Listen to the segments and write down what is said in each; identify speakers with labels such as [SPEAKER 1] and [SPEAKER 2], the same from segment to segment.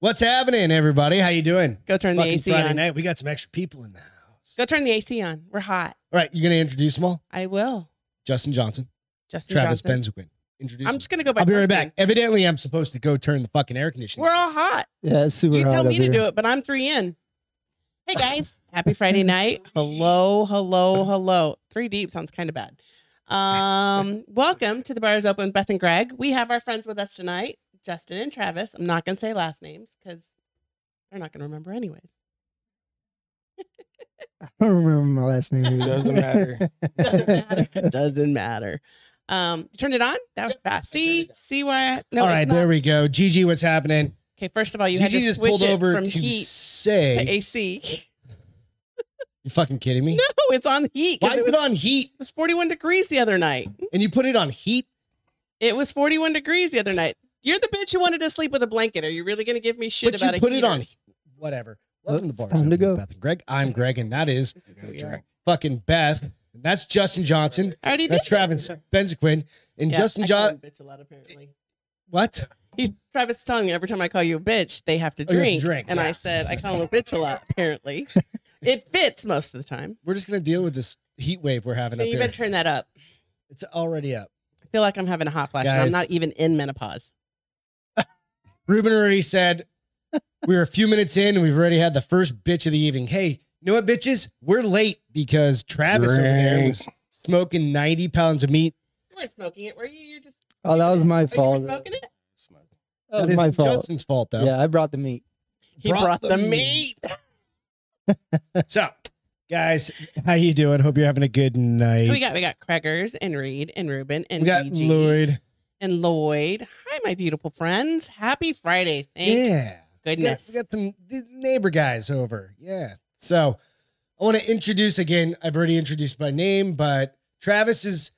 [SPEAKER 1] What's happening, everybody? How you doing?
[SPEAKER 2] Go turn the
[SPEAKER 1] Fucking
[SPEAKER 2] AC
[SPEAKER 1] Friday
[SPEAKER 2] on.
[SPEAKER 1] night. We got some extra people in the house.
[SPEAKER 2] Go turn the AC on. We're hot.
[SPEAKER 1] All right, you're gonna introduce them all.
[SPEAKER 2] I will.
[SPEAKER 1] Justin Johnson,
[SPEAKER 2] Justin
[SPEAKER 1] Travis
[SPEAKER 2] Johnson.
[SPEAKER 1] Benzoquin. Introduce.
[SPEAKER 2] I'm
[SPEAKER 1] them.
[SPEAKER 2] just gonna go by.
[SPEAKER 1] I'll be right
[SPEAKER 2] first
[SPEAKER 1] back.
[SPEAKER 2] names.
[SPEAKER 1] Evidently, I'm supposed to go turn the fucking air conditioning.
[SPEAKER 2] We're all hot.
[SPEAKER 3] Yeah, it's super
[SPEAKER 2] you
[SPEAKER 3] hot
[SPEAKER 2] tell me
[SPEAKER 3] over
[SPEAKER 2] to
[SPEAKER 3] here.
[SPEAKER 2] do it, but I'm three in. Hey guys, happy Friday night. Hello, hello, hello. Three deep sounds kind of bad. Um, welcome to the Bar is Open with Beth and Greg. We have our friends with us tonight, Justin and Travis. I'm not gonna say last names because they're not gonna remember anyways.
[SPEAKER 3] I don't remember my last name. either.
[SPEAKER 4] Doesn't matter.
[SPEAKER 2] Doesn't matter. Doesn't matter. Um, you turned it on. That was fast. See, see why? I- No,
[SPEAKER 1] all right, there we go. Gigi, what's happening?
[SPEAKER 2] Okay, first of all, you
[SPEAKER 1] Gigi
[SPEAKER 2] had to
[SPEAKER 1] just
[SPEAKER 2] switch
[SPEAKER 1] pulled
[SPEAKER 2] it
[SPEAKER 1] over
[SPEAKER 2] from
[SPEAKER 1] to
[SPEAKER 2] heat
[SPEAKER 1] say.
[SPEAKER 2] to AC.
[SPEAKER 1] you fucking kidding me?
[SPEAKER 2] No, it's on heat. 'cause
[SPEAKER 1] Why
[SPEAKER 2] It
[SPEAKER 1] is
[SPEAKER 2] was-
[SPEAKER 1] it on heat
[SPEAKER 2] it was 41 degrees the other night.
[SPEAKER 1] and you put it on heat?
[SPEAKER 2] It was 41 degrees the other night. You're the bitch who wanted to sleep with a blanket. Are you really going to give me shit
[SPEAKER 1] but
[SPEAKER 2] about
[SPEAKER 1] you
[SPEAKER 2] a
[SPEAKER 1] put it
[SPEAKER 2] heater?
[SPEAKER 1] on heat. Whatever. Welcome
[SPEAKER 3] It's
[SPEAKER 1] to the bar.
[SPEAKER 3] time to go.
[SPEAKER 1] Greg, I'm Greg, and that is
[SPEAKER 2] This is who we are.
[SPEAKER 1] fucking Beth. And that's Justin Johnson.
[SPEAKER 2] I already
[SPEAKER 1] That's
[SPEAKER 2] did. this.
[SPEAKER 1] Travis Benzoquin. And
[SPEAKER 2] Yeah,
[SPEAKER 1] Justin
[SPEAKER 2] I call
[SPEAKER 1] John.
[SPEAKER 2] him bitch a lot, apparently.
[SPEAKER 1] What?
[SPEAKER 2] He's Travis Tongue. Every time I call you a bitch, they have to
[SPEAKER 1] Oh, you have to
[SPEAKER 2] drink.
[SPEAKER 1] drink,
[SPEAKER 2] and
[SPEAKER 1] yeah.
[SPEAKER 2] I said, I call him a bitch a lot, apparently. it fits most of the time.
[SPEAKER 1] We're just gonna deal with this heat wave we're having
[SPEAKER 2] So
[SPEAKER 1] up
[SPEAKER 2] you
[SPEAKER 1] here.
[SPEAKER 2] better turn that up.
[SPEAKER 1] It's already up.
[SPEAKER 2] I feel like I'm having a hot flash and
[SPEAKER 1] Guys.
[SPEAKER 2] I'm not even in menopause.
[SPEAKER 1] Ruben already said we were a few minutes in and we've already had the first bitch of the evening. Hey, you know what, bitches? We're late because Travis over there was smoking 90 pounds of meat.
[SPEAKER 2] You weren't smoking it, were you? You're just
[SPEAKER 3] Oh, that was my
[SPEAKER 2] Oh, you were
[SPEAKER 3] fault.
[SPEAKER 2] smoking it?
[SPEAKER 3] That
[SPEAKER 1] That
[SPEAKER 3] was my
[SPEAKER 1] is
[SPEAKER 3] fault.
[SPEAKER 1] Johnson's fault though.
[SPEAKER 3] Yeah, I brought the meat.
[SPEAKER 2] Oh, He
[SPEAKER 1] Brought
[SPEAKER 2] brought,
[SPEAKER 1] the
[SPEAKER 2] the
[SPEAKER 1] meat.
[SPEAKER 2] meat.
[SPEAKER 1] So, guys, how you doing? Hope you're having a good night.
[SPEAKER 2] We got we got Craigers and Reed and Ruben and
[SPEAKER 1] We got
[SPEAKER 2] Gigi
[SPEAKER 1] Lloyd.
[SPEAKER 2] and Lloyd. Hi, my beautiful friends. Happy Friday. Thank
[SPEAKER 1] yeah. We got,
[SPEAKER 2] goodness.
[SPEAKER 1] we got some th- neighbor guys over. Yeah. So I want to introduce again. I've already introduced by name, but Travis is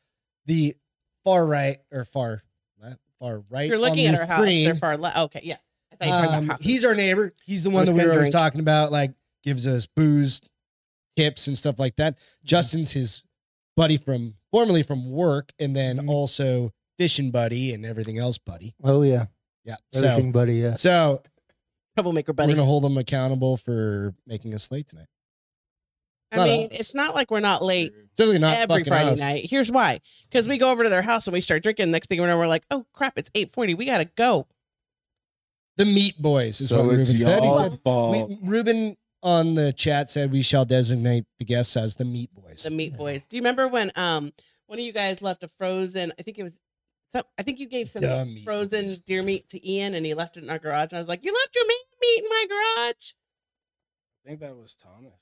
[SPEAKER 1] the far right or far left, far right.
[SPEAKER 2] You're looking
[SPEAKER 1] on
[SPEAKER 2] at
[SPEAKER 1] the
[SPEAKER 2] our house.
[SPEAKER 1] screen.
[SPEAKER 2] They're far left. Okay, yes. I thought you were talking
[SPEAKER 1] Um,
[SPEAKER 2] about houses.
[SPEAKER 1] he's our neighbor. He's the one
[SPEAKER 2] was
[SPEAKER 1] that we
[SPEAKER 2] gonna
[SPEAKER 1] were always
[SPEAKER 2] drink.
[SPEAKER 1] talking about, like gives us booze, tips, and stuff like that.
[SPEAKER 2] Mm-hmm.
[SPEAKER 1] Justin's his buddy from formerly from work, and then
[SPEAKER 2] Mm-hmm.
[SPEAKER 3] Mhm.
[SPEAKER 1] also fishing buddy and everything else buddy.
[SPEAKER 3] Oh yeah,
[SPEAKER 1] Yeah.
[SPEAKER 3] everything, buddy. Yeah.
[SPEAKER 1] So so
[SPEAKER 2] troublemaker
[SPEAKER 1] we're
[SPEAKER 2] buddy.
[SPEAKER 1] gonna hold them accountable for making us late tonight.
[SPEAKER 2] I
[SPEAKER 1] not
[SPEAKER 2] mean,
[SPEAKER 1] us.
[SPEAKER 2] it's not like we're not late
[SPEAKER 1] Certainly not
[SPEAKER 2] every
[SPEAKER 1] fucking
[SPEAKER 2] Friday
[SPEAKER 1] us.
[SPEAKER 2] night. Here's why: because we go over to their house and we start drinking. Next thing we know, we're like, "Oh crap! It's 8:40. We gotta go."
[SPEAKER 1] The Meat Boys is
[SPEAKER 4] So
[SPEAKER 1] what
[SPEAKER 4] it's
[SPEAKER 1] Ruben said. He
[SPEAKER 4] y'all
[SPEAKER 1] said-
[SPEAKER 4] fault.
[SPEAKER 1] We, Ruben on the chat said we shall designate the guests as the Meat Boys.
[SPEAKER 2] The Meat Boys. Do you remember when um one of you guys left a frozen? I think it was. some- I think you gave some
[SPEAKER 1] The Meat
[SPEAKER 2] frozen
[SPEAKER 1] Boys.
[SPEAKER 2] deer meat to Ian, and he left it in our garage. And I was like, "You left your meat meat in my garage."
[SPEAKER 4] I think that was Thomas.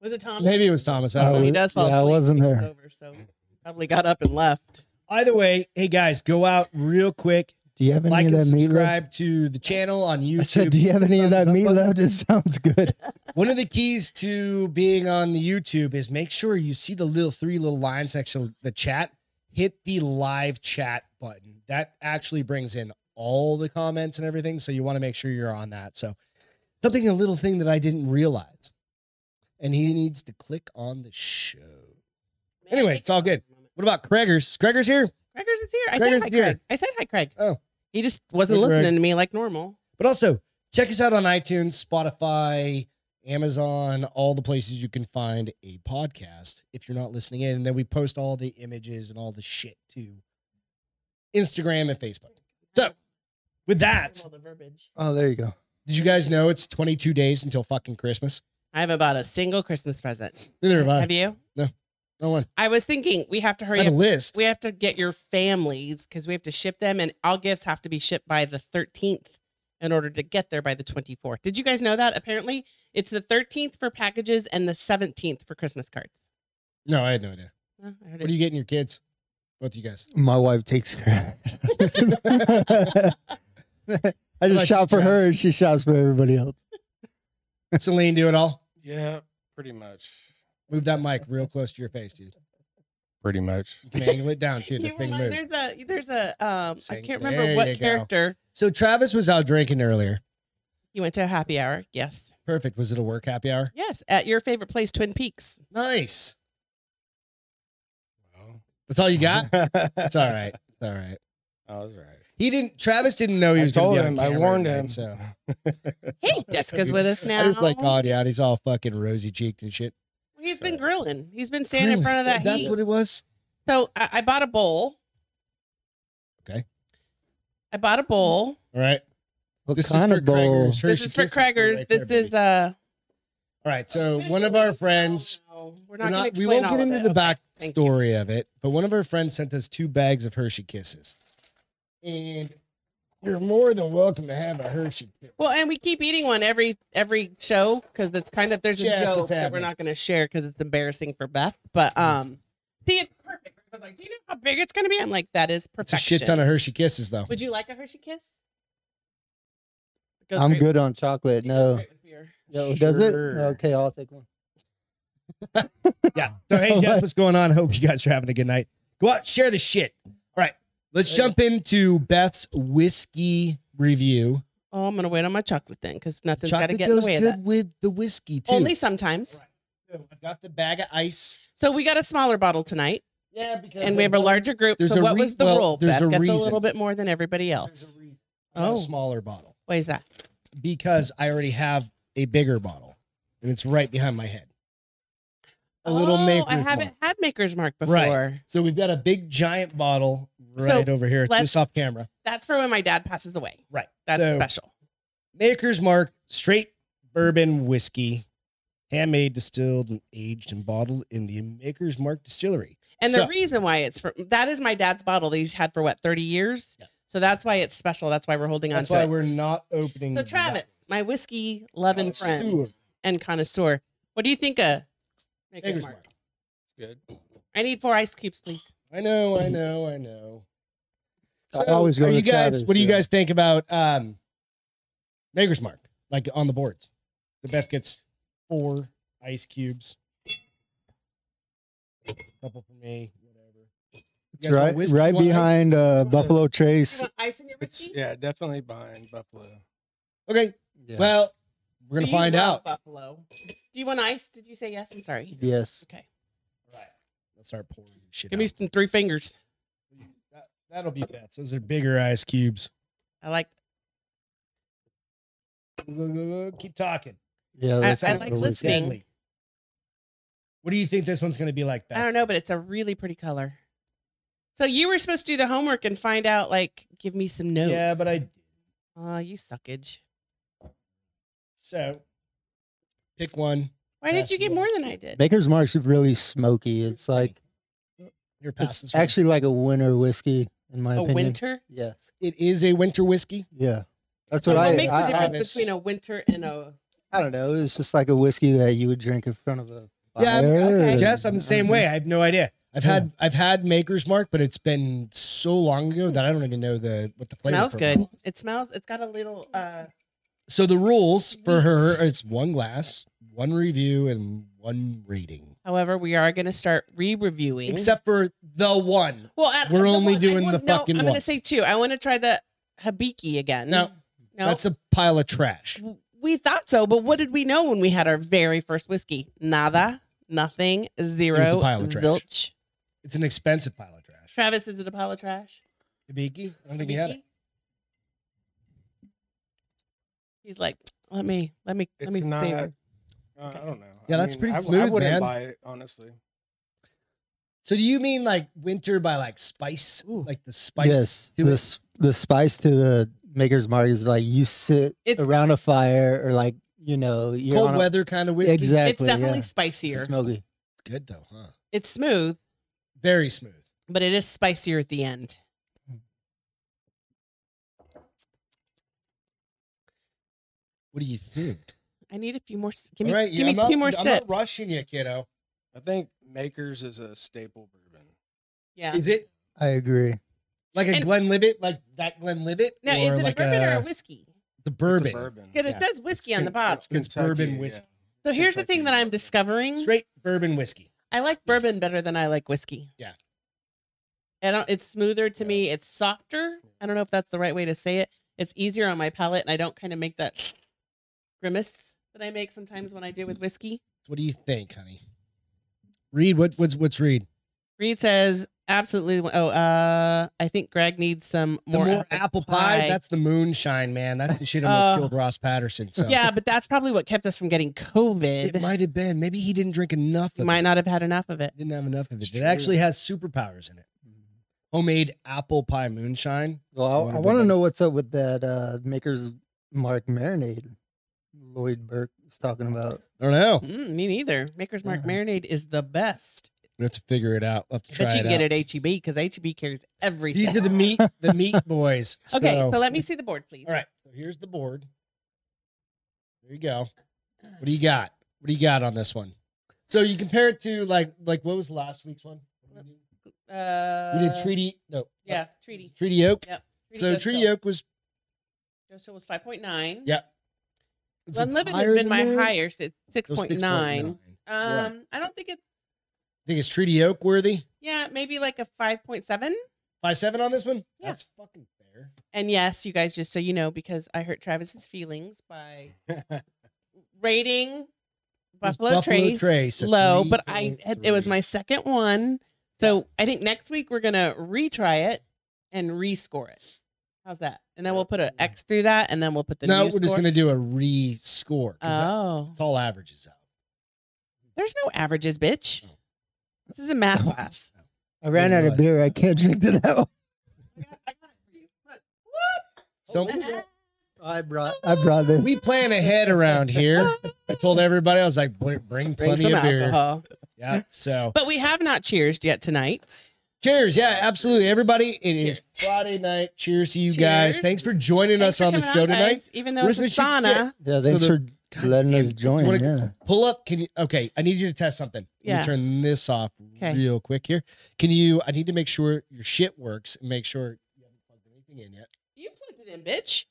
[SPEAKER 2] Was it Tom?
[SPEAKER 1] Maybe it was Thomas. I
[SPEAKER 3] I
[SPEAKER 1] don't
[SPEAKER 2] Oh,
[SPEAKER 1] know.
[SPEAKER 2] he
[SPEAKER 3] was-
[SPEAKER 2] does fall
[SPEAKER 3] yeah, I
[SPEAKER 2] asleep.
[SPEAKER 3] wasn't
[SPEAKER 2] He was
[SPEAKER 3] there.
[SPEAKER 2] Over, so probably got up and left.
[SPEAKER 1] Either way, hey guys, go out real quick.
[SPEAKER 3] Do you have any
[SPEAKER 1] Like
[SPEAKER 3] of
[SPEAKER 1] and
[SPEAKER 3] that meat left?
[SPEAKER 1] subscribe to the channel on
[SPEAKER 3] I
[SPEAKER 1] YouTube.
[SPEAKER 3] said, do you have any of that meat left? It sounds good.
[SPEAKER 1] One of the keys to being on the YouTube is make sure you see the little three little lines next to the chat. Hit the live chat button. That actually brings in all the comments and everything. So you want to make sure you're on that. So something a little thing that I didn't realize. And he needs to click on the show. Anyway, it's all good. What about Craigers? Is Craigers here?
[SPEAKER 2] Craigers is here. I
[SPEAKER 1] Craigers
[SPEAKER 2] said hi,
[SPEAKER 1] is here.
[SPEAKER 2] Craig. I said hi, Craig.
[SPEAKER 1] Oh.
[SPEAKER 2] he just wasn't
[SPEAKER 1] Hey, Craig.
[SPEAKER 2] listening to me like normal.
[SPEAKER 1] But also check us out on iTunes, Spotify, Amazon, all the places you can find a podcast if you're not listening in. And then we post all the images and all the shit to Instagram and Facebook. So with that,
[SPEAKER 2] All the verbiage.
[SPEAKER 3] Oh, there you go.
[SPEAKER 1] did you guys know it's 22 days until fucking Christmas?
[SPEAKER 2] I haven't bought a single Christmas present.
[SPEAKER 1] Neither have I.
[SPEAKER 2] Have you?
[SPEAKER 1] no one.
[SPEAKER 2] I was thinking we have to
[SPEAKER 1] I
[SPEAKER 2] hurry
[SPEAKER 1] had a
[SPEAKER 2] up.
[SPEAKER 1] list.
[SPEAKER 2] We have to get your families because we have to ship them, and all gifts have to be shipped by the 13th in order to get there by the 24th. Did you guys know that? Apparently, it's the 13th for packages and the 17th for Christmas cards.
[SPEAKER 1] No, I had no idea.
[SPEAKER 2] Huh? Oh, I heard
[SPEAKER 1] What
[SPEAKER 2] it.
[SPEAKER 1] are you getting your kids? Both you guys.
[SPEAKER 3] My wife takes care. of it. I
[SPEAKER 1] How about
[SPEAKER 3] just shop
[SPEAKER 1] you,
[SPEAKER 3] for her,
[SPEAKER 1] Travis?
[SPEAKER 3] and she shops for everybody else.
[SPEAKER 1] Celine, do it all.
[SPEAKER 4] Yeah, pretty much.
[SPEAKER 1] Move that mic real close to your face, dude.
[SPEAKER 4] Pretty much.
[SPEAKER 1] You can angle it down too.
[SPEAKER 2] You
[SPEAKER 1] The thing
[SPEAKER 2] remind-
[SPEAKER 1] moves.
[SPEAKER 2] there's a there's a um I
[SPEAKER 1] Sing-
[SPEAKER 2] can't
[SPEAKER 1] there
[SPEAKER 2] remember
[SPEAKER 1] you
[SPEAKER 2] what
[SPEAKER 1] go.
[SPEAKER 2] character
[SPEAKER 1] So Travis was out drinking earlier.
[SPEAKER 2] you went to a happy hour. Yes,
[SPEAKER 1] Perfect. Was it a work happy hour?
[SPEAKER 2] yes, at your favorite place, Twin Peaks.
[SPEAKER 1] Nice.
[SPEAKER 4] Well,
[SPEAKER 1] That's all you got?
[SPEAKER 4] That's
[SPEAKER 1] That's all right. That's all right.
[SPEAKER 4] I was right.
[SPEAKER 1] He didn't. Travis didn't know he
[SPEAKER 4] I
[SPEAKER 1] was. gonna
[SPEAKER 4] told
[SPEAKER 1] be on
[SPEAKER 4] him. I
[SPEAKER 1] camera
[SPEAKER 4] warned
[SPEAKER 1] tonight,
[SPEAKER 4] him.
[SPEAKER 1] So
[SPEAKER 2] Hey, Jessica's with us now.
[SPEAKER 1] I just like calling you out. He's all fucking rosy cheeked and shit.
[SPEAKER 2] He's been grilling. He's been standing in
[SPEAKER 1] Really?
[SPEAKER 2] front of that
[SPEAKER 1] That's
[SPEAKER 2] heat.
[SPEAKER 1] what it was.
[SPEAKER 2] so I, I bought a bowl.
[SPEAKER 1] Okay.
[SPEAKER 2] I bought a bowl.
[SPEAKER 1] All right.
[SPEAKER 3] What
[SPEAKER 1] This
[SPEAKER 3] kind
[SPEAKER 1] is
[SPEAKER 3] of
[SPEAKER 1] for Craigers.
[SPEAKER 3] bowl?
[SPEAKER 2] This
[SPEAKER 1] Hershey
[SPEAKER 2] is for
[SPEAKER 1] Kisses right
[SPEAKER 2] Craigers.
[SPEAKER 1] there,
[SPEAKER 2] This
[SPEAKER 1] baby.
[SPEAKER 2] is uh.
[SPEAKER 1] All right. So one of our friends.
[SPEAKER 2] Oh, no. We're
[SPEAKER 1] We're
[SPEAKER 2] not, going
[SPEAKER 1] not-
[SPEAKER 2] to
[SPEAKER 1] we
[SPEAKER 2] explain
[SPEAKER 1] won't
[SPEAKER 2] all
[SPEAKER 1] get
[SPEAKER 2] of
[SPEAKER 1] into
[SPEAKER 2] it.
[SPEAKER 1] the
[SPEAKER 2] Okay,
[SPEAKER 1] back
[SPEAKER 2] thank you.
[SPEAKER 1] story of it, but one of our friends sent us two bags of Hershey Kisses, and you're more than welcome to have a Hershey. Kiss.
[SPEAKER 2] Well, and we keep eating one every every show because it's kind of there's a
[SPEAKER 1] Jeff,
[SPEAKER 2] joke
[SPEAKER 1] what's
[SPEAKER 2] that we're
[SPEAKER 1] happening? Mm-hmm.
[SPEAKER 2] not going to share because it's embarrassing for Beth. But um, see, it's perfect. I was like, do you know how big it's going to be? I'm like, that is
[SPEAKER 1] It's a
[SPEAKER 2] perfection.
[SPEAKER 1] shit ton of Hershey Kisses, though.
[SPEAKER 2] Would you like a Hershey kiss? It goes
[SPEAKER 3] I'm
[SPEAKER 2] great-
[SPEAKER 3] good on chocolate.
[SPEAKER 2] it goes
[SPEAKER 3] No.
[SPEAKER 2] great with beer.
[SPEAKER 3] Yo, does it?
[SPEAKER 4] Sure.
[SPEAKER 3] Okay, I'll take one.
[SPEAKER 1] Yeah. So hey, Jeff, what's going on? Hope you guys are having a good night. Go out, share the shit. All right, let's jump into Beth's whiskey review.
[SPEAKER 2] Oh, I'm gonna wait on my chocolate then, because nothing's got to
[SPEAKER 1] Chocolate
[SPEAKER 2] get in the
[SPEAKER 1] goes
[SPEAKER 2] way
[SPEAKER 1] good
[SPEAKER 2] of that.
[SPEAKER 1] with the whiskey too.
[SPEAKER 2] Only sometimes.
[SPEAKER 1] I've got the bag of ice.
[SPEAKER 2] So we got a smaller bottle tonight,
[SPEAKER 1] Yeah, because
[SPEAKER 2] and we have a larger group.
[SPEAKER 1] There's
[SPEAKER 2] so
[SPEAKER 1] a
[SPEAKER 2] what
[SPEAKER 1] rea-
[SPEAKER 2] was the
[SPEAKER 1] well,
[SPEAKER 2] rule?
[SPEAKER 1] there's
[SPEAKER 2] Beth
[SPEAKER 1] a
[SPEAKER 2] gets a
[SPEAKER 1] reason.
[SPEAKER 2] little bit more than everybody else.
[SPEAKER 1] oh.
[SPEAKER 2] Oh.
[SPEAKER 1] smaller bottle.
[SPEAKER 2] Why is that?
[SPEAKER 1] because I already have a bigger bottle and it's right behind my head. A little
[SPEAKER 2] oh,
[SPEAKER 1] maker's
[SPEAKER 2] I haven't
[SPEAKER 1] mark.
[SPEAKER 2] had Maker's Mark before.
[SPEAKER 1] Right. So we've got a big giant bottle
[SPEAKER 2] So,
[SPEAKER 1] right over here. It's
[SPEAKER 2] let's-
[SPEAKER 1] just off camera.
[SPEAKER 2] That's for when my dad passes away.
[SPEAKER 1] Right.
[SPEAKER 2] That's
[SPEAKER 1] so,
[SPEAKER 2] special.
[SPEAKER 1] Maker's Mark straight bourbon whiskey, handmade, distilled, and aged and bottled in the Maker's Mark distillery.
[SPEAKER 2] And
[SPEAKER 1] so-
[SPEAKER 2] the reason why it's for that is my dad's bottle that he's had for what 30 years.
[SPEAKER 1] Yeah.
[SPEAKER 2] So that's why it's special. That's why we're holding on
[SPEAKER 1] That's
[SPEAKER 2] to
[SPEAKER 1] why
[SPEAKER 2] it.
[SPEAKER 1] we're not opening.
[SPEAKER 2] So Travis, my whiskey loving friend and connoisseur, what do you think of Maker's,
[SPEAKER 1] Maker's
[SPEAKER 2] Mark?
[SPEAKER 1] Mark.
[SPEAKER 4] Good.
[SPEAKER 2] I need four ice cubes, please.
[SPEAKER 1] I know, I know, I know.
[SPEAKER 3] I always go
[SPEAKER 1] are
[SPEAKER 3] to
[SPEAKER 1] you guys?
[SPEAKER 3] Travis,
[SPEAKER 1] what do you
[SPEAKER 3] yeah.
[SPEAKER 1] guys think about um, Maker's Mark? Like on the boards, the Beth gets four ice cubes, couple for me, whatever. You guys want
[SPEAKER 3] Right,
[SPEAKER 1] whiskey?
[SPEAKER 3] right
[SPEAKER 1] You want ice?
[SPEAKER 3] behind uh,
[SPEAKER 4] What's a-
[SPEAKER 3] Buffalo Trace.
[SPEAKER 2] You want ice in your
[SPEAKER 4] It's
[SPEAKER 2] whiskey?
[SPEAKER 4] yeah, definitely behind Buffalo. Uh,
[SPEAKER 1] Okay,
[SPEAKER 3] Yeah.
[SPEAKER 1] well, we're gonna
[SPEAKER 2] You
[SPEAKER 1] find
[SPEAKER 2] love
[SPEAKER 1] out.
[SPEAKER 2] Buffalo. Do you want ice? Did you say yes? I'm sorry.
[SPEAKER 3] yes.
[SPEAKER 2] Okay.
[SPEAKER 1] Right. Let's start pouring this shit.
[SPEAKER 2] Give me
[SPEAKER 1] out.
[SPEAKER 2] some three fingers.
[SPEAKER 1] that, that'll be Beth's. Those are bigger ice cubes.
[SPEAKER 2] I like
[SPEAKER 1] Go, go, go. Keep talking.
[SPEAKER 3] Yeah. that's
[SPEAKER 2] I
[SPEAKER 3] not
[SPEAKER 2] like
[SPEAKER 3] the way-
[SPEAKER 2] listening.
[SPEAKER 1] Deadly. What do you think this one's gonna be like? Beth?
[SPEAKER 2] I don't know, but it's a really pretty color. So you were supposed to do the homework and find out, like, give me some notes.
[SPEAKER 1] Yeah, but I
[SPEAKER 2] Aw, you suckage.
[SPEAKER 1] So pick one.
[SPEAKER 2] Why did you
[SPEAKER 1] Pass
[SPEAKER 2] get
[SPEAKER 1] the
[SPEAKER 2] more
[SPEAKER 1] notes.
[SPEAKER 2] than I did?
[SPEAKER 3] Baker's Mark's really smoky. It's like
[SPEAKER 1] Your pass
[SPEAKER 3] it's
[SPEAKER 1] is actually
[SPEAKER 3] actually like a winter whiskey, in my
[SPEAKER 2] a
[SPEAKER 3] opinion.
[SPEAKER 2] winter.
[SPEAKER 3] Yes.
[SPEAKER 1] it is a winter whiskey.
[SPEAKER 3] Yeah. That's
[SPEAKER 2] So
[SPEAKER 3] what
[SPEAKER 1] Well,
[SPEAKER 2] what
[SPEAKER 3] I,
[SPEAKER 2] makes
[SPEAKER 3] I,
[SPEAKER 2] the
[SPEAKER 3] I,
[SPEAKER 2] difference between a winter and a?
[SPEAKER 3] I don't know. It's just like a whiskey that you would drink in front of a fire.
[SPEAKER 1] Yeah, I'm-
[SPEAKER 2] okay.
[SPEAKER 3] or-
[SPEAKER 1] Jess, I'm the same way. I have no idea. I've
[SPEAKER 3] Yeah.
[SPEAKER 1] had I've had Maker's Mark, but it's been so long ago that I don't even know the what the flavor.
[SPEAKER 2] smells
[SPEAKER 1] profile
[SPEAKER 2] good.
[SPEAKER 1] is.
[SPEAKER 2] It smells. It's got a little. uh
[SPEAKER 1] So the rules for her it's one glass, one review, and one rating.
[SPEAKER 2] However, we are going to start re-reviewing.
[SPEAKER 1] Except for the one.
[SPEAKER 2] well, and
[SPEAKER 1] we're
[SPEAKER 2] the
[SPEAKER 1] only
[SPEAKER 2] one- I
[SPEAKER 1] doing
[SPEAKER 2] want-
[SPEAKER 1] the
[SPEAKER 2] no,
[SPEAKER 1] fucking
[SPEAKER 2] I'm
[SPEAKER 1] one.
[SPEAKER 2] going to say two. I want to try the habiki again.
[SPEAKER 1] No,
[SPEAKER 2] no,
[SPEAKER 1] That's a pile of trash.
[SPEAKER 2] W- we thought so, but what did we know when we had our very first whiskey? Nada, nothing, zero,
[SPEAKER 1] pile of trash.
[SPEAKER 2] zilch.
[SPEAKER 1] It's an expensive pile of trash.
[SPEAKER 2] Travis, is it a pile of trash?
[SPEAKER 1] Hibiki? I don't think he had it.
[SPEAKER 2] Mickey? He's like, let me, let me, let
[SPEAKER 4] It's
[SPEAKER 2] me
[SPEAKER 4] not-
[SPEAKER 2] savor.
[SPEAKER 4] Uh, I don't know.
[SPEAKER 1] Yeah,
[SPEAKER 4] I
[SPEAKER 1] that's
[SPEAKER 4] mean,
[SPEAKER 1] pretty
[SPEAKER 4] I, w- I
[SPEAKER 1] smooth,
[SPEAKER 4] wouldn't
[SPEAKER 1] man.
[SPEAKER 4] buy it honestly.
[SPEAKER 1] So do you mean like winter by like spice?
[SPEAKER 2] Ooh.
[SPEAKER 1] Like the spice?
[SPEAKER 3] Yes,
[SPEAKER 1] to
[SPEAKER 3] the
[SPEAKER 1] it?
[SPEAKER 3] s- the spice to the Maker's Mark is like you sit
[SPEAKER 2] It's-
[SPEAKER 3] around a fire or like you know you're
[SPEAKER 1] cold
[SPEAKER 3] on a-
[SPEAKER 1] weather kind of whiskey.
[SPEAKER 3] Exactly.
[SPEAKER 2] It's definitely
[SPEAKER 3] yeah. It's
[SPEAKER 2] spicier.
[SPEAKER 3] smoky.
[SPEAKER 1] It's good though, huh?
[SPEAKER 2] It's smooth,
[SPEAKER 1] Very smooth.
[SPEAKER 2] but it is spicier at the end.
[SPEAKER 1] What do you think?
[SPEAKER 2] I need a few more. s- Give me,
[SPEAKER 1] All right,
[SPEAKER 2] give
[SPEAKER 1] yeah,
[SPEAKER 2] me
[SPEAKER 1] I'm
[SPEAKER 2] two
[SPEAKER 1] not,
[SPEAKER 2] more
[SPEAKER 1] I'm
[SPEAKER 2] sips.
[SPEAKER 1] not rushing you, kiddo.
[SPEAKER 4] I think Makers is a staple bourbon.
[SPEAKER 2] yeah.
[SPEAKER 1] Is it
[SPEAKER 3] I agree.
[SPEAKER 1] like a
[SPEAKER 2] And-
[SPEAKER 1] Glenlivet, like that Glenlivet,
[SPEAKER 2] Now, is it
[SPEAKER 1] like
[SPEAKER 2] a bourbon or a whiskey?
[SPEAKER 1] the
[SPEAKER 4] It's
[SPEAKER 1] bourbon?
[SPEAKER 4] a bourbon.
[SPEAKER 2] Because it
[SPEAKER 1] yeah.
[SPEAKER 2] says whiskey on the
[SPEAKER 4] Ken-
[SPEAKER 2] bottle.
[SPEAKER 1] It's bourbon
[SPEAKER 4] Kentucky, yeah.
[SPEAKER 1] whiskey.
[SPEAKER 2] So here's the
[SPEAKER 4] Kentucky.
[SPEAKER 2] thing that I'm discovering.
[SPEAKER 1] Straight bourbon whiskey.
[SPEAKER 2] I like bourbon better than I like whiskey.
[SPEAKER 1] Yeah.
[SPEAKER 2] I don't, it's smoother to
[SPEAKER 1] Yeah.
[SPEAKER 2] me. It's softer. I don't know if that's the right way to say it. It's easier on my palate, and I don't kind of make that grimace that I make sometimes when I do with whiskey.
[SPEAKER 1] What do you think, honey? Reed, what, what's what's Reed?
[SPEAKER 2] Reed says absolutely. Oh, uh, I think Greg needs some
[SPEAKER 1] The
[SPEAKER 2] more,
[SPEAKER 1] more, apple pie, that's the moonshine, man. That's the shit almost
[SPEAKER 2] Uh,
[SPEAKER 1] killed Ross Patterson. So
[SPEAKER 2] Yeah, but that's probably what kept us from getting COVID.
[SPEAKER 1] it might have been. Maybe he didn't drink enough
[SPEAKER 2] You
[SPEAKER 1] of
[SPEAKER 2] might
[SPEAKER 1] it.
[SPEAKER 2] not Mm-hmm. have had enough of it.
[SPEAKER 1] Didn't have enough of
[SPEAKER 4] It's
[SPEAKER 1] it. It
[SPEAKER 4] true.
[SPEAKER 1] actually has superpowers in it. Homemade apple pie moonshine. Wanna
[SPEAKER 3] Well, I, I
[SPEAKER 1] bring
[SPEAKER 3] want to
[SPEAKER 1] in-
[SPEAKER 3] know what's up with that uh, Maker's Mark marinade Lloyd Burke was talking about.
[SPEAKER 1] I don't know.
[SPEAKER 2] Mm, me neither. Maker's Mark
[SPEAKER 3] Yeah.
[SPEAKER 2] marinade is is the best.
[SPEAKER 1] We have to figure it out. We'll have to
[SPEAKER 2] I
[SPEAKER 1] try
[SPEAKER 2] bet you
[SPEAKER 1] it
[SPEAKER 2] can
[SPEAKER 1] out.
[SPEAKER 2] get it at E HEB because HEB carries everything.
[SPEAKER 1] These are the meat, the meat boys.
[SPEAKER 2] okay,
[SPEAKER 1] So-
[SPEAKER 2] so let me see the board, please.
[SPEAKER 1] all right. So here's the board. There you go. What do you got? What do you got on this one? So you compare it to like like what was last week's one? What did we do?
[SPEAKER 2] Uh,
[SPEAKER 1] We did treaty. No.
[SPEAKER 2] Yeah, treaty.
[SPEAKER 1] Treaty Oak.
[SPEAKER 2] Yep.
[SPEAKER 1] So
[SPEAKER 2] Ghost
[SPEAKER 1] Treaty
[SPEAKER 2] Hill.
[SPEAKER 1] Oak was
[SPEAKER 2] Ghost Hill was five point nine.
[SPEAKER 1] yeah. Is it
[SPEAKER 2] Unlimited
[SPEAKER 1] higher
[SPEAKER 2] has been
[SPEAKER 1] than
[SPEAKER 2] my
[SPEAKER 1] that?
[SPEAKER 2] highest at six
[SPEAKER 1] It was
[SPEAKER 2] point nine.
[SPEAKER 1] 6.9.
[SPEAKER 2] Um,
[SPEAKER 1] right.
[SPEAKER 2] I don't think it's
[SPEAKER 1] think it's Treaty Oak worthy.
[SPEAKER 2] yeah, maybe like a five point seven.
[SPEAKER 1] Five seven on this one.
[SPEAKER 2] Yeah.
[SPEAKER 1] That's fucking fair.
[SPEAKER 2] And yes, you guys, just so you know, because I hurt Travis's feelings by rating Buffalo,
[SPEAKER 1] Buffalo
[SPEAKER 2] Trace,
[SPEAKER 1] Trace a
[SPEAKER 2] low, but I had- it was
[SPEAKER 1] 3.3.
[SPEAKER 2] my second one. So I think next week we're gonna retry it and rescore it. How's that? And then we'll put an X through that, and then we'll put the
[SPEAKER 1] no,
[SPEAKER 2] new
[SPEAKER 1] we're just
[SPEAKER 2] score.
[SPEAKER 1] gonna do a re-score. 'cause that-
[SPEAKER 2] Oh,
[SPEAKER 1] it's all averages out.
[SPEAKER 2] there's no averages, bitch.
[SPEAKER 1] No.
[SPEAKER 2] This is a math
[SPEAKER 1] Oh.
[SPEAKER 2] class.
[SPEAKER 3] I ran out
[SPEAKER 1] Right.
[SPEAKER 3] of beer. I can't drink to that one.
[SPEAKER 1] So don't-
[SPEAKER 3] I brought I brought this.
[SPEAKER 1] we plan ahead around here. I told everybody I was like, bring, bring
[SPEAKER 2] Bring
[SPEAKER 1] plenty
[SPEAKER 2] some
[SPEAKER 1] of beer.
[SPEAKER 2] alcohol.
[SPEAKER 1] Yeah. So
[SPEAKER 2] But we have not cheers yet tonight.
[SPEAKER 1] cheers. Yeah, absolutely. Everybody, It is
[SPEAKER 2] Cheers.
[SPEAKER 1] Friday night. Cheers to you guys.
[SPEAKER 2] Cheers.
[SPEAKER 1] Thanks for joining
[SPEAKER 2] Thanks
[SPEAKER 1] us
[SPEAKER 2] for
[SPEAKER 1] on the
[SPEAKER 2] coming
[SPEAKER 1] show tonight.
[SPEAKER 2] guys, even though
[SPEAKER 1] We're
[SPEAKER 2] it's a
[SPEAKER 1] just gonna shoot
[SPEAKER 2] sauna.
[SPEAKER 3] Yeah, thanks
[SPEAKER 1] the-
[SPEAKER 3] for letting
[SPEAKER 1] damn,
[SPEAKER 3] us join.
[SPEAKER 1] wanna-
[SPEAKER 3] yeah.
[SPEAKER 1] Pull up. Can you? Okay, I need you to test something. Let
[SPEAKER 2] Yeah.
[SPEAKER 1] me turn this off
[SPEAKER 2] 'Kay.
[SPEAKER 1] real quick here. Can you? I need to make sure your shit works and make sure you haven't plugged anything in yet.
[SPEAKER 2] You plugged it in, bitch.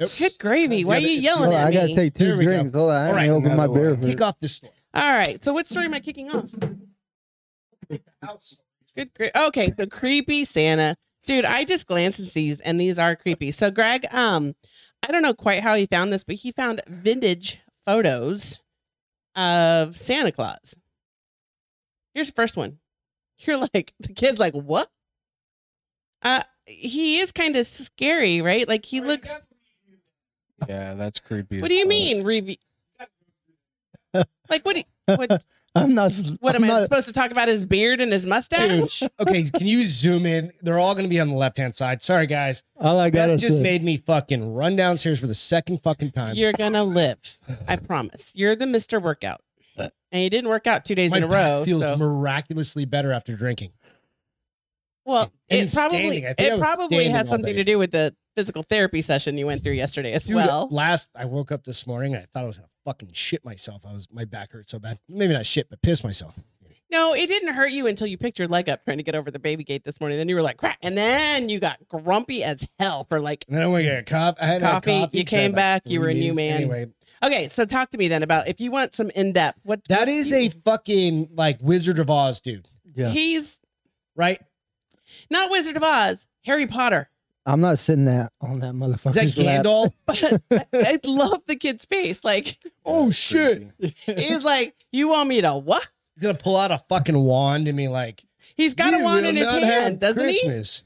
[SPEAKER 1] Nope.
[SPEAKER 2] Good gravy.
[SPEAKER 1] That's the
[SPEAKER 2] Why are
[SPEAKER 1] other-
[SPEAKER 2] you
[SPEAKER 1] it's
[SPEAKER 2] yelling
[SPEAKER 3] Hold on,
[SPEAKER 2] at
[SPEAKER 3] I gotta
[SPEAKER 2] me?
[SPEAKER 3] take
[SPEAKER 1] There
[SPEAKER 3] two
[SPEAKER 1] we go.
[SPEAKER 3] drinks. Hold on, I
[SPEAKER 1] All right,
[SPEAKER 3] right, open my
[SPEAKER 4] another
[SPEAKER 3] beer.
[SPEAKER 4] one.
[SPEAKER 1] Kick
[SPEAKER 3] first.
[SPEAKER 1] off this story.
[SPEAKER 2] All right. So what story am I kicking off? Good. Gra- okay. So creepy Santa, dude. I just glanced at these, and these are creepy. So Greg, um, I don't know quite how he found this, but he found vintage photos of Santa Claus. Here's the first one. You're like the kid's like what? Uh, he is kind of scary, right? Like he looks.
[SPEAKER 4] yeah, that's creepy.
[SPEAKER 2] What
[SPEAKER 4] as
[SPEAKER 2] do you
[SPEAKER 4] fuck.
[SPEAKER 2] mean review? like what? do you- what?
[SPEAKER 3] I'm not. s-
[SPEAKER 2] What am
[SPEAKER 3] I'm
[SPEAKER 2] I
[SPEAKER 3] not-
[SPEAKER 2] supposed to talk about? His beard and his mustache.
[SPEAKER 1] Okay, can you zoom in? They're all going to be on the left hand side. Sorry, guys.
[SPEAKER 3] All I gotta
[SPEAKER 1] That just
[SPEAKER 3] say-
[SPEAKER 1] made me fucking run downstairs for the second fucking time.
[SPEAKER 2] You're gonna live. I promise. You're the Mister Workout, and you didn't work out two days
[SPEAKER 1] My
[SPEAKER 2] in a
[SPEAKER 1] back
[SPEAKER 2] row.
[SPEAKER 1] feels
[SPEAKER 2] so-
[SPEAKER 1] miraculously better after drinking.
[SPEAKER 2] well,
[SPEAKER 1] and
[SPEAKER 2] it probably
[SPEAKER 1] standing. I think I
[SPEAKER 2] it
[SPEAKER 1] was
[SPEAKER 2] probably
[SPEAKER 1] standing all
[SPEAKER 2] has something
[SPEAKER 1] day.
[SPEAKER 2] to do with the physical therapy session you went through yesterday as
[SPEAKER 1] Dude,
[SPEAKER 2] well.
[SPEAKER 1] last I woke up this morning and I thought I was gonna fucking shit myself. I was my back hurt so bad. Maybe not shit, but piss myself.
[SPEAKER 2] No, it didn't hurt you until you picked your leg up trying to get over the baby gate this morning. Then you were like, crap, and then you got grumpy as hell for like.
[SPEAKER 1] And then I went and got a cough. I had
[SPEAKER 2] Coffee,
[SPEAKER 1] A coffee
[SPEAKER 2] you
[SPEAKER 1] because I had
[SPEAKER 2] came
[SPEAKER 1] like
[SPEAKER 2] back, you
[SPEAKER 1] three
[SPEAKER 2] were a new
[SPEAKER 1] meetings.
[SPEAKER 2] man.
[SPEAKER 1] Anyway,
[SPEAKER 2] Okay, so talk to me then about if you want some in depth. What
[SPEAKER 1] that is a fucking like Wizard of Oz dude,
[SPEAKER 3] Yeah,
[SPEAKER 2] he's
[SPEAKER 1] right?
[SPEAKER 2] not Wizard of Oz, Harry Potter.
[SPEAKER 3] I'm not sitting that on that
[SPEAKER 1] Oh, Is that
[SPEAKER 3] motherfucker's lap.
[SPEAKER 1] Gandalf?
[SPEAKER 2] But I, I love the kid's face. Like
[SPEAKER 1] Oh
[SPEAKER 4] That's
[SPEAKER 1] shit!
[SPEAKER 4] creepy.
[SPEAKER 2] he's like, you want me to what?
[SPEAKER 1] He's gonna pull out a fucking wand and be like,
[SPEAKER 2] He's got
[SPEAKER 1] "You
[SPEAKER 2] a wand
[SPEAKER 1] will
[SPEAKER 2] in his
[SPEAKER 1] not
[SPEAKER 2] hand,
[SPEAKER 1] have
[SPEAKER 2] doesn't he?
[SPEAKER 1] Christmas.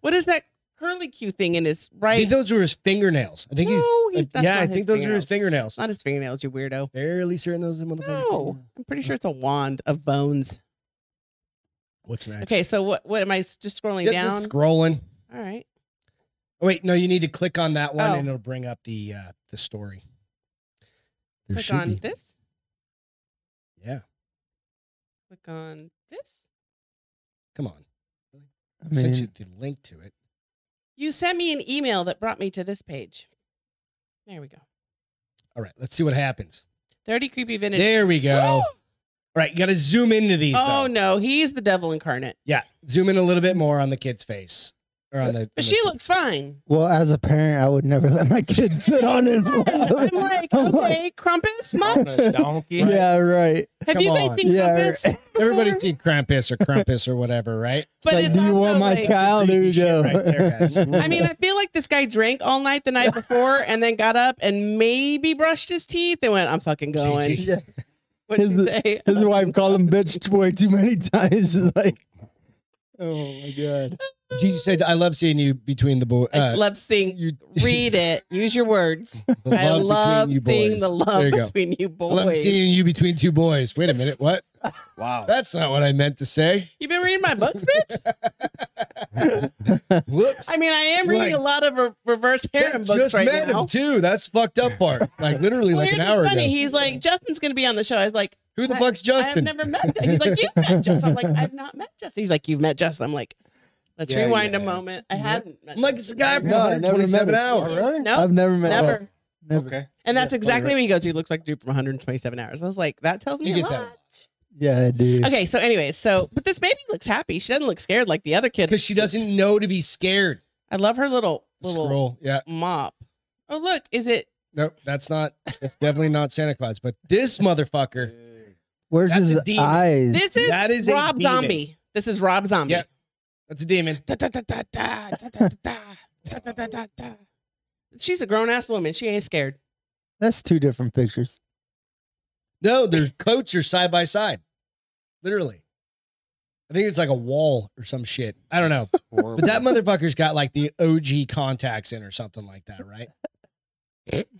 [SPEAKER 2] What is that curly Q thing in his
[SPEAKER 1] I
[SPEAKER 2] right?
[SPEAKER 1] think those were his fingernails. I think he's. uh,
[SPEAKER 2] no, he's, that's
[SPEAKER 1] yeah,
[SPEAKER 2] not
[SPEAKER 1] I
[SPEAKER 2] his
[SPEAKER 1] think those are his
[SPEAKER 2] fingernails.
[SPEAKER 1] fingernails.
[SPEAKER 2] It's not his fingernails, you weirdo.
[SPEAKER 1] Barely certain those are motherfuckers.
[SPEAKER 2] No, I'm pretty sure it's a wand of bones.
[SPEAKER 1] What's next?
[SPEAKER 2] Okay, so what? What am I s- just scrolling
[SPEAKER 1] Yeah, just
[SPEAKER 2] down?
[SPEAKER 1] scrolling.
[SPEAKER 2] All right.
[SPEAKER 1] Oh, wait, no, you need to click on that one
[SPEAKER 2] Oh.
[SPEAKER 1] and it'll bring up the uh the story. There
[SPEAKER 2] Click
[SPEAKER 1] should
[SPEAKER 2] on
[SPEAKER 1] be.
[SPEAKER 2] this.
[SPEAKER 1] Yeah,
[SPEAKER 2] Click on this.
[SPEAKER 1] come on.
[SPEAKER 3] I
[SPEAKER 1] I sent you
[SPEAKER 3] mean,
[SPEAKER 1] the link to it.
[SPEAKER 2] You sent me an email that brought me to this page. There we go.
[SPEAKER 1] All right, let's see what happens.
[SPEAKER 2] Dirty creepy vintage.
[SPEAKER 1] There we go. All right, you got to zoom into these.
[SPEAKER 2] oh
[SPEAKER 1] though.
[SPEAKER 2] no, he's the devil incarnate.
[SPEAKER 1] Yeah, zoom in a little bit more on the kid's face or on the. on the
[SPEAKER 2] But she
[SPEAKER 1] s-
[SPEAKER 2] looks fine.
[SPEAKER 3] well, as a parent, I would never let my kid sit on his lap.
[SPEAKER 2] I'm like,
[SPEAKER 3] I'm like,
[SPEAKER 2] okay, Crumpus,
[SPEAKER 4] On
[SPEAKER 2] Mom.
[SPEAKER 4] a donkey.
[SPEAKER 3] Yeah, right.
[SPEAKER 2] Have
[SPEAKER 1] come
[SPEAKER 2] you guys
[SPEAKER 1] on.
[SPEAKER 2] seen
[SPEAKER 3] Yeah,
[SPEAKER 2] Crumpus?
[SPEAKER 1] Everybody's seen Krampus or Krampus or whatever, right?
[SPEAKER 2] But
[SPEAKER 3] It's like,
[SPEAKER 2] it's
[SPEAKER 3] do you want
[SPEAKER 2] also
[SPEAKER 3] my
[SPEAKER 2] like-
[SPEAKER 3] child? There we
[SPEAKER 1] Creepy
[SPEAKER 3] go.
[SPEAKER 1] shit right there, guys.
[SPEAKER 2] I mean, I feel like this guy drank all night the night before and then got up and maybe brushed his teeth and went, I'm fucking going.
[SPEAKER 1] GG.
[SPEAKER 3] Yeah.
[SPEAKER 2] What'd she
[SPEAKER 3] His-
[SPEAKER 2] say?
[SPEAKER 3] His wife called him bitch way too many times. like, oh my god.
[SPEAKER 1] Jesus said, "I love seeing you between the boys."
[SPEAKER 2] I love seeing.
[SPEAKER 1] you
[SPEAKER 2] Read it. Use your words.
[SPEAKER 1] the
[SPEAKER 2] I
[SPEAKER 1] love between
[SPEAKER 2] love
[SPEAKER 1] you
[SPEAKER 2] seeing
[SPEAKER 1] boys.
[SPEAKER 2] the love
[SPEAKER 1] There you go.
[SPEAKER 2] between you
[SPEAKER 1] I love
[SPEAKER 2] boys.
[SPEAKER 1] seeing you between two boys. Wait a minute, what?
[SPEAKER 4] Wow.
[SPEAKER 1] That's not what I meant to say.
[SPEAKER 2] You've been reading my books, bitch.
[SPEAKER 1] Whoops.
[SPEAKER 2] I mean, I am reading a lot of re- reverse harem
[SPEAKER 1] Yeah,
[SPEAKER 2] books
[SPEAKER 1] just
[SPEAKER 2] right
[SPEAKER 1] met
[SPEAKER 2] now.
[SPEAKER 1] him too. That's fucked up part. Like literally,
[SPEAKER 2] Well,
[SPEAKER 1] like
[SPEAKER 2] here's
[SPEAKER 1] an
[SPEAKER 2] what's
[SPEAKER 1] hour
[SPEAKER 2] funny.
[SPEAKER 1] ago.
[SPEAKER 2] He's like, Justin's going to be on the show. I was like,
[SPEAKER 1] Who the
[SPEAKER 2] I-
[SPEAKER 1] fuck's
[SPEAKER 2] I have
[SPEAKER 1] Justin?
[SPEAKER 2] never met. Justin. He's like, you've met Justin. I'm like, I've not met Justin. He's like, you've met Justin. I'm like, let's
[SPEAKER 4] Yeah,
[SPEAKER 2] rewind
[SPEAKER 4] yeah.
[SPEAKER 2] a moment. I
[SPEAKER 3] Yeah.
[SPEAKER 2] hadn't. Met
[SPEAKER 1] I'm like, it's
[SPEAKER 2] Justin.
[SPEAKER 1] the guy from
[SPEAKER 3] No, I never met
[SPEAKER 1] 127
[SPEAKER 3] him. Oh,
[SPEAKER 1] hours.
[SPEAKER 2] No,
[SPEAKER 3] I've never met.
[SPEAKER 2] Oh, never.
[SPEAKER 3] Well, never.
[SPEAKER 4] Okay.
[SPEAKER 2] And that's
[SPEAKER 3] Yeah,
[SPEAKER 2] exactly what he goes. He looks like a dude from 127 hours. I was like, that tells me
[SPEAKER 1] You
[SPEAKER 2] a
[SPEAKER 1] get that.
[SPEAKER 2] lot.
[SPEAKER 3] Yeah, dude.
[SPEAKER 2] Okay, so anyways, so but this baby looks happy. She doesn't look scared like the other kid.
[SPEAKER 1] Because she doesn't know to be scared.
[SPEAKER 2] I love her little little
[SPEAKER 1] Scroll. Yeah.
[SPEAKER 2] mop. Oh look, is it?
[SPEAKER 1] Nope. That's not. That's definitely not Santa Claus. But this motherfucker.
[SPEAKER 3] Where's
[SPEAKER 1] That's
[SPEAKER 3] his
[SPEAKER 1] a demon.
[SPEAKER 3] eyes?
[SPEAKER 2] This is
[SPEAKER 1] That is a
[SPEAKER 2] Rob
[SPEAKER 1] demon.
[SPEAKER 2] Zombie. This is Rob Zombie.
[SPEAKER 1] Yeah. That's a demon.
[SPEAKER 2] Da, da, da, da, da, da, da, da, da, da, da, da, da. She's a grown ass woman. She ain't scared.
[SPEAKER 3] That's two different pictures.
[SPEAKER 1] No, their coats are side by side. Literally. I think it's like a wall or some shit. I don't know. But that motherfucker's got like the OG contacts in or something like that, right?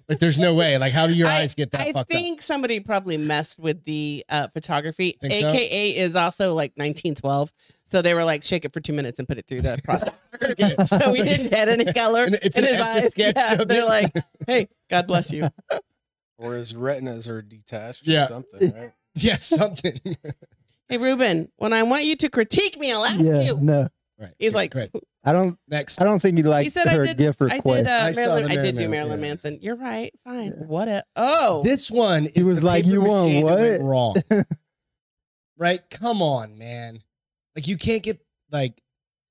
[SPEAKER 1] Like there's no way. Like how do your eyes get that
[SPEAKER 2] I
[SPEAKER 1] fucked
[SPEAKER 2] think somebody probably messed with the uh, photography.
[SPEAKER 1] Think so?
[SPEAKER 2] AKA is also like 1912. So they were like, shake it for two minutes and put it through the process.
[SPEAKER 1] okay.
[SPEAKER 2] so we didn't add any color
[SPEAKER 1] And it's
[SPEAKER 2] in
[SPEAKER 1] an
[SPEAKER 2] his
[SPEAKER 1] after
[SPEAKER 2] eyes.
[SPEAKER 1] sketch
[SPEAKER 2] Yeah,
[SPEAKER 1] of
[SPEAKER 2] they're
[SPEAKER 1] it.
[SPEAKER 2] like, hey, God bless you.
[SPEAKER 4] or his retinas are detached
[SPEAKER 1] Yeah.
[SPEAKER 4] or something, right?
[SPEAKER 1] up? Yeah, something.
[SPEAKER 2] Hey, Ruben, when I want you to critique me, I'll ask
[SPEAKER 3] yeah,
[SPEAKER 2] you.
[SPEAKER 3] no,
[SPEAKER 1] Right.
[SPEAKER 2] He's
[SPEAKER 1] okay,
[SPEAKER 2] like,
[SPEAKER 1] great.
[SPEAKER 3] I don't.
[SPEAKER 1] next.
[SPEAKER 3] I don't think he liked
[SPEAKER 2] said I
[SPEAKER 3] her
[SPEAKER 2] did-
[SPEAKER 3] gift
[SPEAKER 2] I
[SPEAKER 3] request.
[SPEAKER 2] did, uh,
[SPEAKER 1] I saw
[SPEAKER 2] Marilyn,
[SPEAKER 1] the
[SPEAKER 2] I did do
[SPEAKER 1] Marilyn,
[SPEAKER 2] Marilyn
[SPEAKER 1] yeah.
[SPEAKER 2] Manson. You're right. Fine.
[SPEAKER 3] Yeah.
[SPEAKER 2] What a, oh.
[SPEAKER 1] This one is
[SPEAKER 3] He was
[SPEAKER 1] the
[SPEAKER 3] like, "You
[SPEAKER 1] paper
[SPEAKER 3] want
[SPEAKER 1] mache that went
[SPEAKER 3] what?"
[SPEAKER 1] Wrong. right? Come on, man. Like you can't get like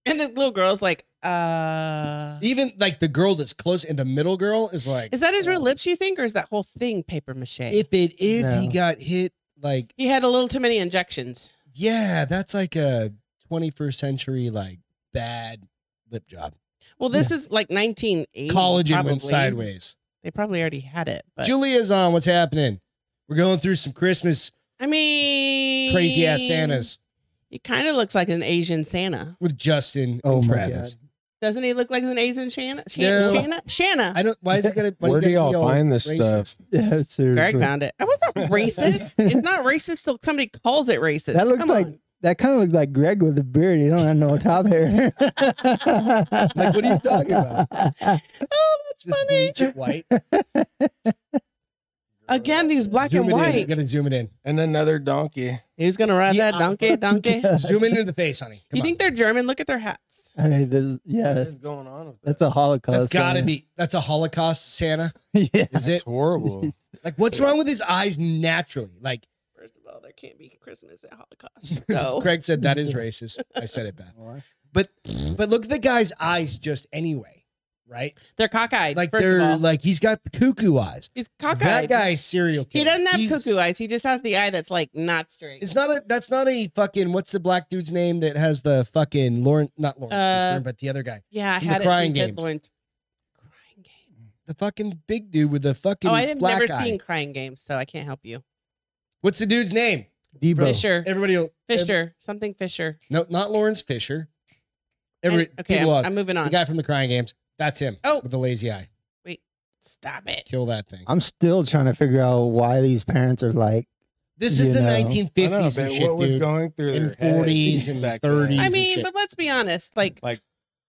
[SPEAKER 2] and the little girl's like, uh.
[SPEAKER 1] even like the girl that's close and the middle girl is like
[SPEAKER 2] Is that his real lips, you think, or is that whole thing paper mache?
[SPEAKER 1] if Oh. it is he
[SPEAKER 3] No.
[SPEAKER 1] got hit like
[SPEAKER 2] he had a little too many injections.
[SPEAKER 1] yeah, that's like a 21st century like bad lip job.
[SPEAKER 2] Well, this is like 1980.
[SPEAKER 1] Collagen
[SPEAKER 2] probably.
[SPEAKER 1] went sideways.
[SPEAKER 2] They probably already had it. But
[SPEAKER 1] Julia's on. What's happening? We're going through some Christmas
[SPEAKER 2] I mean,
[SPEAKER 1] crazy ass Santas
[SPEAKER 2] He kind of looks like an Asian Santa,
[SPEAKER 1] with Justin
[SPEAKER 3] Oh
[SPEAKER 1] and
[SPEAKER 3] my
[SPEAKER 1] Travis.
[SPEAKER 2] doesn't he? Look like an Asian Shanna? Shan-
[SPEAKER 1] No.
[SPEAKER 2] Shanna? Shanna.
[SPEAKER 1] I don't. Why is it gonna? why
[SPEAKER 4] Where
[SPEAKER 1] you
[SPEAKER 4] do
[SPEAKER 1] gotta be
[SPEAKER 4] y'all
[SPEAKER 1] all
[SPEAKER 4] find this
[SPEAKER 1] racist?
[SPEAKER 4] stuff?
[SPEAKER 3] Yeah, seriously.
[SPEAKER 2] Greg found it. I wasn't racist. it's not racist till somebody calls it racist.
[SPEAKER 3] That looks
[SPEAKER 2] Come
[SPEAKER 3] like-
[SPEAKER 2] on.
[SPEAKER 3] That kind of looked like Greg with a beard. He don't have no top hair.
[SPEAKER 1] Like, what are you talking about?
[SPEAKER 2] Oh, that's
[SPEAKER 1] Just
[SPEAKER 2] funny.
[SPEAKER 1] bleach it white.
[SPEAKER 2] Again, these black
[SPEAKER 1] zoom
[SPEAKER 2] and
[SPEAKER 1] it in.
[SPEAKER 2] white.
[SPEAKER 1] You gotta zoom it in.
[SPEAKER 4] And another donkey.
[SPEAKER 2] Who's gonna ride
[SPEAKER 1] Yeah.
[SPEAKER 2] that donkey? Donkey.
[SPEAKER 1] Zoom it into the face, honey. Come
[SPEAKER 2] you think they're German? Look at their hats.
[SPEAKER 3] I mean, this, yeah,
[SPEAKER 4] What is going on with
[SPEAKER 3] that's
[SPEAKER 4] that?
[SPEAKER 3] a Holocaust.
[SPEAKER 1] on. That's gotta
[SPEAKER 3] thing.
[SPEAKER 1] be. That's a Holocaust Santa.
[SPEAKER 3] yeah.
[SPEAKER 1] Is
[SPEAKER 4] That's
[SPEAKER 1] it?
[SPEAKER 4] horrible.
[SPEAKER 1] Like, what's wrong with his eyes naturally? Like,
[SPEAKER 2] First of all, there can't be Christmas at Holocaust. So
[SPEAKER 1] Craig said that is racist. I said it, Beth. But, but look at the guy's eyes just anyway, right?
[SPEAKER 2] they're cockeyed. Like
[SPEAKER 1] Like
[SPEAKER 2] first they're
[SPEAKER 1] they're
[SPEAKER 2] of all.
[SPEAKER 1] like he's got the cuckoo eyes.
[SPEAKER 2] he's cockeyed.
[SPEAKER 1] That guy's serial
[SPEAKER 2] He
[SPEAKER 1] killer.
[SPEAKER 2] doesn't have
[SPEAKER 1] He's-
[SPEAKER 2] cuckoo eyes. He just has the eye that's like not straight.
[SPEAKER 1] It's not a. That's not a fucking. What's the black dude's name that has the fucking Lawrence? Not Lawrence,
[SPEAKER 2] Uh,
[SPEAKER 1] Fishburne, but the other guy,
[SPEAKER 2] yeah, I
[SPEAKER 1] in the
[SPEAKER 2] had it.
[SPEAKER 1] crying
[SPEAKER 2] Crying game.
[SPEAKER 1] games.
[SPEAKER 2] Crying game.
[SPEAKER 1] the fucking big dude with the fucking
[SPEAKER 2] Oh, I didn't
[SPEAKER 1] black
[SPEAKER 2] never
[SPEAKER 1] eye.
[SPEAKER 2] seen crying games, so I can't help you.
[SPEAKER 1] What's the dude's name?
[SPEAKER 3] Debo.
[SPEAKER 2] Fisher,
[SPEAKER 1] Everybody. will- ev-
[SPEAKER 2] Fisher, something Fisher.
[SPEAKER 1] no, not Lawrence Fisher.
[SPEAKER 2] I-
[SPEAKER 1] Every
[SPEAKER 2] okay, I'm,
[SPEAKER 1] people
[SPEAKER 2] I'm moving
[SPEAKER 1] the
[SPEAKER 2] on.
[SPEAKER 1] guy from the Crying Games. That's him.
[SPEAKER 2] Oh.
[SPEAKER 1] with the lazy eye.
[SPEAKER 2] Stop it.
[SPEAKER 1] Kill that thing.
[SPEAKER 3] I'm still trying to figure out why these parents are like,
[SPEAKER 1] This is
[SPEAKER 3] You
[SPEAKER 1] the
[SPEAKER 3] know.
[SPEAKER 4] I know,
[SPEAKER 1] 1950s and
[SPEAKER 4] but
[SPEAKER 1] shit,
[SPEAKER 4] what was
[SPEAKER 1] dude.
[SPEAKER 4] going through
[SPEAKER 1] In
[SPEAKER 4] their heads
[SPEAKER 1] 40s and
[SPEAKER 4] back then?
[SPEAKER 1] 30s.
[SPEAKER 2] I
[SPEAKER 1] Piece of
[SPEAKER 2] mean,
[SPEAKER 1] shit.
[SPEAKER 2] but let's be honest. Like,
[SPEAKER 4] Like-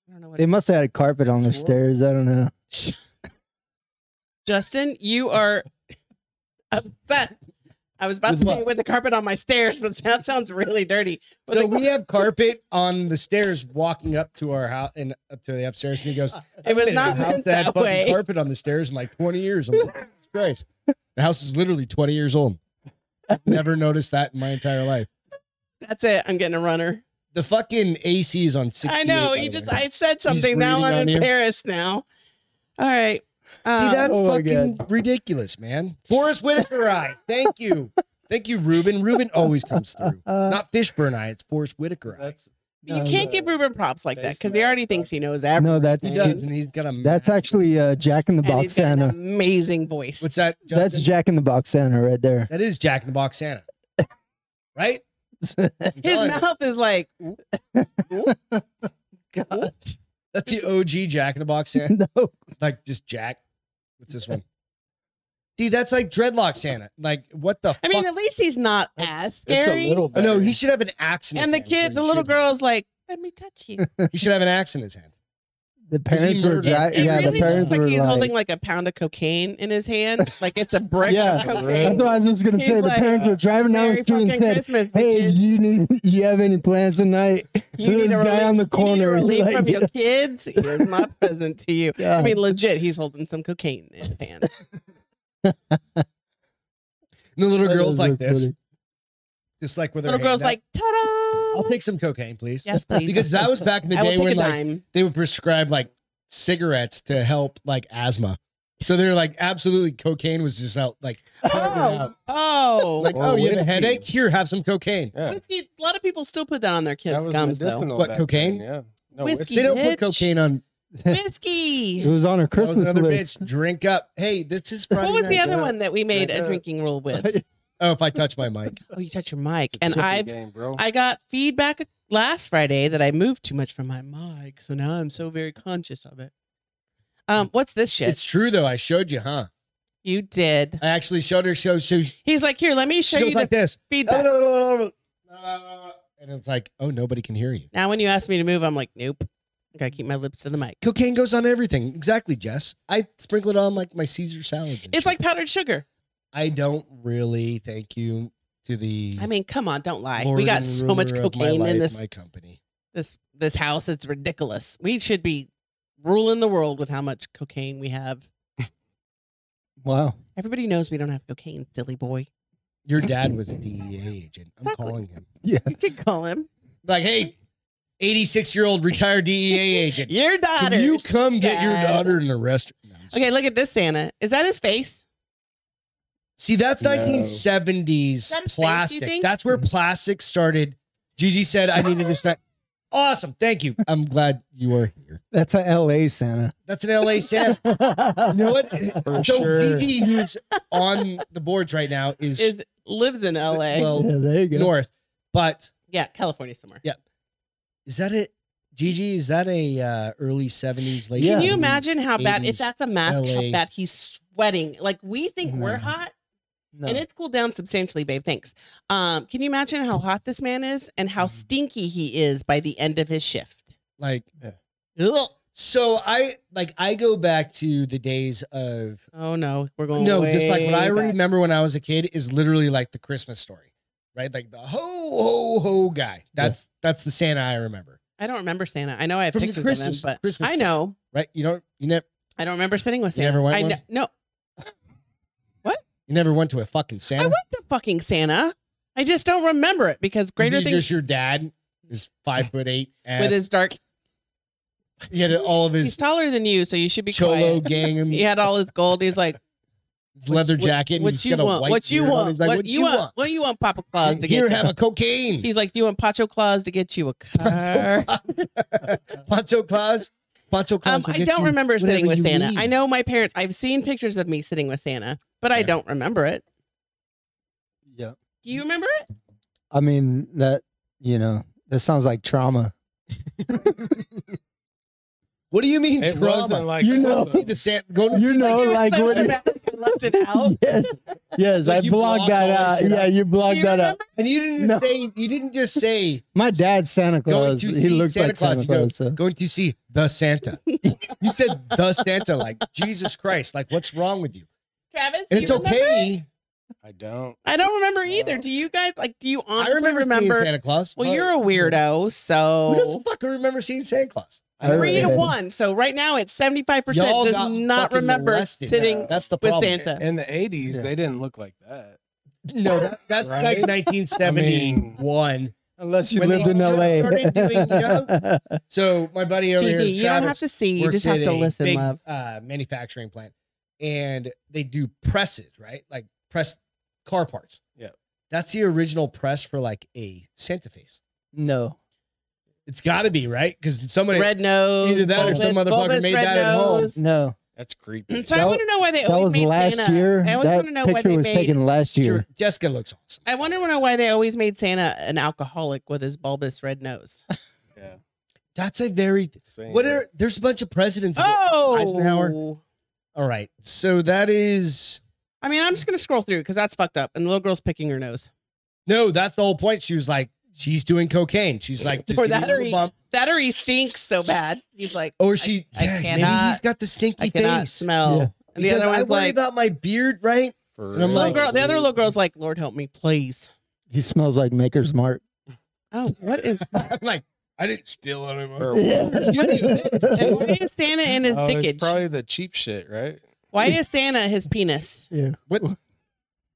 [SPEAKER 2] I don't know what.
[SPEAKER 3] they
[SPEAKER 2] It,
[SPEAKER 3] must have had a carpet on their
[SPEAKER 4] That's horrible.
[SPEAKER 3] stairs. I don't know.
[SPEAKER 2] Justin, you are upset. I was about
[SPEAKER 1] With
[SPEAKER 2] to
[SPEAKER 1] what?
[SPEAKER 2] say with the carpet on my stairs, but that sounds really dirty. With
[SPEAKER 1] So
[SPEAKER 2] the-
[SPEAKER 1] we have carpet on the stairs walking up to our house and up to the upstairs. And he goes,
[SPEAKER 2] it was
[SPEAKER 1] "Been in a
[SPEAKER 2] not
[SPEAKER 1] house
[SPEAKER 2] meant
[SPEAKER 1] had
[SPEAKER 2] that
[SPEAKER 1] fucking
[SPEAKER 2] way.
[SPEAKER 1] carpet on the stairs in like 20 years. I'm like, Jesus Christ. The house is literally 20 years old. I've never noticed that in my entire life.
[SPEAKER 2] That's it. I'm getting a runner.
[SPEAKER 1] The fucking AC is on 68.
[SPEAKER 2] I know.
[SPEAKER 1] by
[SPEAKER 2] You
[SPEAKER 1] the
[SPEAKER 2] just
[SPEAKER 1] way.
[SPEAKER 2] I said something. Now
[SPEAKER 1] breathing on
[SPEAKER 2] I'm
[SPEAKER 1] you.
[SPEAKER 2] embarrassed now. All right. um,
[SPEAKER 1] See, that's
[SPEAKER 3] Oh my
[SPEAKER 1] fucking ridiculous, man. Forrest Whitaker eye. Thank you. Thank you, Ruben. Ruben always comes through.
[SPEAKER 3] Uh,
[SPEAKER 1] Not Fishburne eye. It's Forrest Whitaker eye.
[SPEAKER 4] That's
[SPEAKER 2] You
[SPEAKER 3] No,
[SPEAKER 2] can't
[SPEAKER 4] no.
[SPEAKER 2] give Ruben props like that because he
[SPEAKER 4] Basement.
[SPEAKER 2] already thinks he knows everything.
[SPEAKER 3] No, that's
[SPEAKER 1] He
[SPEAKER 2] does.
[SPEAKER 1] does, and he's got a.
[SPEAKER 3] that's actually uh, Jack in the
[SPEAKER 2] and
[SPEAKER 3] Box
[SPEAKER 2] he's got an
[SPEAKER 3] Santa.
[SPEAKER 2] amazing voice.
[SPEAKER 1] what's that?
[SPEAKER 3] That's
[SPEAKER 1] Justin?
[SPEAKER 3] Jack in the Box Santa right there.
[SPEAKER 1] That is Jack in the Box Santa, right? I'm
[SPEAKER 2] His
[SPEAKER 1] telling you.
[SPEAKER 2] mouth is like,
[SPEAKER 3] God,
[SPEAKER 1] That's the OG Jack in the Box Santa.
[SPEAKER 3] no.
[SPEAKER 1] like just Jack. What's this one? See, that's like dreadlock Santa. Like what the?
[SPEAKER 2] I mean,
[SPEAKER 1] fuck?
[SPEAKER 2] at least he's not as scary.
[SPEAKER 4] It's a little
[SPEAKER 1] Oh,
[SPEAKER 4] bit.
[SPEAKER 1] no, he should have an axe. In his
[SPEAKER 2] and the
[SPEAKER 1] hand, is what
[SPEAKER 2] kid,
[SPEAKER 1] he
[SPEAKER 2] the little
[SPEAKER 1] should have.
[SPEAKER 2] girl is like, let me touch you.
[SPEAKER 1] he should have an axe in his hand.
[SPEAKER 3] The parents were
[SPEAKER 1] murdered?
[SPEAKER 3] Jack.
[SPEAKER 1] It
[SPEAKER 3] Yeah,
[SPEAKER 2] really
[SPEAKER 3] the
[SPEAKER 2] looks
[SPEAKER 3] parents
[SPEAKER 2] like
[SPEAKER 3] were
[SPEAKER 2] he's
[SPEAKER 3] like.
[SPEAKER 2] holding like a pound of cocaine in his hand. Like it's a brick
[SPEAKER 3] Yeah.
[SPEAKER 2] of
[SPEAKER 4] Right.
[SPEAKER 3] that's
[SPEAKER 2] cocaine.
[SPEAKER 3] what I was just gonna
[SPEAKER 2] He's
[SPEAKER 3] say. the
[SPEAKER 2] like,
[SPEAKER 3] parents were driving down
[SPEAKER 2] Merry
[SPEAKER 3] the street
[SPEAKER 2] fucking
[SPEAKER 3] and said,
[SPEAKER 2] Christmas,
[SPEAKER 3] "Hey,
[SPEAKER 2] bitches.
[SPEAKER 3] you need you have any plans tonight?"
[SPEAKER 2] you need
[SPEAKER 3] this
[SPEAKER 2] a relief-
[SPEAKER 3] guy
[SPEAKER 2] you
[SPEAKER 3] on the
[SPEAKER 2] need a
[SPEAKER 3] corner,
[SPEAKER 2] relief
[SPEAKER 3] like,
[SPEAKER 2] from
[SPEAKER 3] you
[SPEAKER 2] your
[SPEAKER 3] know.
[SPEAKER 2] kids. Here's my present to you.
[SPEAKER 3] Yeah.
[SPEAKER 2] I mean, legit, he's holding some cocaine in his hand.
[SPEAKER 1] And the little
[SPEAKER 3] That
[SPEAKER 1] girl's
[SPEAKER 3] is
[SPEAKER 1] like
[SPEAKER 3] really
[SPEAKER 1] this,
[SPEAKER 3] funny.
[SPEAKER 1] just like with her
[SPEAKER 2] Little
[SPEAKER 1] hand
[SPEAKER 2] girl's
[SPEAKER 1] out.
[SPEAKER 2] like, ta-da!
[SPEAKER 1] "I'll take some cocaine, please."
[SPEAKER 2] yes, please.
[SPEAKER 1] because that was back in the
[SPEAKER 2] I will
[SPEAKER 1] day
[SPEAKER 2] take
[SPEAKER 1] when
[SPEAKER 2] a
[SPEAKER 1] like
[SPEAKER 2] dime.
[SPEAKER 1] they would prescribe like cigarettes to help like asthma. So they're like absolutely cocaine was just out like
[SPEAKER 2] Oh, oh.
[SPEAKER 1] like
[SPEAKER 4] Or
[SPEAKER 1] oh you have a
[SPEAKER 4] whiskey.
[SPEAKER 1] headache here have some cocaine.
[SPEAKER 4] Yeah,
[SPEAKER 2] Whiskey, a lot of people still put that on their
[SPEAKER 4] that
[SPEAKER 2] kids'
[SPEAKER 4] was
[SPEAKER 2] gums, though.
[SPEAKER 4] medicinal.
[SPEAKER 1] What,
[SPEAKER 4] back
[SPEAKER 1] cocaine?
[SPEAKER 4] Then, yeah. No,
[SPEAKER 2] Whiskey.
[SPEAKER 1] They don't put
[SPEAKER 2] Bitch.
[SPEAKER 1] cocaine on
[SPEAKER 2] Whiskey.
[SPEAKER 3] It was on her Christmas
[SPEAKER 1] another
[SPEAKER 3] list.
[SPEAKER 1] bitch. Drink up. Hey, this is Friday
[SPEAKER 2] What was
[SPEAKER 1] night
[SPEAKER 2] the other
[SPEAKER 1] dinner.
[SPEAKER 2] one that we made
[SPEAKER 4] Like
[SPEAKER 2] a
[SPEAKER 4] that.
[SPEAKER 2] drinking rule with?
[SPEAKER 1] Oh, if I touch my mic.
[SPEAKER 2] Oh, you touch your mic.
[SPEAKER 4] It's a
[SPEAKER 2] And
[SPEAKER 4] tipping
[SPEAKER 2] I've
[SPEAKER 4] game, bro.
[SPEAKER 2] I got feedback last Friday that I moved too much from my mic, so now I'm so very conscious of it. Um, what's this shit?
[SPEAKER 1] It's true though. I showed you, huh?
[SPEAKER 2] you did.
[SPEAKER 1] I actually showed her. So she,
[SPEAKER 2] He's like, here, let me show
[SPEAKER 1] she
[SPEAKER 2] you
[SPEAKER 1] goes
[SPEAKER 2] the
[SPEAKER 1] like "Oh, this.
[SPEAKER 2] feedback.
[SPEAKER 1] And it's like, oh, nobody can hear you.
[SPEAKER 2] Now, when you ask me to move, I'm like, nope. I gotta keep my lips to the mic.
[SPEAKER 1] Cocaine goes on everything. Exactly, Jess. I sprinkle it on like my Caesar salad.
[SPEAKER 2] It's like powdered sugar.
[SPEAKER 1] I don't really thank you to the.
[SPEAKER 2] I mean, come on, don't lie.
[SPEAKER 1] Lord
[SPEAKER 2] we got
[SPEAKER 1] and
[SPEAKER 2] so much
[SPEAKER 1] ruler of my
[SPEAKER 2] cocaine in
[SPEAKER 1] life,
[SPEAKER 2] this
[SPEAKER 1] My company.
[SPEAKER 2] this this house. It's ridiculous. We should be ruling the world with how much cocaine we have.
[SPEAKER 3] Wow.
[SPEAKER 2] Everybody knows we don't have cocaine, silly boy.
[SPEAKER 1] Your dad was a DEA agent. I'm
[SPEAKER 2] Exactly.
[SPEAKER 1] calling him.
[SPEAKER 3] Yeah.
[SPEAKER 2] You could call him
[SPEAKER 1] Like, hey, 86 year old retired DEA agent.
[SPEAKER 2] your daughter.
[SPEAKER 1] Can you come get your
[SPEAKER 2] Dad.
[SPEAKER 1] daughter in the restaurant?
[SPEAKER 2] Okay, look at this Santa. Is that his face?
[SPEAKER 1] See, that's
[SPEAKER 4] No.
[SPEAKER 1] 1970s
[SPEAKER 2] That is space, you
[SPEAKER 1] plastic.
[SPEAKER 2] think?
[SPEAKER 1] that's where plastic started. Gigi said, I needed this. That Awesome. Thank you. I'm glad you are here.
[SPEAKER 3] That's a LA Santa.
[SPEAKER 1] That's an LA Santa. You know what?
[SPEAKER 4] For
[SPEAKER 1] so
[SPEAKER 4] sure.
[SPEAKER 1] Gigi, who's on the boards right now, is,
[SPEAKER 2] Is lives in L.A.
[SPEAKER 1] well
[SPEAKER 3] Yeah, there you go.
[SPEAKER 1] north. But
[SPEAKER 2] yeah, California somewhere.
[SPEAKER 1] is that it? Gigi, is that a uh, early 70s, late
[SPEAKER 3] Yeah.
[SPEAKER 2] Can you
[SPEAKER 1] 70s,
[SPEAKER 2] imagine how bad if
[SPEAKER 1] 80s?
[SPEAKER 2] that's a mask?
[SPEAKER 1] LA.
[SPEAKER 2] How bad he's sweating? Like we think we're
[SPEAKER 1] Mm-hmm.
[SPEAKER 3] No.
[SPEAKER 2] hot,
[SPEAKER 3] No.
[SPEAKER 2] and it's cooled down substantially, babe. Thanks. Um, can you imagine how hot this man is and how
[SPEAKER 3] Mhm.
[SPEAKER 2] stinky he is by the end of his shift?
[SPEAKER 1] Like,
[SPEAKER 3] Yeah.
[SPEAKER 1] Ugh. so I like I go back to the days of
[SPEAKER 2] Oh no, we're going.
[SPEAKER 1] No, just like
[SPEAKER 2] way
[SPEAKER 1] what I
[SPEAKER 2] back.
[SPEAKER 1] remember when I was a kid is literally like the Christmas story, right? Like the ho ho ho guy. That's that's the Santa I remember,
[SPEAKER 2] I don't remember Santa. I know I have
[SPEAKER 1] From the
[SPEAKER 2] pictures
[SPEAKER 1] Christmas-
[SPEAKER 2] of him, but
[SPEAKER 1] Christmas
[SPEAKER 2] I know
[SPEAKER 1] right? You don't you never
[SPEAKER 2] I don't remember sitting with
[SPEAKER 1] You
[SPEAKER 2] Santa.
[SPEAKER 1] never went
[SPEAKER 2] I
[SPEAKER 1] one?
[SPEAKER 2] kn- no,
[SPEAKER 1] you never went to a fucking
[SPEAKER 2] I
[SPEAKER 1] Santa.
[SPEAKER 2] went to fucking Santa. I just don't remember it because
[SPEAKER 1] Was
[SPEAKER 2] greater
[SPEAKER 1] he
[SPEAKER 2] things
[SPEAKER 1] just your dad is five foot eight
[SPEAKER 2] with
[SPEAKER 1] and
[SPEAKER 2] his dark.
[SPEAKER 1] he had all of
[SPEAKER 2] He's
[SPEAKER 1] his
[SPEAKER 2] taller than you, so you should be
[SPEAKER 1] cholo
[SPEAKER 2] quiet.
[SPEAKER 1] gang and
[SPEAKER 2] He had all his gold. He's like,
[SPEAKER 1] his leather
[SPEAKER 2] what-
[SPEAKER 1] jacket. and
[SPEAKER 2] what
[SPEAKER 1] he's
[SPEAKER 2] you
[SPEAKER 1] got a
[SPEAKER 2] want?
[SPEAKER 1] white
[SPEAKER 2] What you
[SPEAKER 1] beard on.
[SPEAKER 2] want?
[SPEAKER 1] He's like,
[SPEAKER 2] what, you want?
[SPEAKER 1] want?
[SPEAKER 2] What you want, Papa Claus to get
[SPEAKER 1] Here,
[SPEAKER 2] you?
[SPEAKER 1] have a cocaine.
[SPEAKER 2] He's like, do you want Pacho Claus to get you a car?
[SPEAKER 1] Pancho Claus. Pancho
[SPEAKER 2] Um,
[SPEAKER 1] Claus. will
[SPEAKER 2] I
[SPEAKER 1] get
[SPEAKER 2] don't
[SPEAKER 1] you
[SPEAKER 2] remember sitting
[SPEAKER 1] whatever
[SPEAKER 2] with
[SPEAKER 1] you
[SPEAKER 2] Santa.
[SPEAKER 1] need.
[SPEAKER 2] I know my parents. I've seen pictures of me sitting with Santa, but I
[SPEAKER 1] Yeah.
[SPEAKER 2] don't remember it.
[SPEAKER 3] yeah.
[SPEAKER 2] Do you remember it?
[SPEAKER 3] I mean that you know that sounds like trauma.
[SPEAKER 1] What do you mean
[SPEAKER 4] It wasn't
[SPEAKER 1] trauma?
[SPEAKER 4] like
[SPEAKER 3] You know.
[SPEAKER 1] See the Santa. Go to
[SPEAKER 3] You
[SPEAKER 1] see-
[SPEAKER 3] know,
[SPEAKER 2] it was
[SPEAKER 3] like
[SPEAKER 2] so
[SPEAKER 3] when-
[SPEAKER 2] dramatic, I left it out.
[SPEAKER 3] yes, yes,
[SPEAKER 1] Like
[SPEAKER 3] I
[SPEAKER 1] you
[SPEAKER 3] blocked
[SPEAKER 1] blocked
[SPEAKER 3] that
[SPEAKER 1] all
[SPEAKER 3] out.
[SPEAKER 1] that
[SPEAKER 3] Yeah, you
[SPEAKER 2] Do
[SPEAKER 3] blocked
[SPEAKER 2] you
[SPEAKER 3] that
[SPEAKER 2] remember?
[SPEAKER 3] out.
[SPEAKER 1] And you didn't
[SPEAKER 3] No.
[SPEAKER 1] say you didn't just say
[SPEAKER 3] My dad's Santa
[SPEAKER 1] Going
[SPEAKER 3] Claus.
[SPEAKER 1] to
[SPEAKER 3] He
[SPEAKER 1] see
[SPEAKER 3] looks
[SPEAKER 1] Santa
[SPEAKER 3] like
[SPEAKER 1] Claus,
[SPEAKER 3] Santa
[SPEAKER 1] you go,
[SPEAKER 3] Claus. So.
[SPEAKER 1] going to see the Santa. you said the Santa, like Jesus Christ, like what's wrong with you?
[SPEAKER 2] Travis,
[SPEAKER 1] And
[SPEAKER 2] do
[SPEAKER 1] it's
[SPEAKER 2] you remember?
[SPEAKER 1] okay.
[SPEAKER 4] I don't.
[SPEAKER 2] I don't remember either.
[SPEAKER 4] No.
[SPEAKER 2] Do you guys like? Do you
[SPEAKER 1] I
[SPEAKER 2] honestly
[SPEAKER 1] remember, seeing Santa Claus.
[SPEAKER 2] Well, you're a weirdo,
[SPEAKER 1] Who
[SPEAKER 2] so
[SPEAKER 1] doesn't fucking remember seeing Santa Claus?
[SPEAKER 4] I don't
[SPEAKER 2] three to
[SPEAKER 4] know.
[SPEAKER 3] Alright.
[SPEAKER 2] one. So right now it's seventy five
[SPEAKER 1] Y'all
[SPEAKER 2] percent
[SPEAKER 1] got
[SPEAKER 2] does not
[SPEAKER 1] fucking
[SPEAKER 2] remember
[SPEAKER 1] molested.
[SPEAKER 2] sitting.
[SPEAKER 4] Yeah.
[SPEAKER 1] That's the
[SPEAKER 2] with
[SPEAKER 1] problem.
[SPEAKER 2] Santa.
[SPEAKER 4] In the eighties,
[SPEAKER 3] Yeah.
[SPEAKER 4] they didn't look like that.
[SPEAKER 1] No, that, that's
[SPEAKER 4] Right?
[SPEAKER 1] like 1971.
[SPEAKER 3] Unless you
[SPEAKER 1] When they
[SPEAKER 3] lived in
[SPEAKER 1] first
[SPEAKER 3] LA.
[SPEAKER 1] started doing, you know, so my buddy over here,
[SPEAKER 2] Gigi, you don't have
[SPEAKER 1] Travis,
[SPEAKER 2] to see. You
[SPEAKER 1] works
[SPEAKER 2] just have
[SPEAKER 1] at
[SPEAKER 2] to
[SPEAKER 1] a
[SPEAKER 2] listen,
[SPEAKER 1] big,
[SPEAKER 2] love.
[SPEAKER 1] Uh, manufacturing plant, and they do presses, right? Like press car parts.
[SPEAKER 4] Yeah.
[SPEAKER 1] that's the original press for like a Santa face.
[SPEAKER 3] no.
[SPEAKER 1] It's got to be right because somebody
[SPEAKER 2] Red nose.
[SPEAKER 1] either that or some
[SPEAKER 2] bulbous-
[SPEAKER 1] motherfucker
[SPEAKER 2] bulbous
[SPEAKER 1] made
[SPEAKER 2] red
[SPEAKER 1] that at home.
[SPEAKER 2] nose.
[SPEAKER 3] No,
[SPEAKER 4] That's creepy.
[SPEAKER 2] So I
[SPEAKER 3] That-
[SPEAKER 2] want to know why they
[SPEAKER 3] that
[SPEAKER 2] always
[SPEAKER 3] was
[SPEAKER 2] made
[SPEAKER 3] last
[SPEAKER 2] Santa.
[SPEAKER 3] year.
[SPEAKER 2] I always
[SPEAKER 3] That
[SPEAKER 2] want to know why
[SPEAKER 3] picture
[SPEAKER 2] they
[SPEAKER 3] was
[SPEAKER 2] made.
[SPEAKER 3] taken last year.
[SPEAKER 1] Jessica looks awesome.
[SPEAKER 2] I wonder to know why they always made Santa an alcoholic with his bulbous red nose.
[SPEAKER 4] Yeah.
[SPEAKER 1] That's a very
[SPEAKER 4] Same.
[SPEAKER 1] what are there's a bunch of presidents.
[SPEAKER 2] Oh,
[SPEAKER 1] Eisenhower? All right, so that is
[SPEAKER 2] I mean, I'm just gonna scroll through because that's fucked up. And the little girl's picking her nose.
[SPEAKER 1] no, that's the whole point. She was like, she's doing cocaine. She's like, just
[SPEAKER 2] Or
[SPEAKER 1] give me a
[SPEAKER 2] that or
[SPEAKER 1] little
[SPEAKER 2] he-
[SPEAKER 1] bump.
[SPEAKER 2] That or he stinks so bad. He's like,
[SPEAKER 1] Or she,
[SPEAKER 2] I
[SPEAKER 1] yeah, maybe
[SPEAKER 2] cannot-
[SPEAKER 1] he's got the stinky
[SPEAKER 2] I cannot
[SPEAKER 1] face.
[SPEAKER 2] smell.
[SPEAKER 3] Yeah.
[SPEAKER 2] And the
[SPEAKER 1] Because
[SPEAKER 2] other
[SPEAKER 1] I
[SPEAKER 2] one's
[SPEAKER 1] worry
[SPEAKER 2] like,
[SPEAKER 1] about my beard, right?
[SPEAKER 4] For
[SPEAKER 1] And I'm
[SPEAKER 4] real?
[SPEAKER 2] little
[SPEAKER 1] like-
[SPEAKER 2] girl. The other little girl's like, Lord help me, please.
[SPEAKER 3] He smells like Maker's Mart.
[SPEAKER 2] Oh, what is?
[SPEAKER 1] I'm like, I didn't spill on him.
[SPEAKER 4] Or-
[SPEAKER 2] And
[SPEAKER 3] Yeah.
[SPEAKER 2] why is Santa in his
[SPEAKER 4] Oh,
[SPEAKER 2] dickage?
[SPEAKER 4] it's probably the cheap shit, right?
[SPEAKER 2] why is Santa his penis?
[SPEAKER 3] yeah.
[SPEAKER 1] What?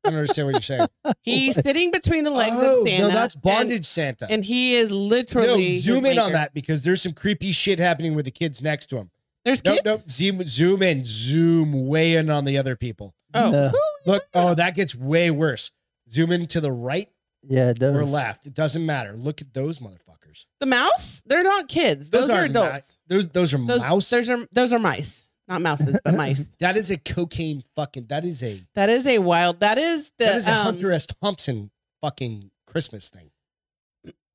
[SPEAKER 1] I don't understand what you're saying.
[SPEAKER 2] He's sitting between the legs
[SPEAKER 1] Oh,
[SPEAKER 2] of Santa.
[SPEAKER 1] no, that's
[SPEAKER 2] and-
[SPEAKER 1] bondage Santa.
[SPEAKER 2] and he is
[SPEAKER 1] no,
[SPEAKER 2] literally his
[SPEAKER 1] zoom in on
[SPEAKER 2] maker.
[SPEAKER 1] that because there's some creepy shit happening with the kids next to him.
[SPEAKER 2] There's
[SPEAKER 1] No,
[SPEAKER 2] kids.
[SPEAKER 1] no, zoom, zoom in, zoom way in on the other people.
[SPEAKER 2] Oh,
[SPEAKER 3] No.
[SPEAKER 2] who-
[SPEAKER 1] Look, oh, that gets way worse. Zoom in to the right
[SPEAKER 3] Yeah, it does.
[SPEAKER 1] or left. It doesn't matter. Look at those motherfuckers.
[SPEAKER 2] the mouse? They're not kids. Those,
[SPEAKER 1] Those
[SPEAKER 2] are
[SPEAKER 1] are not-
[SPEAKER 2] adults.
[SPEAKER 1] Those, those are
[SPEAKER 2] Those,
[SPEAKER 1] mouse.
[SPEAKER 2] Those are those are mice, not mouses, but mice.
[SPEAKER 1] That is a cocaine fucking. That is a
[SPEAKER 2] That is a wild. That is the.
[SPEAKER 1] that is a
[SPEAKER 2] um,
[SPEAKER 1] Hunter S. Thompson fucking Christmas thing.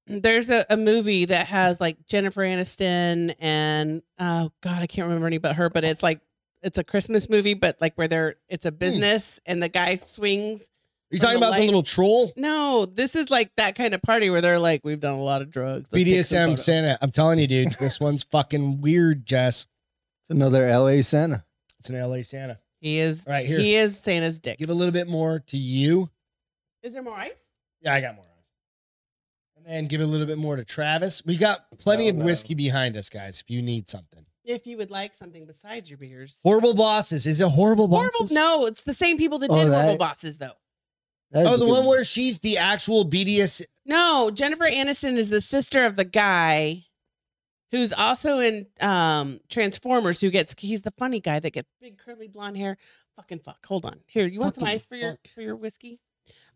[SPEAKER 2] there's a, a movie that has like Jennifer Aniston and oh god, I can't remember any but her, but it's like it's a Christmas movie, but like where they're it's
[SPEAKER 1] Hmm.
[SPEAKER 2] a business and the guy swings.
[SPEAKER 1] Are you
[SPEAKER 2] From
[SPEAKER 1] talking
[SPEAKER 2] the
[SPEAKER 1] about the
[SPEAKER 2] lights.
[SPEAKER 1] little troll?
[SPEAKER 2] No, this is like that kind of party where they're like, we've done a lot of drugs. let's take some
[SPEAKER 1] BDSM
[SPEAKER 2] photos."
[SPEAKER 1] Santa. I'm telling you, dude, this one's fucking weird, Jess.
[SPEAKER 3] It's another LA Santa.
[SPEAKER 1] It's an LA Santa.
[SPEAKER 2] He is
[SPEAKER 1] All right, here.
[SPEAKER 2] he is Santa's dick.
[SPEAKER 1] Give a little bit more to you.
[SPEAKER 2] Is there more ice?
[SPEAKER 1] Yeah, I got more. And then give a little bit more to Travis. We got plenty
[SPEAKER 4] No,
[SPEAKER 1] of
[SPEAKER 4] no.
[SPEAKER 1] whiskey behind us, guys, if you need something.
[SPEAKER 2] If you would like something besides your beers.
[SPEAKER 1] Horrible bosses. Is it horrible
[SPEAKER 2] Horrible.
[SPEAKER 1] bosses?
[SPEAKER 2] No, it's the same people that
[SPEAKER 3] Oh,
[SPEAKER 2] did horrible
[SPEAKER 3] that-
[SPEAKER 2] bosses though.
[SPEAKER 3] That is
[SPEAKER 1] Oh,
[SPEAKER 3] a
[SPEAKER 1] the
[SPEAKER 3] good
[SPEAKER 1] one where she's the actual BDS.
[SPEAKER 2] No, Jennifer Aniston is the sister of the guy who's also in um Transformers who gets he's the funny guy that gets big curly blonde hair. Fucking fuck. Hold on. Here, you want some
[SPEAKER 1] Fucking
[SPEAKER 2] ice for your
[SPEAKER 1] fuck.
[SPEAKER 2] for your whiskey?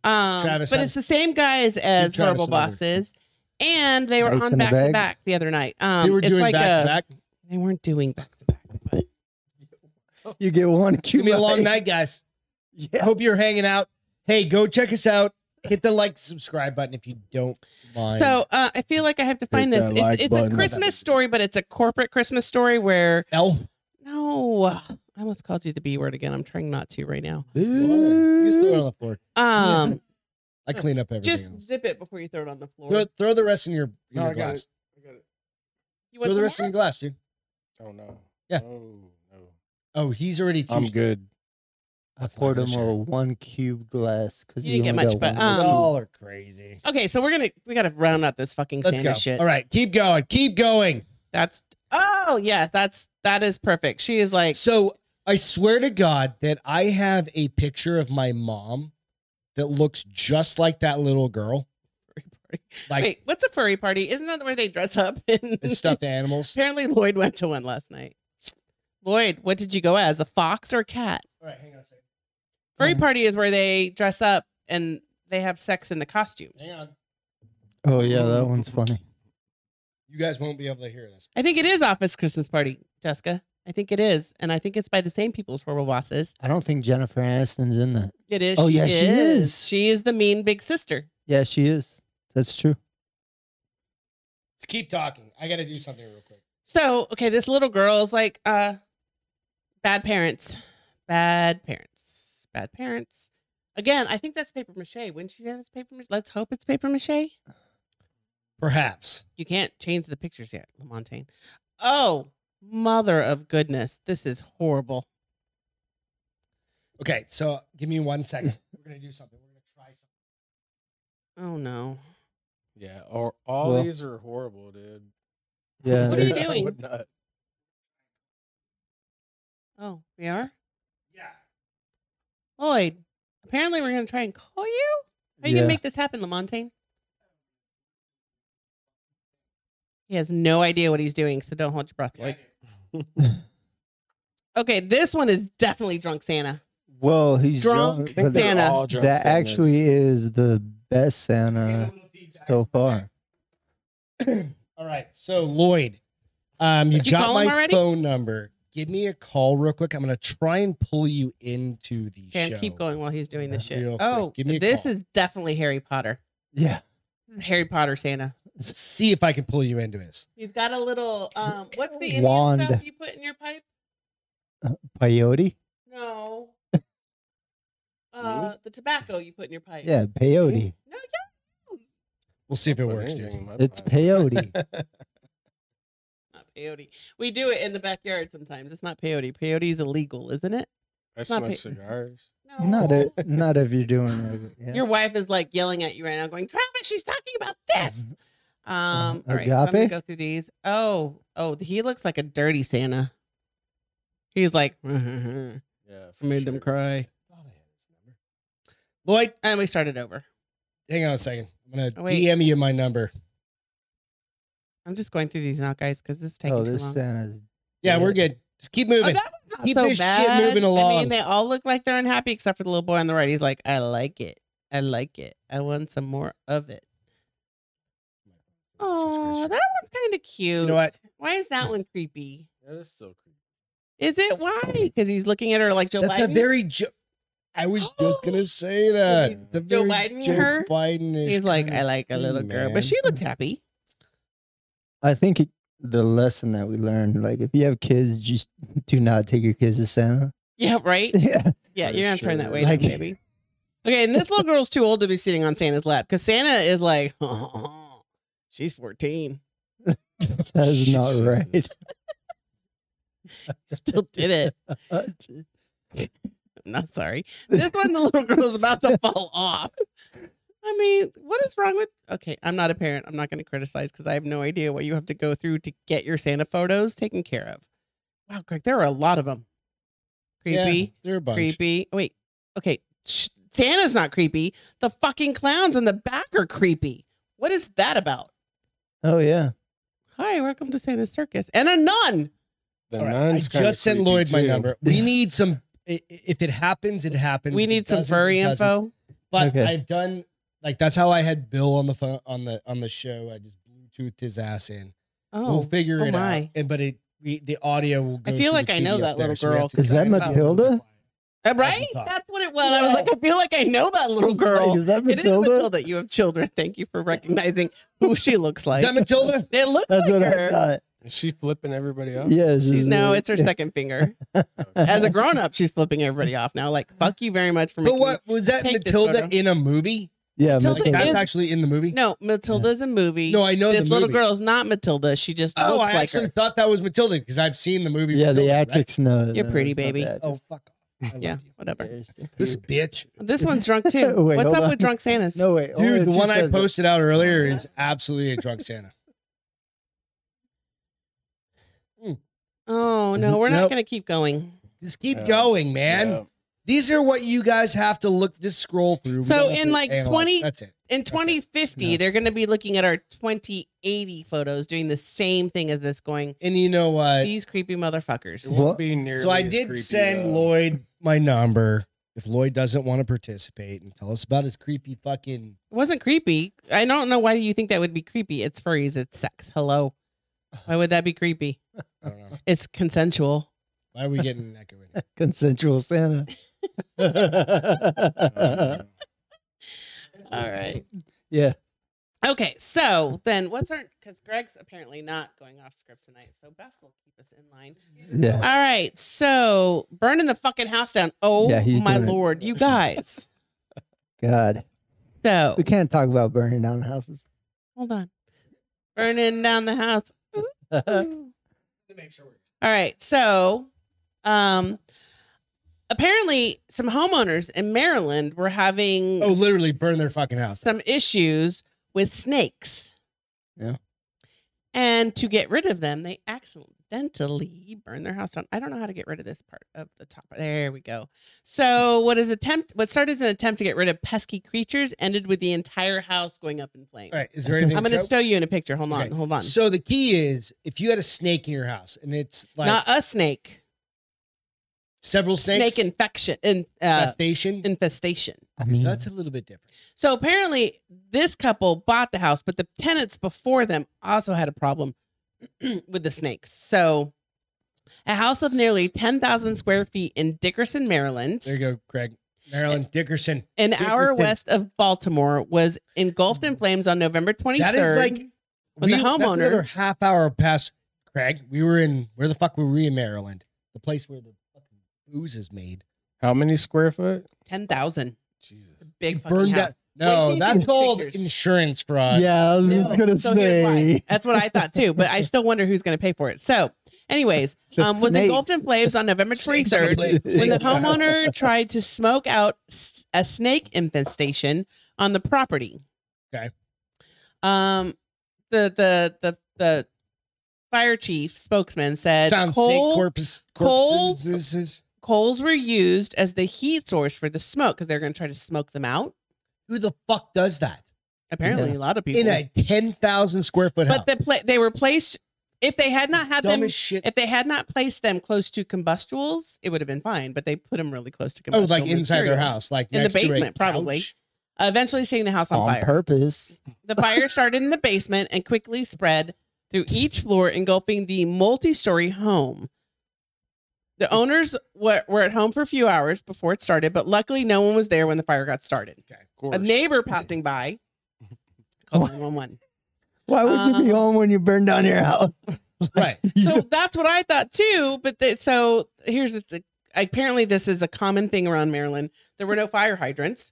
[SPEAKER 2] Um
[SPEAKER 1] Travis
[SPEAKER 2] but
[SPEAKER 1] has-
[SPEAKER 2] it's the same guys as
[SPEAKER 1] Travis
[SPEAKER 2] Horrible
[SPEAKER 1] another.
[SPEAKER 2] Bosses. And they were
[SPEAKER 3] Ice
[SPEAKER 2] on
[SPEAKER 3] in a
[SPEAKER 2] back to
[SPEAKER 3] bag?
[SPEAKER 2] back the other night. Um
[SPEAKER 1] They were
[SPEAKER 2] it's
[SPEAKER 1] doing
[SPEAKER 2] like
[SPEAKER 1] back
[SPEAKER 2] a-
[SPEAKER 1] to back.
[SPEAKER 2] They weren't doing back to back. but-
[SPEAKER 3] one. You get one.
[SPEAKER 1] Give me a long
[SPEAKER 3] QI.
[SPEAKER 1] night, guys. I
[SPEAKER 3] Yeah.
[SPEAKER 1] hope you're hanging out. Hey, go check us out. Hit the like, subscribe button if you don't mind.
[SPEAKER 2] So uh, I feel like I have to find this.
[SPEAKER 4] that
[SPEAKER 2] It's,
[SPEAKER 4] like
[SPEAKER 2] it's a
[SPEAKER 4] button.
[SPEAKER 2] Christmas story, but it's a corporate Christmas story where
[SPEAKER 1] Elf.
[SPEAKER 2] no, I almost called you the B word again. I'm trying not to right now.
[SPEAKER 1] You just throw it on the floor.
[SPEAKER 2] Um,
[SPEAKER 1] I clean up everything.
[SPEAKER 2] Mm. just
[SPEAKER 1] else.
[SPEAKER 2] zip it before you throw it on the floor.
[SPEAKER 1] Throw, throw the rest in your, in
[SPEAKER 4] No,
[SPEAKER 1] your
[SPEAKER 4] I got
[SPEAKER 1] glass.
[SPEAKER 4] it. I got it.
[SPEAKER 2] You want
[SPEAKER 1] Throw the
[SPEAKER 2] some
[SPEAKER 1] rest in
[SPEAKER 2] more?
[SPEAKER 1] your glass, dude.
[SPEAKER 4] Oh no.
[SPEAKER 1] Yeah.
[SPEAKER 4] Oh no.
[SPEAKER 1] Oh, he's already too.
[SPEAKER 4] I'm good.
[SPEAKER 3] I
[SPEAKER 1] That's not
[SPEAKER 3] poured
[SPEAKER 1] gonna
[SPEAKER 3] him
[SPEAKER 1] share.
[SPEAKER 3] a one cube glass because
[SPEAKER 2] You didn't get much, but, um,
[SPEAKER 1] Y'all are crazy.
[SPEAKER 2] Okay, so we're gonna we gotta round out this fucking
[SPEAKER 1] Let's
[SPEAKER 2] Santa
[SPEAKER 1] go.
[SPEAKER 2] shit.
[SPEAKER 1] All right, keep going. Keep going.
[SPEAKER 2] That's oh yeah, that's that is perfect. She is like
[SPEAKER 1] So I swear to God that I have a picture of my mom that looks just like that little girl. Like
[SPEAKER 2] wait, what's a furry party? Isn't that where they dress up and
[SPEAKER 1] it's stuffed animals.
[SPEAKER 2] Apparently Lloyd went to one last night. Lloyd, what did you go as? A fox or a cat?
[SPEAKER 1] All right, hang on a second.
[SPEAKER 2] Furry
[SPEAKER 3] Um,
[SPEAKER 2] party is where they dress up and they have sex in the costumes.
[SPEAKER 1] Hang on.
[SPEAKER 3] oh yeah, that one's funny.
[SPEAKER 1] You guys won't be able to hear this.
[SPEAKER 2] I think it is Office Christmas Party, Jessica. I think it is, and I think it's by the same people as Horrible Bosses.
[SPEAKER 3] I don't think Jennifer Aniston's in that.
[SPEAKER 2] It is.
[SPEAKER 3] Oh, yeah, she is.
[SPEAKER 2] She is the mean big sister.
[SPEAKER 3] Yeah, she is. That's true.
[SPEAKER 1] Let's keep talking. I got to do something real quick.
[SPEAKER 2] So okay, this little girl is like, uh, bad parents, bad parents, bad parents. Again, I think that's paper mache. When she said it's paper mache, let's hope it's paper mache.
[SPEAKER 1] Perhaps.
[SPEAKER 2] You can't change the pictures yet, Lamontagne. Oh, mother of goodness, this is horrible.
[SPEAKER 1] Okay, so give me one second. We're going to do something. We're going to try something.
[SPEAKER 2] Oh no.
[SPEAKER 4] Yeah. Or all
[SPEAKER 3] Well-
[SPEAKER 4] these are horrible, dude.
[SPEAKER 3] Yeah.
[SPEAKER 2] What are you
[SPEAKER 3] they're-
[SPEAKER 4] I
[SPEAKER 2] doing?
[SPEAKER 4] would not.
[SPEAKER 2] Oh, we are
[SPEAKER 1] Yeah.
[SPEAKER 2] Lloyd. Apparently, we're gonna try and call you. How are you
[SPEAKER 3] yeah.
[SPEAKER 2] gonna make this happen, Lamontagne? He has no idea what he's doing, so don't hold your breath, Lloyd.
[SPEAKER 1] Like,
[SPEAKER 2] Okay, this one is definitely drunk Santa.
[SPEAKER 3] well, he's
[SPEAKER 2] Drunk
[SPEAKER 3] drunk.
[SPEAKER 4] I think
[SPEAKER 3] but
[SPEAKER 4] they're
[SPEAKER 2] Santa.
[SPEAKER 4] all drunk
[SPEAKER 3] that
[SPEAKER 4] Santas.
[SPEAKER 3] uh, actually is the best Santa so far.
[SPEAKER 1] All All right. So Lloyd, um, you've
[SPEAKER 2] you
[SPEAKER 1] got
[SPEAKER 2] call him
[SPEAKER 1] my
[SPEAKER 2] already?
[SPEAKER 1] phone number. Give me a call real quick. I'm gonna try and pull you into the
[SPEAKER 2] Can't
[SPEAKER 1] show.
[SPEAKER 2] keep going while he's doing this
[SPEAKER 1] Yeah,
[SPEAKER 2] shit.
[SPEAKER 1] real quick.
[SPEAKER 2] Oh,
[SPEAKER 1] Give me a
[SPEAKER 2] this
[SPEAKER 1] call.
[SPEAKER 2] is definitely Harry Potter.
[SPEAKER 3] Yeah.
[SPEAKER 2] This is Harry Potter Santa.
[SPEAKER 1] See if I can pull you into this.
[SPEAKER 2] He's got a little um. What's the Indian
[SPEAKER 3] Wand.
[SPEAKER 2] stuff you put in your pipe?
[SPEAKER 3] Peyote?
[SPEAKER 2] No. Uh, the tobacco you put in your pipe.
[SPEAKER 3] Yeah, peyote.
[SPEAKER 2] No,
[SPEAKER 1] We'll see if it
[SPEAKER 4] Put
[SPEAKER 1] works,
[SPEAKER 4] anything
[SPEAKER 1] dude.
[SPEAKER 4] in my
[SPEAKER 3] It's
[SPEAKER 4] pipe.
[SPEAKER 3] peyote.
[SPEAKER 2] yeah, not peyote. We do it in the backyard sometimes. It's not peyote. Peyote is illegal, isn't it?
[SPEAKER 4] I
[SPEAKER 2] not
[SPEAKER 4] smoke
[SPEAKER 2] pe-
[SPEAKER 4] cigars.
[SPEAKER 2] No.
[SPEAKER 3] not a, not if you're doing it. Yeah.
[SPEAKER 2] Your wife is like yelling at you right now, going, Travis, she's talking about this.
[SPEAKER 3] Oh,
[SPEAKER 1] Mm-hmm. Uh-huh.
[SPEAKER 2] Um, all right, so I'm gonna
[SPEAKER 3] Agape?
[SPEAKER 2] go through these. Oh, oh, he looks like a dirty Santa. He's like, made
[SPEAKER 4] Yeah, for
[SPEAKER 2] them
[SPEAKER 4] sure.
[SPEAKER 2] cry.
[SPEAKER 4] I thought I had his number.
[SPEAKER 1] Lloyd,
[SPEAKER 2] And we started over.
[SPEAKER 1] hang on a second. I'm gonna
[SPEAKER 2] Oh, wait.
[SPEAKER 1] DM you my number.
[SPEAKER 2] I'm just going through these now, guys, because this is taking
[SPEAKER 3] oh,
[SPEAKER 2] too
[SPEAKER 3] this
[SPEAKER 2] long.
[SPEAKER 3] Santa's.
[SPEAKER 1] Yeah,
[SPEAKER 3] Yeah.
[SPEAKER 1] we're good. Just keep
[SPEAKER 2] Oh,
[SPEAKER 1] moving.
[SPEAKER 2] that was not
[SPEAKER 1] Keep
[SPEAKER 2] so
[SPEAKER 1] this shit
[SPEAKER 2] bad.
[SPEAKER 1] moving
[SPEAKER 2] I
[SPEAKER 1] along.
[SPEAKER 2] mean, they all look like they're unhappy except for the little boy on the right. He's like, I like it. I like it. I want some more of it. Oh, that
[SPEAKER 4] Subscription.
[SPEAKER 2] one's kind of cute.
[SPEAKER 1] what?
[SPEAKER 2] Why is that one creepy?
[SPEAKER 4] that is so creepy.
[SPEAKER 2] Is it why? Because he's looking at her like Joe
[SPEAKER 1] That's a
[SPEAKER 2] Biden.
[SPEAKER 1] very. Jo- I was just gonna say that. The
[SPEAKER 2] Joe
[SPEAKER 1] very
[SPEAKER 2] Biden
[SPEAKER 1] Joe
[SPEAKER 2] her?
[SPEAKER 1] Biden-ish
[SPEAKER 2] He's like,
[SPEAKER 1] kind
[SPEAKER 2] I
[SPEAKER 1] of
[SPEAKER 2] like a
[SPEAKER 1] thing,
[SPEAKER 2] little girl,
[SPEAKER 1] man.
[SPEAKER 2] but she looked happy.
[SPEAKER 3] I think it, the lesson that we learned, like, if you have kids, just do not take your kids to Santa.
[SPEAKER 2] Yeah, right.
[SPEAKER 3] Yeah.
[SPEAKER 2] Yeah,
[SPEAKER 4] For
[SPEAKER 2] you're gonna turn that
[SPEAKER 4] sure.
[SPEAKER 2] way, down,
[SPEAKER 3] Like-
[SPEAKER 2] baby. Okay, and this little girl's too old to be sitting on Santa's lap because Santa is like, she's 14.
[SPEAKER 3] That is not right.
[SPEAKER 2] Still did it. I'm not sorry. This one, the little girl's about to fall off. I mean, what is wrong with? Okay, I'm not a parent. I'm not going to criticize because I have no idea what you have to go through to get your Santa photos taken care of. Wow, Greg, there are a lot of them.
[SPEAKER 1] Yeah,
[SPEAKER 2] Creepy,
[SPEAKER 1] they're a bunch.
[SPEAKER 2] creepy. Oh, wait, okay, sh- Santa's not creepy. The fucking clowns in the back are creepy. What is that about?
[SPEAKER 3] oh, yeah.
[SPEAKER 2] Hi, welcome to Santa's circus and a nun.
[SPEAKER 4] The
[SPEAKER 1] All right, I
[SPEAKER 4] nun's kinda
[SPEAKER 1] just sent
[SPEAKER 4] creepy,
[SPEAKER 1] Lloyd my
[SPEAKER 4] too.
[SPEAKER 1] number. We
[SPEAKER 3] Yeah.
[SPEAKER 1] need some. i- i- If it happens, it happens.
[SPEAKER 2] We
[SPEAKER 1] If
[SPEAKER 2] need
[SPEAKER 1] it
[SPEAKER 2] some
[SPEAKER 1] doesn't, it
[SPEAKER 2] furry
[SPEAKER 1] doesn't.
[SPEAKER 2] info.
[SPEAKER 1] But
[SPEAKER 3] Okay.
[SPEAKER 1] I've done like that's how I had Bill on the phone on the on the show. I just Bluetoothed his ass in. we'll
[SPEAKER 2] Oh,
[SPEAKER 1] figure
[SPEAKER 2] oh
[SPEAKER 1] it out.
[SPEAKER 2] my.
[SPEAKER 1] And but it we, the audio will. Go
[SPEAKER 2] I feel
[SPEAKER 1] through
[SPEAKER 2] like
[SPEAKER 1] the
[SPEAKER 2] I know
[SPEAKER 1] TV
[SPEAKER 2] that
[SPEAKER 1] up
[SPEAKER 2] little
[SPEAKER 1] there, we
[SPEAKER 2] girl.
[SPEAKER 1] have to
[SPEAKER 3] Is that
[SPEAKER 1] kinda keep it
[SPEAKER 3] Matilda?
[SPEAKER 1] quiet.
[SPEAKER 2] Uh, right?
[SPEAKER 1] Matilda.
[SPEAKER 2] That's what it was. I was like, I feel like I know that little girl.
[SPEAKER 3] Is that
[SPEAKER 2] It is
[SPEAKER 3] Matilda?
[SPEAKER 2] Matilda. You have children. Thank you for recognizing who she looks
[SPEAKER 1] Is
[SPEAKER 2] like.
[SPEAKER 1] that Matilda?
[SPEAKER 2] It looks
[SPEAKER 3] That's
[SPEAKER 2] like
[SPEAKER 3] what I
[SPEAKER 2] her.
[SPEAKER 3] thought. Mm-hmm.
[SPEAKER 4] Is she flipping everybody off?
[SPEAKER 3] Yeah.
[SPEAKER 2] She-
[SPEAKER 3] she's-
[SPEAKER 2] no, it's her second finger. As a grown up, she's flipping everybody off now. Like, fuck you very much for
[SPEAKER 1] But
[SPEAKER 2] making.
[SPEAKER 1] what was that
[SPEAKER 2] Take this
[SPEAKER 1] Matilda
[SPEAKER 2] photo.
[SPEAKER 1] in a movie?
[SPEAKER 3] Yeah,
[SPEAKER 2] Matilda
[SPEAKER 1] Like that's
[SPEAKER 2] is-
[SPEAKER 1] actually in the movie.
[SPEAKER 2] No, Matilda's a movie.
[SPEAKER 1] No, I know
[SPEAKER 2] this
[SPEAKER 1] the
[SPEAKER 2] little
[SPEAKER 1] movie.
[SPEAKER 2] girl is not Matilda. She just
[SPEAKER 1] Oh, I
[SPEAKER 2] looks like
[SPEAKER 1] actually
[SPEAKER 2] her.
[SPEAKER 1] thought that was Matilda because I've seen the movie.
[SPEAKER 3] Yeah, the
[SPEAKER 1] Matilda, right?
[SPEAKER 3] actrix knows.
[SPEAKER 2] You're pretty, baby.
[SPEAKER 1] Oh fuck! off. I love
[SPEAKER 2] Yeah,
[SPEAKER 1] you.
[SPEAKER 2] whatever.
[SPEAKER 1] This bitch.
[SPEAKER 2] This one's drunk too.
[SPEAKER 3] Wait,
[SPEAKER 2] What's
[SPEAKER 3] hold
[SPEAKER 2] up
[SPEAKER 3] on.
[SPEAKER 2] with drunk Santas?
[SPEAKER 3] No way.
[SPEAKER 4] Oh,
[SPEAKER 1] Dude, the one I posted out earlier is absolutely a drunk Santa.
[SPEAKER 2] Oh no,
[SPEAKER 1] Nope.
[SPEAKER 2] we're not gonna keep going.
[SPEAKER 1] Just keep
[SPEAKER 4] Yeah.
[SPEAKER 1] going, man.
[SPEAKER 4] Yeah.
[SPEAKER 1] These are what you guys have to look this scroll through. We
[SPEAKER 2] So
[SPEAKER 1] don't have
[SPEAKER 2] in
[SPEAKER 1] to
[SPEAKER 2] like
[SPEAKER 1] analyze.
[SPEAKER 2] 20
[SPEAKER 1] that's it.
[SPEAKER 2] in
[SPEAKER 1] it.
[SPEAKER 2] 2050
[SPEAKER 3] No.
[SPEAKER 2] they're going to be looking at our 2080 photos doing the same thing as this going
[SPEAKER 1] And you know what?
[SPEAKER 2] these creepy
[SPEAKER 4] It
[SPEAKER 2] motherfuckers
[SPEAKER 3] What?
[SPEAKER 4] won't be nearly
[SPEAKER 1] So I
[SPEAKER 4] as
[SPEAKER 1] did
[SPEAKER 4] creepy,
[SPEAKER 1] send
[SPEAKER 4] though.
[SPEAKER 1] Lloyd my number. If Lloyd doesn't want to participate and tell us about his creepy fucking
[SPEAKER 2] it wasn't creepy i don't know why you think that would be creepy it's furries it's sex hello why would that be creepy
[SPEAKER 1] I don't know.
[SPEAKER 2] it's consensual
[SPEAKER 1] Why are we getting an echo in here?
[SPEAKER 3] Consensual Santa.
[SPEAKER 4] Uh,
[SPEAKER 2] all right
[SPEAKER 3] yeah.
[SPEAKER 2] okay so then what's our because greg's apparently not going off script tonight so beth will keep us in line
[SPEAKER 3] Yeah.
[SPEAKER 2] all right so burning the fucking house down oh
[SPEAKER 3] Yeah, he's
[SPEAKER 2] my
[SPEAKER 3] doing it.
[SPEAKER 2] lord you guys
[SPEAKER 3] God.
[SPEAKER 2] so
[SPEAKER 3] We can't talk about burning down houses.
[SPEAKER 2] hold on burning down the house
[SPEAKER 1] To make sure.
[SPEAKER 2] All right. So, um, apparently, some homeowners in Maryland were having
[SPEAKER 1] Oh, literally burn their fucking house.
[SPEAKER 2] some issues with snakes.
[SPEAKER 3] Yeah.
[SPEAKER 2] And to get rid of them, they accidentally burned their house down. I don't know how to get rid of this part of the top. There we go. So, what is attempt? What started as an attempt to get rid of pesky creatures ended with the entire house going up in flames.
[SPEAKER 1] All right, is there anything?
[SPEAKER 2] I'm going
[SPEAKER 1] Joe?
[SPEAKER 2] to show you in a picture. Hold on.
[SPEAKER 1] Okay,
[SPEAKER 2] Hold on.
[SPEAKER 1] So the key is if you had a snake in your house and it's like
[SPEAKER 2] Not a snake.
[SPEAKER 1] several snakes,
[SPEAKER 2] Snake infection. In, uh,
[SPEAKER 1] infestation,
[SPEAKER 2] infestation.
[SPEAKER 3] I
[SPEAKER 1] Because
[SPEAKER 3] mean,
[SPEAKER 1] that's a little bit different.
[SPEAKER 2] So apparently, this couple bought the house, but the tenants before them also had a problem with the snakes. So, a house of nearly 10,000 square feet in Dickerson, Maryland,
[SPEAKER 1] There you go, Greg. Marilyn Dickerson.
[SPEAKER 2] an hour
[SPEAKER 3] Dickerson.
[SPEAKER 2] west of Baltimore, was engulfed in flames on November 23rd.
[SPEAKER 1] Mm. That is like
[SPEAKER 2] when the
[SPEAKER 1] that's
[SPEAKER 2] homeowner-
[SPEAKER 1] another half hour past Craig. We were in where the fuck were we in Maryland? The place where the fucking booze is made.
[SPEAKER 4] How many square foot?
[SPEAKER 2] 10,000.
[SPEAKER 4] Jesus.
[SPEAKER 2] Big fucking
[SPEAKER 1] Burned
[SPEAKER 2] house.
[SPEAKER 1] out. No,
[SPEAKER 2] Wait till you see
[SPEAKER 1] that's
[SPEAKER 2] the
[SPEAKER 1] called
[SPEAKER 2] pictures.
[SPEAKER 1] insurance fraud.
[SPEAKER 3] yeah, I was
[SPEAKER 2] No.
[SPEAKER 3] just gonna
[SPEAKER 2] So here's why.
[SPEAKER 3] say
[SPEAKER 2] That's what I thought too, but I still wonder who's going to pay for it. So, anyways,
[SPEAKER 3] the
[SPEAKER 2] um, was engulfed in
[SPEAKER 3] snakes.
[SPEAKER 2] flames on November
[SPEAKER 1] Snakes on the
[SPEAKER 2] 23rd.
[SPEAKER 1] plate.
[SPEAKER 2] when
[SPEAKER 3] When
[SPEAKER 2] the
[SPEAKER 1] Snakes on house.
[SPEAKER 2] homeowner tried to smoke out s- a snake infestation on the property.
[SPEAKER 1] Okay.
[SPEAKER 2] Um, the the the the fire chief spokesman said
[SPEAKER 1] found
[SPEAKER 2] coal,
[SPEAKER 1] snake corpus,
[SPEAKER 2] coal-
[SPEAKER 1] corpses. This is-
[SPEAKER 2] coals were used as the heat source for the smoke because they're going to try to smoke them out.
[SPEAKER 1] Who the fuck does that
[SPEAKER 2] Apparently,
[SPEAKER 3] Yeah.
[SPEAKER 2] a lot of people.
[SPEAKER 1] in a ten thousand square foot house?
[SPEAKER 2] but the pla- they were placed if they had not had
[SPEAKER 1] dumb
[SPEAKER 2] them
[SPEAKER 1] as shit.
[SPEAKER 2] if they had not placed them close to combustibles, it would have been fine. But they put them really close to
[SPEAKER 1] Oh,
[SPEAKER 2] combustible.
[SPEAKER 1] like inside their
[SPEAKER 2] material.
[SPEAKER 1] house, like
[SPEAKER 2] In the
[SPEAKER 1] next to a
[SPEAKER 2] basement, probably.
[SPEAKER 1] couch?
[SPEAKER 2] Eventually, setting the house on,
[SPEAKER 3] on
[SPEAKER 2] fire.
[SPEAKER 3] purpose.
[SPEAKER 2] The fire started in the basement and quickly spread through each floor, engulfing the multi story home. The owners were, were at home for a few hours before it started, but luckily no one was there when the fire got started.
[SPEAKER 1] Okay.
[SPEAKER 4] Of course.
[SPEAKER 2] A neighbor popping by called 911.
[SPEAKER 3] Why would you be
[SPEAKER 2] Um,
[SPEAKER 3] home when you burn down your house?
[SPEAKER 1] Right.
[SPEAKER 2] So that's what I thought too. But the, so here's the thing. Apparently, this is a common thing around Maryland. There were no fire hydrants,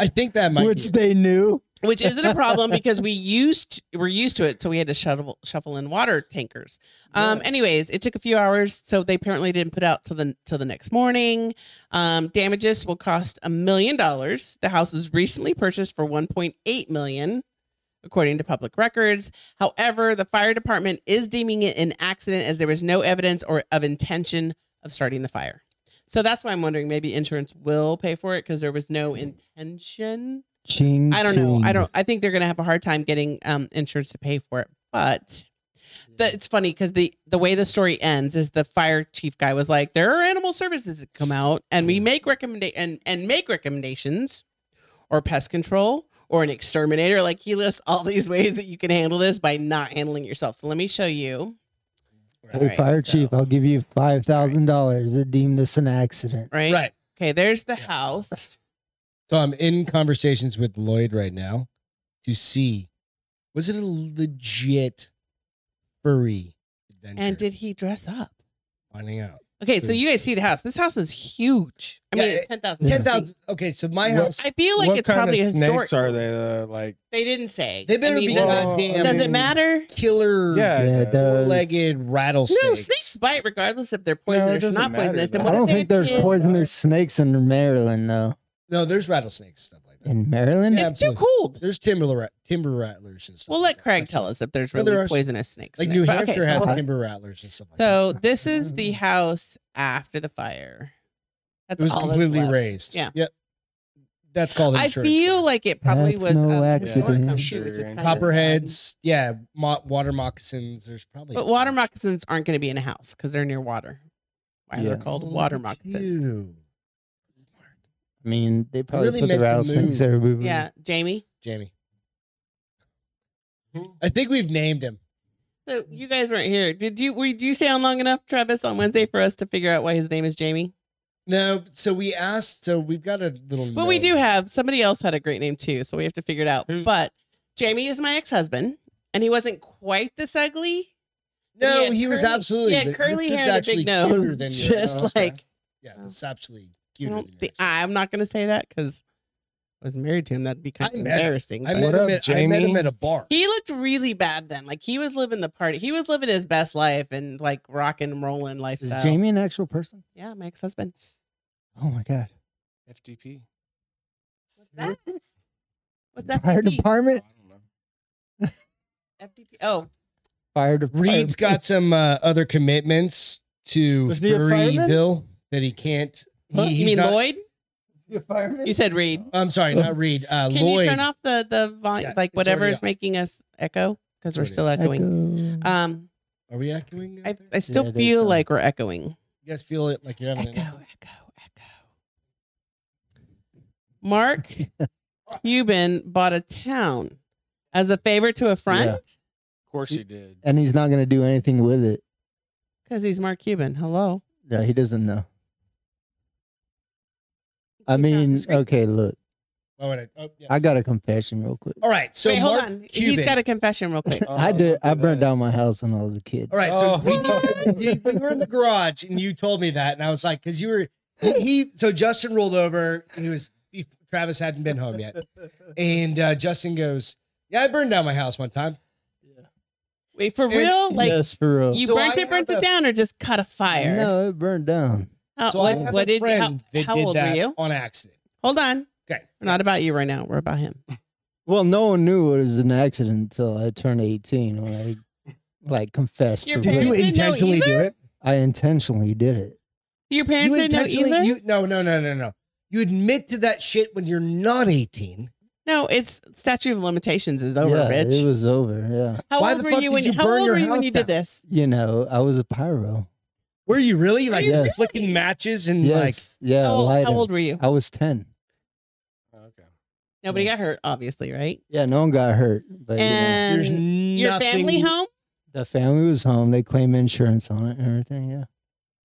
[SPEAKER 1] I think that might
[SPEAKER 3] Which
[SPEAKER 1] be.
[SPEAKER 3] they knew.
[SPEAKER 2] which isn't a problem because we used we're used to it. So we had to shovel shuffle in water tankers. Um, anyways, it took a few hours, so they apparently didn't put out till the till the next morning. Um, damages will cost a million dollars. The house was recently purchased for 1.8 million, according to public records. However, the fire department is deeming it an accident as there was no evidence or of intention of starting the fire. So that's why I'm wondering maybe insurance will pay for it because there was no intention.
[SPEAKER 3] Ching,
[SPEAKER 2] I don't know. I
[SPEAKER 3] ching.
[SPEAKER 2] don't. I think they're gonna have a hard time getting um, insurance to pay for it. But the, it's funny because the the way the story ends is the fire chief guy was like, "There are animal services that come out, and we make recommenda- and and make recommendations, or pest control, or an exterminator. Like he lists all these ways that you can handle this by not handling it yourself. So let me show you.
[SPEAKER 3] Hey,
[SPEAKER 2] Right,
[SPEAKER 3] fire
[SPEAKER 2] so-
[SPEAKER 3] chief, I'll give you five thousand dollars. It deemed this an accident.
[SPEAKER 2] Right?
[SPEAKER 1] Right.
[SPEAKER 2] Okay. There's the
[SPEAKER 1] Yeah.
[SPEAKER 2] house.
[SPEAKER 1] So I'm in conversations with Lloyd right now to see was it a legit furry adventure?
[SPEAKER 2] And did he dress up?
[SPEAKER 1] finding out
[SPEAKER 2] Okay. So
[SPEAKER 1] So-
[SPEAKER 2] you guys see the house. This house is huge. I mean,
[SPEAKER 1] Yeah,
[SPEAKER 2] it's ten thousand.
[SPEAKER 3] Yeah.
[SPEAKER 1] ten thousand. Okay, so my
[SPEAKER 4] What-
[SPEAKER 1] house.
[SPEAKER 2] I feel like
[SPEAKER 4] what
[SPEAKER 2] it's
[SPEAKER 4] kind
[SPEAKER 2] probably
[SPEAKER 4] of
[SPEAKER 2] a
[SPEAKER 4] snakes
[SPEAKER 2] historic.
[SPEAKER 4] are they? Uh, like,
[SPEAKER 2] They didn't say.
[SPEAKER 1] They better
[SPEAKER 2] I mean,
[SPEAKER 1] be
[SPEAKER 2] does,
[SPEAKER 4] Well,
[SPEAKER 1] goddamn
[SPEAKER 2] does
[SPEAKER 4] I
[SPEAKER 2] it
[SPEAKER 4] mean,
[SPEAKER 2] matter?
[SPEAKER 1] killer,
[SPEAKER 4] yeah,
[SPEAKER 3] Yeah, it does.
[SPEAKER 1] legged rattlesnakes.
[SPEAKER 2] No, snakes bite regardless if they're poisonous or
[SPEAKER 4] doesn't
[SPEAKER 2] not
[SPEAKER 4] matter,
[SPEAKER 2] poisonous.
[SPEAKER 4] though.
[SPEAKER 2] And
[SPEAKER 3] I
[SPEAKER 2] what
[SPEAKER 3] don't
[SPEAKER 2] if
[SPEAKER 3] think
[SPEAKER 2] they're
[SPEAKER 3] there's
[SPEAKER 2] kids?
[SPEAKER 3] poisonous snakes in Maryland though.
[SPEAKER 1] No, there's rattlesnakes stuff like that.
[SPEAKER 3] In Maryland,
[SPEAKER 1] Yeah.
[SPEAKER 2] It's too
[SPEAKER 1] Absolutely.
[SPEAKER 2] cold.
[SPEAKER 1] There's timber rat, timber rattlers and stuff.
[SPEAKER 2] We'll let
[SPEAKER 1] like that.
[SPEAKER 2] Craig
[SPEAKER 1] That's-
[SPEAKER 2] tell us if there's
[SPEAKER 1] No,
[SPEAKER 2] really
[SPEAKER 1] there are-
[SPEAKER 2] poisonous snakes.
[SPEAKER 1] Like
[SPEAKER 2] in
[SPEAKER 1] New
[SPEAKER 2] there. But,
[SPEAKER 1] Hampshire
[SPEAKER 2] okay,
[SPEAKER 1] has
[SPEAKER 2] so-
[SPEAKER 3] well-
[SPEAKER 1] timber rattlers and stuff like that.
[SPEAKER 2] So this is the house after the fire. That's
[SPEAKER 1] It was
[SPEAKER 2] all that's
[SPEAKER 1] completely
[SPEAKER 2] left.
[SPEAKER 1] raised.
[SPEAKER 2] Yeah.
[SPEAKER 1] Yep. That's called
[SPEAKER 2] I
[SPEAKER 1] insurance.
[SPEAKER 2] feel
[SPEAKER 1] fraud.
[SPEAKER 2] like it probably
[SPEAKER 3] That's
[SPEAKER 2] was
[SPEAKER 3] no
[SPEAKER 2] um,
[SPEAKER 3] accident.
[SPEAKER 2] historic
[SPEAKER 3] Yeah,
[SPEAKER 2] home shoot, which is
[SPEAKER 4] sure.
[SPEAKER 2] kind of sad.
[SPEAKER 1] copperheads. Yeah, mo- water moccasins. There's probably
[SPEAKER 2] But
[SPEAKER 1] a
[SPEAKER 2] water
[SPEAKER 1] bunch.
[SPEAKER 2] moccasins aren't going to be in a house because they're near water. Why
[SPEAKER 3] Yeah.
[SPEAKER 2] they're called water
[SPEAKER 1] Oh, Look at
[SPEAKER 2] moccasins?
[SPEAKER 1] you,
[SPEAKER 3] I mean, they probably
[SPEAKER 1] really
[SPEAKER 3] put
[SPEAKER 1] meant
[SPEAKER 3] the
[SPEAKER 1] to move.
[SPEAKER 3] rattlesnakes everywhere.
[SPEAKER 2] Yeah, Jamie.
[SPEAKER 1] Jamie. I think we've named him.
[SPEAKER 2] So
[SPEAKER 1] Mm.
[SPEAKER 2] you guys weren't here. Did you? Were did you stay on long enough, Travis, on Wednesday for us to figure out why his name is Jamie?
[SPEAKER 1] No, so we asked. So we've got a little.
[SPEAKER 2] But we
[SPEAKER 1] note.
[SPEAKER 2] do have somebody else had a great name too, so we have to figure it out.
[SPEAKER 4] Who-
[SPEAKER 2] But Jamie is my ex-husband, and he wasn't quite this ugly.
[SPEAKER 1] No,
[SPEAKER 2] he
[SPEAKER 1] he,
[SPEAKER 2] had
[SPEAKER 1] was
[SPEAKER 2] curly-
[SPEAKER 1] absolutely.
[SPEAKER 2] he had
[SPEAKER 1] but this
[SPEAKER 2] curly
[SPEAKER 1] is
[SPEAKER 2] hair and a
[SPEAKER 1] actually
[SPEAKER 2] big nose,
[SPEAKER 1] cuter than yours.
[SPEAKER 2] just
[SPEAKER 1] Okay.
[SPEAKER 2] like-
[SPEAKER 1] Yeah,
[SPEAKER 2] Oh.
[SPEAKER 1] this is absolutely
[SPEAKER 2] I
[SPEAKER 1] cuter than
[SPEAKER 2] don't
[SPEAKER 1] yours.
[SPEAKER 2] thi- I'm not going to say that because I was married to him. That'd be kind
[SPEAKER 1] I
[SPEAKER 2] of
[SPEAKER 1] met-
[SPEAKER 2] embarrassing.
[SPEAKER 1] I
[SPEAKER 2] but-
[SPEAKER 1] met,
[SPEAKER 4] What
[SPEAKER 1] him
[SPEAKER 4] up,
[SPEAKER 1] at, I met him
[SPEAKER 4] Jamie?
[SPEAKER 1] at a bar.
[SPEAKER 2] he looked really bad then. Like he was living the party. He was living his best life and like rocking and rolling
[SPEAKER 3] Is
[SPEAKER 2] lifestyle.
[SPEAKER 3] Jamie an actual person?
[SPEAKER 2] Yeah, my ex-husband.
[SPEAKER 3] Oh my god!
[SPEAKER 4] FTP.
[SPEAKER 2] What's that? What's that?
[SPEAKER 3] Fire
[SPEAKER 2] FDP?
[SPEAKER 3] department.
[SPEAKER 4] Oh, I don't know.
[SPEAKER 2] FDP. Oh,
[SPEAKER 3] Fire department.
[SPEAKER 1] Reed's got some uh, other commitments to
[SPEAKER 3] Was he a fireman?
[SPEAKER 1] Furryville that he can't. He,
[SPEAKER 3] Huh? You
[SPEAKER 2] you
[SPEAKER 1] he's
[SPEAKER 2] mean
[SPEAKER 1] not-
[SPEAKER 2] Lloyd?
[SPEAKER 3] a fireman.
[SPEAKER 2] You said Reed.
[SPEAKER 1] I'm sorry, not Reed. Uh,
[SPEAKER 2] Can
[SPEAKER 1] Lloyd.
[SPEAKER 2] you turn off the the volume,
[SPEAKER 1] Yeah,
[SPEAKER 2] like
[SPEAKER 1] it's
[SPEAKER 2] whatever
[SPEAKER 1] already
[SPEAKER 2] is
[SPEAKER 1] off.
[SPEAKER 2] making us echo because we're
[SPEAKER 1] already Mm-hmm.
[SPEAKER 2] still echoing. Um,
[SPEAKER 1] Are we echoing?
[SPEAKER 2] I,
[SPEAKER 1] out there?
[SPEAKER 2] I still
[SPEAKER 3] Yeah, it is,
[SPEAKER 2] feel
[SPEAKER 3] uh,
[SPEAKER 2] like we're echoing.
[SPEAKER 1] you guys feel it like you're having
[SPEAKER 2] Echo,
[SPEAKER 1] an
[SPEAKER 2] echo,
[SPEAKER 1] echo?
[SPEAKER 2] echo. Mark Cuban bought a town as a favor to a friend
[SPEAKER 4] Of course he did.
[SPEAKER 3] and he's not gonna do anything with it.
[SPEAKER 2] because he's Mark Cuban. Hello.
[SPEAKER 3] Yeah, he doesn't know.
[SPEAKER 2] Keep it
[SPEAKER 3] I
[SPEAKER 2] on the
[SPEAKER 3] mean,
[SPEAKER 2] screen.
[SPEAKER 3] okay, look,
[SPEAKER 1] Oh, and I- oh, yeah.
[SPEAKER 3] I got a confession real quick.
[SPEAKER 1] All right. So
[SPEAKER 2] Wait,
[SPEAKER 1] Mark
[SPEAKER 2] hold on.
[SPEAKER 1] Cuban.
[SPEAKER 2] He's got a confession real quick.
[SPEAKER 3] I
[SPEAKER 4] Oh,
[SPEAKER 3] did.
[SPEAKER 4] don't do
[SPEAKER 3] I burned
[SPEAKER 4] that.
[SPEAKER 3] down my house when I was a kid.
[SPEAKER 1] All right. So
[SPEAKER 4] Oh.
[SPEAKER 1] we, we were in the garage and you told me that. And I was like, because you were, he, he- so Justin rolled over. and He was, he- Travis hadn't been home yet. And uh, Justin goes, Yeah, I burned down my house one time.
[SPEAKER 2] Wait, for
[SPEAKER 1] Dude,
[SPEAKER 2] real? Like
[SPEAKER 3] yes, for real.
[SPEAKER 2] you
[SPEAKER 1] So
[SPEAKER 2] burnt
[SPEAKER 1] I
[SPEAKER 2] it, burnt
[SPEAKER 1] have
[SPEAKER 2] it
[SPEAKER 1] a-
[SPEAKER 2] down, or just caught a fire?
[SPEAKER 3] No, it burned down.
[SPEAKER 2] How,
[SPEAKER 1] so I
[SPEAKER 2] Uh, what,
[SPEAKER 1] have
[SPEAKER 2] what
[SPEAKER 1] a
[SPEAKER 2] did
[SPEAKER 1] friend
[SPEAKER 2] you?
[SPEAKER 1] that
[SPEAKER 2] How, how
[SPEAKER 1] did
[SPEAKER 2] old
[SPEAKER 1] that
[SPEAKER 2] were you?
[SPEAKER 1] on accident.
[SPEAKER 2] Hold on.
[SPEAKER 1] Okay.
[SPEAKER 2] We're not about you right now. We're about him.
[SPEAKER 3] Well, no one knew it was an accident until I turned 18 when I like confessed.
[SPEAKER 2] Your
[SPEAKER 3] for
[SPEAKER 2] parents-
[SPEAKER 3] real.
[SPEAKER 2] didn't know either?
[SPEAKER 1] it?
[SPEAKER 3] I intentionally did it.
[SPEAKER 2] Your parents
[SPEAKER 1] you
[SPEAKER 2] didn't know
[SPEAKER 1] intentionally,
[SPEAKER 2] either.
[SPEAKER 1] you, no, no, no, no, no. You admit to that shit when you're not 18.
[SPEAKER 2] no, it's statute of limitations is over,
[SPEAKER 3] yeah,
[SPEAKER 2] bitch.
[SPEAKER 3] It was over. Yeah.
[SPEAKER 2] how
[SPEAKER 1] Why
[SPEAKER 2] old
[SPEAKER 1] the
[SPEAKER 2] were
[SPEAKER 1] fuck
[SPEAKER 2] you
[SPEAKER 1] did
[SPEAKER 2] when
[SPEAKER 1] you
[SPEAKER 2] you? How
[SPEAKER 1] burn
[SPEAKER 2] old
[SPEAKER 1] your
[SPEAKER 2] were you when you
[SPEAKER 1] house
[SPEAKER 2] did
[SPEAKER 1] down?
[SPEAKER 2] this?
[SPEAKER 3] You know, I was a pyro.
[SPEAKER 1] Were you really like
[SPEAKER 3] Yes.
[SPEAKER 1] flicking matches and like, oh,
[SPEAKER 3] Yes. yeah.
[SPEAKER 2] how, old-
[SPEAKER 3] lighter.
[SPEAKER 2] Oh, how old were you?
[SPEAKER 3] I was 10.
[SPEAKER 4] Oh, okay.
[SPEAKER 2] Nobody got hurt, obviously, right?
[SPEAKER 3] Yeah. No one got hurt. But you know,
[SPEAKER 2] And
[SPEAKER 1] there's nothing.
[SPEAKER 2] your family home?
[SPEAKER 3] the family was home. They claimed insurance on it and everything. Yeah.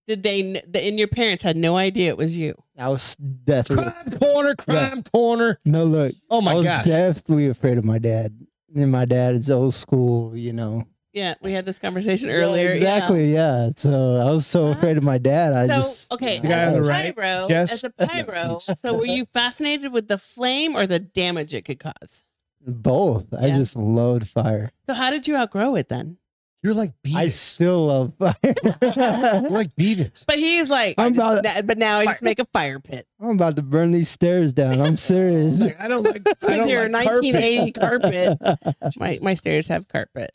[SPEAKER 2] Did they? kn- the- And your parents had no idea it was you.
[SPEAKER 3] I was deathly.
[SPEAKER 1] Crime corner, crime corner.
[SPEAKER 3] no, look.
[SPEAKER 1] Oh
[SPEAKER 3] I
[SPEAKER 1] my
[SPEAKER 3] was
[SPEAKER 1] gosh.
[SPEAKER 3] deathly afraid of my dad. And my dad is old school, you know.
[SPEAKER 2] Yeah, we had this conversation
[SPEAKER 3] Yeah,
[SPEAKER 2] earlier. yeah.
[SPEAKER 3] exactly. Yeah. So I was so
[SPEAKER 2] Wow.
[SPEAKER 3] afraid of my dad. I
[SPEAKER 2] so
[SPEAKER 3] just
[SPEAKER 2] okay,
[SPEAKER 4] The guy
[SPEAKER 2] as
[SPEAKER 4] on
[SPEAKER 2] a
[SPEAKER 4] the right,
[SPEAKER 2] pyro,
[SPEAKER 4] yes?
[SPEAKER 2] as a pyro. so were you fascinated with the flame or the damage it could cause?
[SPEAKER 3] Both. I
[SPEAKER 2] Yeah.
[SPEAKER 3] just loved fire.
[SPEAKER 2] So how did you outgrow it then?
[SPEAKER 1] You're like
[SPEAKER 3] I
[SPEAKER 1] Beavis.
[SPEAKER 3] still love fire.
[SPEAKER 1] You're like Beavis.
[SPEAKER 2] But he's like,
[SPEAKER 3] I'm
[SPEAKER 2] I just-
[SPEAKER 3] about-
[SPEAKER 2] na- but now I just make a fire pit.
[SPEAKER 3] I'm about to burn these stairs down. I'm serious.
[SPEAKER 1] Like, I don't like. I
[SPEAKER 2] With
[SPEAKER 1] don't
[SPEAKER 2] your
[SPEAKER 1] like carpet.
[SPEAKER 2] 1980 carpet. My my stairs have carpet.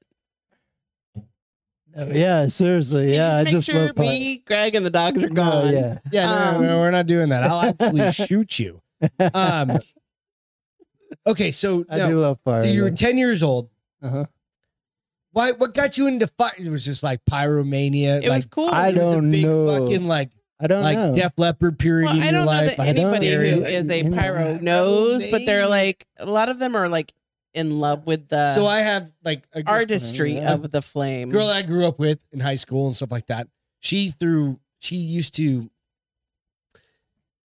[SPEAKER 3] yeah, seriously.
[SPEAKER 2] Can
[SPEAKER 3] yeah,
[SPEAKER 2] you
[SPEAKER 3] I
[SPEAKER 2] make
[SPEAKER 3] just
[SPEAKER 2] sure
[SPEAKER 3] love fire.
[SPEAKER 2] me, Greg, and the dogs are
[SPEAKER 3] No,
[SPEAKER 2] gone.
[SPEAKER 3] yeah.
[SPEAKER 1] Oh, Yeah, no, no, no,
[SPEAKER 2] Um,
[SPEAKER 1] we're not doing that. I'll actually shoot you. Um, okay, so,
[SPEAKER 3] I
[SPEAKER 1] no,
[SPEAKER 3] do love
[SPEAKER 1] so
[SPEAKER 3] fire.
[SPEAKER 1] you were
[SPEAKER 3] though.
[SPEAKER 1] 10 years old.
[SPEAKER 3] Uh-huh.
[SPEAKER 1] Why? What got you into fire? It was just like pyromania.
[SPEAKER 2] It
[SPEAKER 1] like,
[SPEAKER 2] was cool.
[SPEAKER 3] I
[SPEAKER 1] it was a
[SPEAKER 3] don't
[SPEAKER 1] big
[SPEAKER 3] know.
[SPEAKER 1] Fucking like
[SPEAKER 3] I don't
[SPEAKER 1] like
[SPEAKER 3] know.
[SPEAKER 1] Def Leppard period
[SPEAKER 2] Well,
[SPEAKER 1] in
[SPEAKER 2] I
[SPEAKER 1] your
[SPEAKER 2] don't know
[SPEAKER 1] life.
[SPEAKER 2] that
[SPEAKER 1] like,
[SPEAKER 3] I don't
[SPEAKER 2] anybody
[SPEAKER 1] area,
[SPEAKER 2] who
[SPEAKER 1] like-
[SPEAKER 2] is a
[SPEAKER 3] you know.
[SPEAKER 2] pyro knows, but they're
[SPEAKER 1] Maybe.
[SPEAKER 2] like a lot of them are like in love with the
[SPEAKER 1] so I have like a girl-
[SPEAKER 2] artistry
[SPEAKER 3] Yeah.
[SPEAKER 2] of the flame.
[SPEAKER 1] girl I grew up with in high school and stuff like that. She threw. She used to.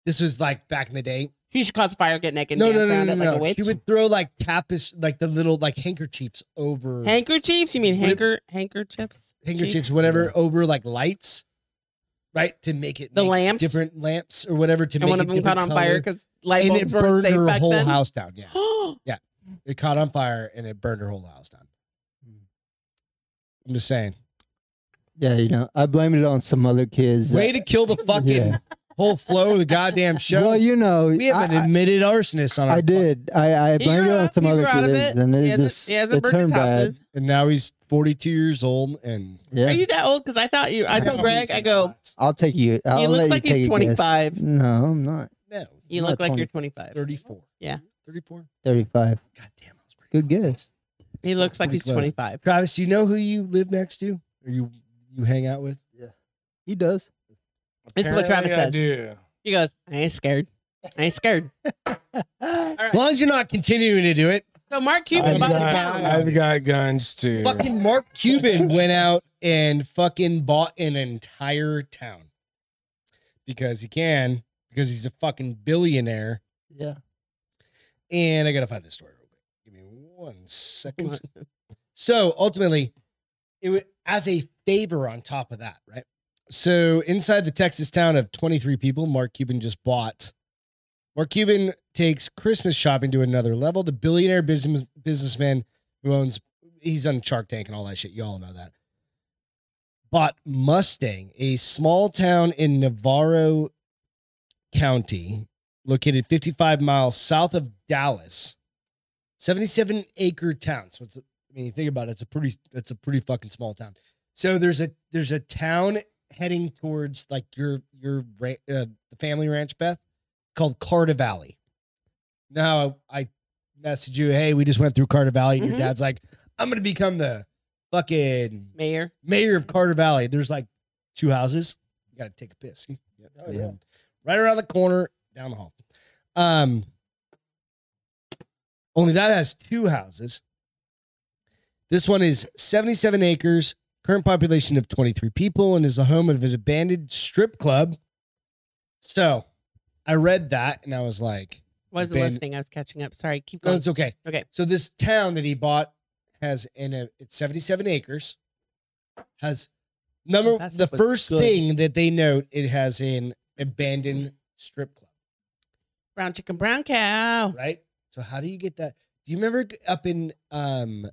[SPEAKER 1] This was like back in the day.
[SPEAKER 2] She should cause fire, get naked,
[SPEAKER 1] No,
[SPEAKER 2] dance
[SPEAKER 1] no, no,
[SPEAKER 2] around
[SPEAKER 1] no,
[SPEAKER 2] it
[SPEAKER 1] no.
[SPEAKER 2] like a witch.
[SPEAKER 1] She would throw like tapis, like the little like handkerchiefs over
[SPEAKER 2] Handkerchiefs? You mean
[SPEAKER 1] Would-
[SPEAKER 2] hanker handkerchiefs?
[SPEAKER 1] handkerchiefs, whatever, over like lights, right? To make it
[SPEAKER 2] The
[SPEAKER 1] make
[SPEAKER 2] lamps?
[SPEAKER 1] different lamps or whatever to
[SPEAKER 2] And
[SPEAKER 1] make
[SPEAKER 2] one
[SPEAKER 1] it
[SPEAKER 2] of them
[SPEAKER 1] different
[SPEAKER 2] caught on fire
[SPEAKER 1] color.
[SPEAKER 2] because light
[SPEAKER 1] and
[SPEAKER 2] bulbs
[SPEAKER 1] it
[SPEAKER 2] weren't
[SPEAKER 1] burned
[SPEAKER 2] safe
[SPEAKER 1] her
[SPEAKER 2] back
[SPEAKER 1] whole
[SPEAKER 2] then.
[SPEAKER 1] house down. Yeah, it caught on fire and it burned her whole house down.
[SPEAKER 3] Hmm.
[SPEAKER 1] I'm just saying,
[SPEAKER 3] Yeah, you know, I blame it on some other kids.
[SPEAKER 1] way to kill the fucking
[SPEAKER 3] Yeah.
[SPEAKER 1] whole flow of the goddamn show.
[SPEAKER 3] Well, you know,
[SPEAKER 1] we have
[SPEAKER 3] I-
[SPEAKER 1] an admitted arsonist on
[SPEAKER 3] I,
[SPEAKER 1] our
[SPEAKER 3] I did. I, I
[SPEAKER 2] He
[SPEAKER 3] blame it
[SPEAKER 2] grew
[SPEAKER 3] on
[SPEAKER 2] up,
[SPEAKER 3] some
[SPEAKER 2] he
[SPEAKER 3] other
[SPEAKER 2] grew out of
[SPEAKER 3] kids,
[SPEAKER 2] it.
[SPEAKER 3] and
[SPEAKER 2] He
[SPEAKER 3] it
[SPEAKER 2] hasn't-
[SPEAKER 3] just
[SPEAKER 2] he hasn't
[SPEAKER 3] it
[SPEAKER 2] burned his
[SPEAKER 3] turned bad.
[SPEAKER 2] houses.
[SPEAKER 1] and now he's 42 years old and
[SPEAKER 2] Are
[SPEAKER 3] Yeah,
[SPEAKER 2] you that old? Because I thought you. I told Greg, I go.
[SPEAKER 3] I'll take you. I'll
[SPEAKER 2] You
[SPEAKER 3] let
[SPEAKER 2] look
[SPEAKER 3] you
[SPEAKER 2] like
[SPEAKER 3] take
[SPEAKER 2] he's
[SPEAKER 3] a guess.
[SPEAKER 2] 25.
[SPEAKER 3] No, I'm not.
[SPEAKER 1] no,
[SPEAKER 2] You
[SPEAKER 3] He's
[SPEAKER 2] look
[SPEAKER 3] not
[SPEAKER 2] like you're 25.
[SPEAKER 1] 34.
[SPEAKER 2] Yeah.
[SPEAKER 1] 34?
[SPEAKER 3] 35.
[SPEAKER 1] God damn, I was pretty
[SPEAKER 3] Good
[SPEAKER 1] close.
[SPEAKER 3] guess.
[SPEAKER 2] He looks like
[SPEAKER 1] Pretty
[SPEAKER 2] he's
[SPEAKER 1] close.
[SPEAKER 2] 25.
[SPEAKER 1] Travis, do you know who you live next to or you you hang out with?
[SPEAKER 3] He does.
[SPEAKER 2] This is what Travis
[SPEAKER 4] Apparently I
[SPEAKER 2] says.
[SPEAKER 4] do.
[SPEAKER 2] He goes, I ain't scared. I ain't scared. All
[SPEAKER 1] As
[SPEAKER 2] right.
[SPEAKER 1] long as you're not continuing to do it.
[SPEAKER 2] So Mark Cuban
[SPEAKER 4] I've
[SPEAKER 2] bought a
[SPEAKER 4] got,
[SPEAKER 2] town.
[SPEAKER 4] I've got guns too.
[SPEAKER 1] Fucking Mark Cuban went out and fucking bought an entire town because he can, because he's a fucking billionaire.
[SPEAKER 3] Yeah.
[SPEAKER 1] And I gotta find this story real quick. Give me one second. So ultimately, it was as a favor on top of that, right? So inside the Texas town of 23 people, Mark Cuban just bought. Mark Cuban takes Christmas shopping to another level. The billionaire business businessman who owns he's on Shark Tank and all that shit. You all know that. Bought Mustang, a small town in Navarro County, located 55 miles south of Dallas. 77 acre town. So it's I mean, you think about it, it's a pretty that's a pretty fucking small town. So there's a there's a town heading towards like your your ra- uh, the family ranch, Beth, called Carta Valley. Now I message you, hey, we just went through Carter Valley, and
[SPEAKER 2] Mhm.
[SPEAKER 1] your dad's like, I'm gonna become the fucking
[SPEAKER 2] Mayor.
[SPEAKER 1] mayor of Carter Valley. There's like two houses. You gotta take a piss. See?
[SPEAKER 3] Oh, yeah.
[SPEAKER 1] Right around the corner, down the hall. Um, Only that has two houses. This one is 77 acres, current population of 23 people, and is the home of an abandoned strip club. So I read that and I was like,
[SPEAKER 2] Wasn't
[SPEAKER 1] Been-
[SPEAKER 2] listening. I was catching up. Sorry. Keep
[SPEAKER 1] no,
[SPEAKER 2] going.
[SPEAKER 1] it's okay.
[SPEAKER 2] Okay.
[SPEAKER 1] So this town that he bought has in a it's 77 acres. Has number
[SPEAKER 2] That's
[SPEAKER 1] the
[SPEAKER 2] what's
[SPEAKER 1] first
[SPEAKER 3] good.
[SPEAKER 1] thing that they note it has an abandoned strip club,
[SPEAKER 2] Brown chicken, brown cow.
[SPEAKER 1] right? So how do you get that? Do you remember up in um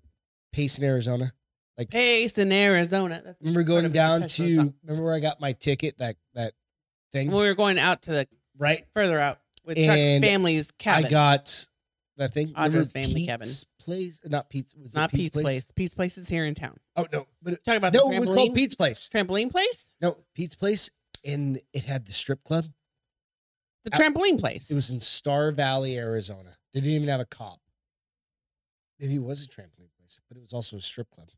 [SPEAKER 1] Payson, Arizona?
[SPEAKER 2] Pace in Arizona. That's
[SPEAKER 1] Remember
[SPEAKER 2] part
[SPEAKER 1] going
[SPEAKER 2] of
[SPEAKER 1] down
[SPEAKER 2] Pet Shop
[SPEAKER 1] to remember where I got my ticket that that
[SPEAKER 2] Song.
[SPEAKER 1] thing,
[SPEAKER 2] We were going out to the
[SPEAKER 1] right?
[SPEAKER 2] further out with Chuck's
[SPEAKER 1] Mm. And
[SPEAKER 2] family's cabin.
[SPEAKER 1] I got that thing. remember
[SPEAKER 2] Audra's family cabin.
[SPEAKER 1] Pete's place, not Pete's. Was it
[SPEAKER 2] Not Pete's place.
[SPEAKER 1] place.
[SPEAKER 2] Pete's place is here in town.
[SPEAKER 1] Oh no, but it,
[SPEAKER 2] Talking about
[SPEAKER 1] no,
[SPEAKER 2] the trampoline.
[SPEAKER 1] it was called Pete's place.
[SPEAKER 2] trampoline place.
[SPEAKER 1] No, Pete's Place, and it had the strip club.
[SPEAKER 2] The
[SPEAKER 1] Uh,
[SPEAKER 2] trampoline place.
[SPEAKER 1] It was in Star Valley, Arizona. They didn't even have a cop. Maybe it was a trampoline place, but it was also a strip club.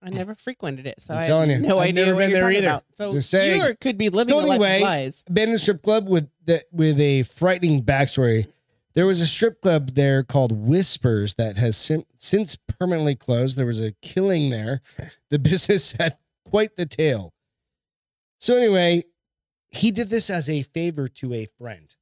[SPEAKER 2] I never frequented it, so
[SPEAKER 1] I'm
[SPEAKER 2] i
[SPEAKER 1] telling you,
[SPEAKER 2] have no
[SPEAKER 1] I've
[SPEAKER 2] idea
[SPEAKER 1] never
[SPEAKER 2] what
[SPEAKER 1] been
[SPEAKER 2] you're
[SPEAKER 1] there
[SPEAKER 2] talking
[SPEAKER 1] either.
[SPEAKER 2] about. So
[SPEAKER 1] Just saying.
[SPEAKER 2] you are, could be living
[SPEAKER 1] So
[SPEAKER 2] a life
[SPEAKER 1] anyway-
[SPEAKER 2] of lies.
[SPEAKER 1] Abandoned strip club with the, with a frightening backstory. There was a strip club there called Whispers that has sim- since permanently closed. There was a killing there. The business had quite the tale. So anyway, he did this as a favor to a friend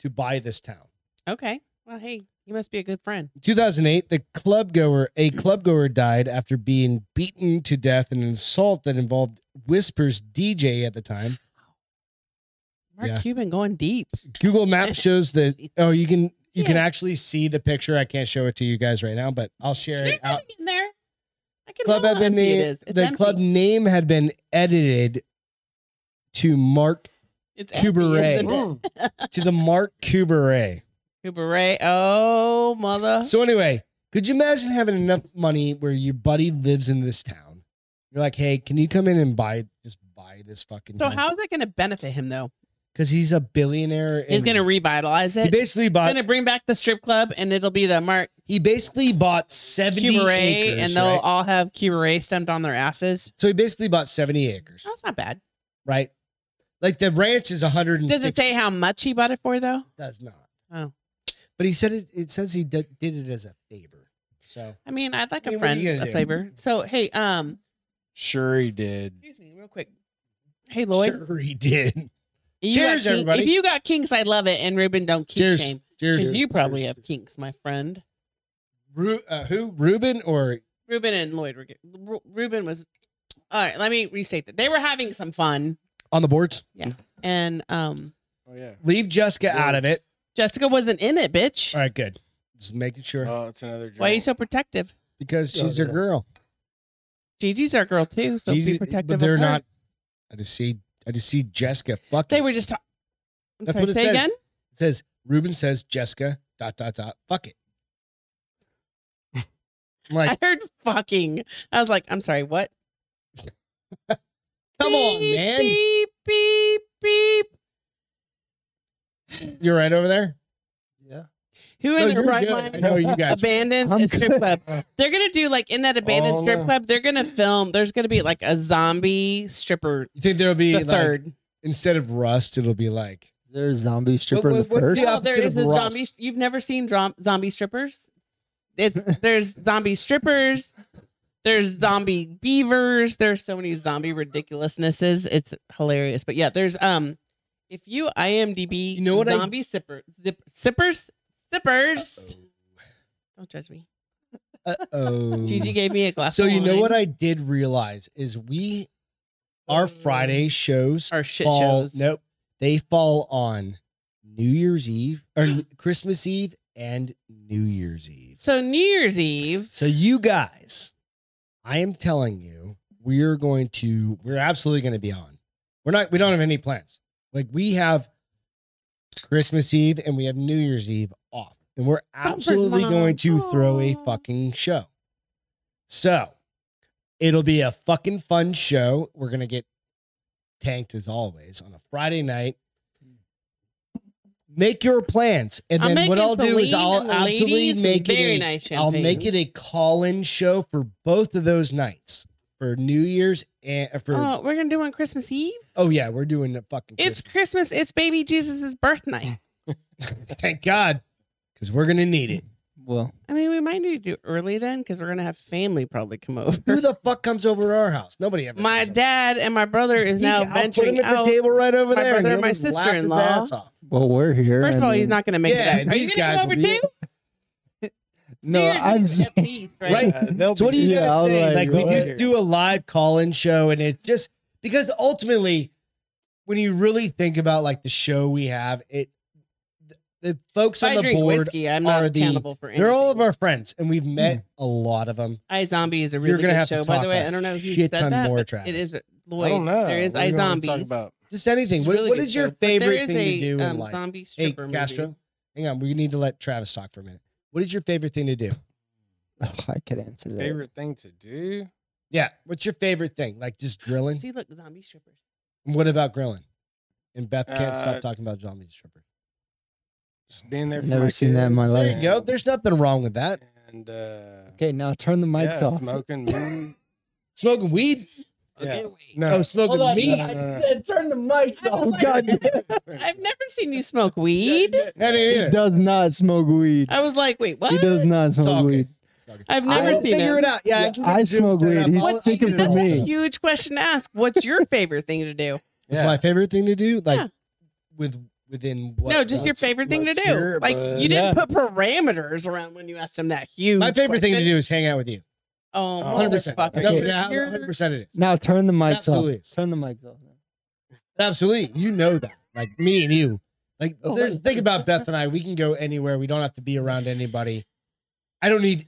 [SPEAKER 1] to buy this town.
[SPEAKER 2] Okay. Well, hey, you must be a good friend.
[SPEAKER 1] 2008, the club goer, a club goer died after being beaten to death in an assault that involved Whispers DJ at the time.
[SPEAKER 2] Mark
[SPEAKER 1] Yeah.
[SPEAKER 2] Cuban going deep.
[SPEAKER 1] Google Maps shows the oh, you can you can
[SPEAKER 2] Yeah.
[SPEAKER 1] actually see the picture. I can't show it to you guys right now, but I'll share
[SPEAKER 2] There's
[SPEAKER 1] it out.
[SPEAKER 2] nothing in there. I can
[SPEAKER 1] Club
[SPEAKER 2] tell
[SPEAKER 1] had
[SPEAKER 2] how
[SPEAKER 1] been
[SPEAKER 2] empty it
[SPEAKER 1] the,
[SPEAKER 2] is. It's
[SPEAKER 1] the
[SPEAKER 2] empty.
[SPEAKER 1] club name had been edited to Mark
[SPEAKER 2] It's
[SPEAKER 1] Cubaray.
[SPEAKER 2] empty, isn't it?
[SPEAKER 1] to the Mark Cubaray.
[SPEAKER 2] Cubaray. Oh, mother.
[SPEAKER 1] So anyway, could you imagine having enough money where your buddy lives in this town? You're like, hey, can you come in and buy just buy this fucking?
[SPEAKER 2] So how is that going to benefit him though?
[SPEAKER 1] Because he's a billionaire.
[SPEAKER 2] He's
[SPEAKER 1] and
[SPEAKER 2] going to revitalize
[SPEAKER 1] He
[SPEAKER 2] it.
[SPEAKER 1] basically bought.
[SPEAKER 2] going to bring back the strip club, and it'll be the Mark
[SPEAKER 1] he basically bought seventy
[SPEAKER 2] Cubaray,
[SPEAKER 1] acres,
[SPEAKER 2] and they'll
[SPEAKER 1] right?
[SPEAKER 2] all have Cubaray stamped on their asses.
[SPEAKER 1] So he basically bought seventy acres,
[SPEAKER 2] That's not bad.
[SPEAKER 1] right? Like the ranch is one hundred and
[SPEAKER 2] Does it say how much he bought it for though?
[SPEAKER 1] Does not.
[SPEAKER 2] Oh.
[SPEAKER 1] But he said it. It says he did, did it as a favor. So
[SPEAKER 2] I mean, I'd like a
[SPEAKER 1] I mean, what are
[SPEAKER 2] friend,
[SPEAKER 1] you gonna
[SPEAKER 2] a
[SPEAKER 1] do?
[SPEAKER 2] flavor. So hey, um,
[SPEAKER 4] Sure, he did.
[SPEAKER 2] excuse me, real quick. Hey Lloyd,
[SPEAKER 1] sure he did.
[SPEAKER 2] you
[SPEAKER 1] Cheers,
[SPEAKER 2] got kink-
[SPEAKER 1] everybody.
[SPEAKER 2] If you got kinks, I love it. And Ruben, don't kink
[SPEAKER 1] Cheers.
[SPEAKER 2] shame.
[SPEAKER 1] Cheers.
[SPEAKER 2] you probably have
[SPEAKER 1] Cheers.
[SPEAKER 2] kinks, my friend.
[SPEAKER 1] Ru- uh, who? Ruben or
[SPEAKER 2] Ruben and Lloyd were. Good. Ru- Ruben was. All right, let me restate that. They were having some fun,
[SPEAKER 1] on the boards?
[SPEAKER 2] and um,
[SPEAKER 4] Oh yeah.
[SPEAKER 1] Leave Jessica out of it.
[SPEAKER 2] Jessica wasn't in it, bitch.
[SPEAKER 1] All right, good. Just making sure
[SPEAKER 4] Oh, it's another. Joke.
[SPEAKER 2] Why are you so protective?
[SPEAKER 1] because she's
[SPEAKER 3] Oh,
[SPEAKER 1] your
[SPEAKER 3] yeah.
[SPEAKER 1] girl.
[SPEAKER 2] Gigi's our girl too, so
[SPEAKER 1] She's-
[SPEAKER 2] be protective.
[SPEAKER 1] but
[SPEAKER 2] of
[SPEAKER 1] they're
[SPEAKER 2] her.
[SPEAKER 1] not. I just see. I just see Jessica. Fuck.
[SPEAKER 2] They
[SPEAKER 1] it.
[SPEAKER 2] were just. Ta- I'm
[SPEAKER 1] That's
[SPEAKER 2] sorry.
[SPEAKER 1] what it
[SPEAKER 2] Say
[SPEAKER 1] says.
[SPEAKER 2] again.
[SPEAKER 1] It says Ruben says Jessica dot dot dot. Fuck it. I'm like,
[SPEAKER 2] I heard fucking. I was like, I'm sorry. What?
[SPEAKER 1] come on,
[SPEAKER 2] Beep,
[SPEAKER 1] man.
[SPEAKER 2] Beep beep beep.
[SPEAKER 1] You're right over there.
[SPEAKER 3] Yeah.
[SPEAKER 2] Who
[SPEAKER 1] No,
[SPEAKER 2] in their
[SPEAKER 1] you're
[SPEAKER 2] right
[SPEAKER 1] good. I
[SPEAKER 2] mind
[SPEAKER 1] know you guys.
[SPEAKER 2] abandoned
[SPEAKER 3] I'm
[SPEAKER 2] a strip
[SPEAKER 3] good.
[SPEAKER 2] club? They're gonna do like in that abandoned
[SPEAKER 4] Oh,
[SPEAKER 2] strip
[SPEAKER 4] no.
[SPEAKER 2] club. They're gonna film. There's gonna be like a zombie stripper.
[SPEAKER 1] You think there'll be
[SPEAKER 2] the
[SPEAKER 1] like,
[SPEAKER 2] third.
[SPEAKER 1] instead of Rust, it'll be like
[SPEAKER 3] Is there a zombie stripper
[SPEAKER 1] what-
[SPEAKER 3] in
[SPEAKER 1] what-
[SPEAKER 3] the first?
[SPEAKER 1] the
[SPEAKER 2] No,
[SPEAKER 1] opposite
[SPEAKER 2] there is
[SPEAKER 1] of
[SPEAKER 2] a zombie.
[SPEAKER 1] Rust.
[SPEAKER 2] You've never seen drom- zombie strippers. It's there's zombie strippers. There's zombie beavers. There's so many zombie ridiculousnesses. It's hilarious. But yeah, there's um, if you IMDb,
[SPEAKER 1] You know what I-
[SPEAKER 2] zombie sipper, zip, sippers, sippers.
[SPEAKER 1] oh,
[SPEAKER 2] Don't judge me.
[SPEAKER 1] uh oh.
[SPEAKER 2] Gigi gave me a glass.
[SPEAKER 1] So
[SPEAKER 2] of
[SPEAKER 1] you know
[SPEAKER 2] wine.
[SPEAKER 1] what I did realize is we our Friday shows
[SPEAKER 2] Oh. Our shit
[SPEAKER 1] fall.
[SPEAKER 2] shows.
[SPEAKER 1] Nope, they fall on New Year's Eve or Christmas Eve and New Year's Eve.
[SPEAKER 2] So New Year's Eve.
[SPEAKER 1] So you guys, I am telling you, we're going to we're absolutely going to be on. We're not we don't have any plans. Like we have Christmas Eve and we have New Year's Eve off. And we're absolutely
[SPEAKER 2] mom.
[SPEAKER 1] going to throw a
[SPEAKER 2] Aw.
[SPEAKER 1] fucking show. So, it'll be a fucking fun show. We're going to get tanked as always on a Friday night. Make your plans. And
[SPEAKER 2] I'm
[SPEAKER 1] then what
[SPEAKER 2] making
[SPEAKER 1] I'll do is
[SPEAKER 2] Celine
[SPEAKER 1] I'll
[SPEAKER 2] and the
[SPEAKER 1] absolutely
[SPEAKER 2] ladies some
[SPEAKER 1] make it
[SPEAKER 2] very
[SPEAKER 1] a
[SPEAKER 2] nice
[SPEAKER 1] I'll
[SPEAKER 2] champagne.
[SPEAKER 1] make it a call-in show for both of those nights for New Year's and for. Oh,
[SPEAKER 2] Oh, we're gonna do it on Christmas Eve.
[SPEAKER 1] yeah, we're doing a fucking.
[SPEAKER 2] It's Christmas. It's baby Jesus' birth night.
[SPEAKER 1] Christmas. thank God because we're gonna need it.
[SPEAKER 3] Well,
[SPEAKER 2] I mean, we might need to do early then because we're gonna have family probably come over.
[SPEAKER 1] Who the fuck comes over to our house? Nobody ever.
[SPEAKER 2] My
[SPEAKER 1] comes
[SPEAKER 2] dad and my brother
[SPEAKER 1] over.
[SPEAKER 2] is
[SPEAKER 1] He-
[SPEAKER 2] now
[SPEAKER 1] I'll
[SPEAKER 2] venturing
[SPEAKER 1] put him at
[SPEAKER 2] out.
[SPEAKER 1] the table right over
[SPEAKER 2] My
[SPEAKER 1] there.
[SPEAKER 2] brother and
[SPEAKER 1] he'll
[SPEAKER 2] my
[SPEAKER 1] just laugh his
[SPEAKER 2] sister-in-law.
[SPEAKER 1] ass off.
[SPEAKER 3] well, we're here.
[SPEAKER 2] First of
[SPEAKER 3] I
[SPEAKER 2] all, he's
[SPEAKER 3] mean-
[SPEAKER 2] not gonna make
[SPEAKER 1] Yeah,
[SPEAKER 2] it.
[SPEAKER 1] and
[SPEAKER 2] Out. Are
[SPEAKER 1] these
[SPEAKER 2] you gonna
[SPEAKER 1] guys
[SPEAKER 2] come over
[SPEAKER 1] will be-
[SPEAKER 2] too?
[SPEAKER 3] No,
[SPEAKER 2] You're
[SPEAKER 3] I'm. s-
[SPEAKER 2] at least, right?
[SPEAKER 1] Right.
[SPEAKER 4] Yeah, they'll
[SPEAKER 1] So what
[SPEAKER 4] be-
[SPEAKER 1] do you
[SPEAKER 3] Yeah, I
[SPEAKER 1] guys
[SPEAKER 3] was
[SPEAKER 1] think? Like
[SPEAKER 3] like,
[SPEAKER 1] we
[SPEAKER 3] what?
[SPEAKER 1] just do a live call-in show, and it just because ultimately, when you really think about like the show we have, it the, the folks
[SPEAKER 2] If I
[SPEAKER 1] on the
[SPEAKER 2] drink
[SPEAKER 1] board,
[SPEAKER 2] whiskey. I'm
[SPEAKER 1] are
[SPEAKER 2] not
[SPEAKER 1] the-
[SPEAKER 2] accountable for anything.
[SPEAKER 1] they're all of our friends, and we've met a lot of them.
[SPEAKER 2] I Zombie is a
[SPEAKER 1] You're
[SPEAKER 2] really
[SPEAKER 1] gonna
[SPEAKER 2] good
[SPEAKER 1] have to
[SPEAKER 2] show. By
[SPEAKER 1] talk
[SPEAKER 2] the way,
[SPEAKER 1] that
[SPEAKER 2] I don't know who
[SPEAKER 1] shit
[SPEAKER 2] said
[SPEAKER 1] ton
[SPEAKER 2] that.
[SPEAKER 1] more,
[SPEAKER 2] but
[SPEAKER 1] Travis.
[SPEAKER 2] It is Lloyd.
[SPEAKER 4] I don't know.
[SPEAKER 2] There is
[SPEAKER 4] What are
[SPEAKER 2] I
[SPEAKER 4] you gonna
[SPEAKER 2] Zombies.
[SPEAKER 4] Talk about
[SPEAKER 1] Just anything.
[SPEAKER 2] It's
[SPEAKER 1] What,
[SPEAKER 2] really
[SPEAKER 1] what
[SPEAKER 2] good
[SPEAKER 1] is your
[SPEAKER 2] show, but there
[SPEAKER 1] favorite
[SPEAKER 2] is
[SPEAKER 1] thing
[SPEAKER 2] a,
[SPEAKER 1] to do
[SPEAKER 2] um,
[SPEAKER 1] in life?
[SPEAKER 2] Zombie
[SPEAKER 1] Hey,
[SPEAKER 2] stripper movie.
[SPEAKER 1] Castro, hang on. We need to let Travis talk for a minute. What is your favorite thing to do?
[SPEAKER 3] Oh, I could answer that.
[SPEAKER 4] favorite thing to do.
[SPEAKER 1] Yeah. What's your favorite thing? Like just grilling?
[SPEAKER 2] See, look, zombie strippers.
[SPEAKER 1] And what about grilling? And Beth can't
[SPEAKER 4] Uh,
[SPEAKER 1] stop talking about zombie stripper.
[SPEAKER 4] Just being there. For
[SPEAKER 3] Never
[SPEAKER 4] my
[SPEAKER 3] seen that in my
[SPEAKER 4] kids
[SPEAKER 1] There
[SPEAKER 3] life.
[SPEAKER 1] you go. There's nothing wrong with that.
[SPEAKER 4] And uh,
[SPEAKER 3] Okay, now turn the mics
[SPEAKER 4] yeah,
[SPEAKER 3] off.
[SPEAKER 4] smoking weed.
[SPEAKER 1] Smoking weed?
[SPEAKER 4] Yeah.
[SPEAKER 2] Okay, wait.
[SPEAKER 4] No,
[SPEAKER 1] Oh, smoking meat?
[SPEAKER 4] no, no, no.
[SPEAKER 3] said turn the mics
[SPEAKER 2] Oh,
[SPEAKER 3] God damn.
[SPEAKER 2] I've never seen you smoke weed.
[SPEAKER 1] I didn't
[SPEAKER 3] He
[SPEAKER 1] either.
[SPEAKER 3] does not smoke weed.
[SPEAKER 2] I was like, wait, what?
[SPEAKER 3] He does not
[SPEAKER 1] all
[SPEAKER 3] smoke
[SPEAKER 1] good.
[SPEAKER 3] weed.
[SPEAKER 2] I've
[SPEAKER 1] I
[SPEAKER 2] never
[SPEAKER 1] will
[SPEAKER 2] seen
[SPEAKER 1] figure
[SPEAKER 2] him.
[SPEAKER 1] it out. Yeah,
[SPEAKER 3] Yeah,
[SPEAKER 1] can
[SPEAKER 3] I
[SPEAKER 1] zoom
[SPEAKER 3] smoke
[SPEAKER 1] that
[SPEAKER 3] weed.
[SPEAKER 1] up.
[SPEAKER 3] He's
[SPEAKER 1] I'll- I'll
[SPEAKER 3] speaking
[SPEAKER 1] figure it
[SPEAKER 3] for
[SPEAKER 1] out.
[SPEAKER 3] me.
[SPEAKER 2] Huge question to ask. What's your favorite thing to do?
[SPEAKER 1] What's
[SPEAKER 4] Yeah.
[SPEAKER 1] my favorite thing to do? Like
[SPEAKER 2] Yeah.
[SPEAKER 1] with within what?
[SPEAKER 2] no, just your
[SPEAKER 4] let's-
[SPEAKER 2] favorite thing to
[SPEAKER 4] let's
[SPEAKER 2] do.
[SPEAKER 4] hear it,
[SPEAKER 2] like
[SPEAKER 4] bud.
[SPEAKER 2] you didn't
[SPEAKER 3] Yeah.
[SPEAKER 2] put parameters around when you asked him that huge.
[SPEAKER 1] My favorite thing to
[SPEAKER 2] question.
[SPEAKER 1] do is hang out with you.
[SPEAKER 2] Oh,
[SPEAKER 1] 100%.
[SPEAKER 2] motherfucker.
[SPEAKER 1] No,
[SPEAKER 3] Okay.
[SPEAKER 1] yeah,
[SPEAKER 2] You're-
[SPEAKER 1] 100% it is.
[SPEAKER 3] Now turn the mics
[SPEAKER 1] Absolutely.
[SPEAKER 3] off. Turn the mics off.
[SPEAKER 1] Absolutely. You know that. Like me and you. Like
[SPEAKER 3] Oh,
[SPEAKER 1] there's-
[SPEAKER 3] wait.
[SPEAKER 1] think about Beth and I. We can go anywhere. We don't have to be around anybody. I don't need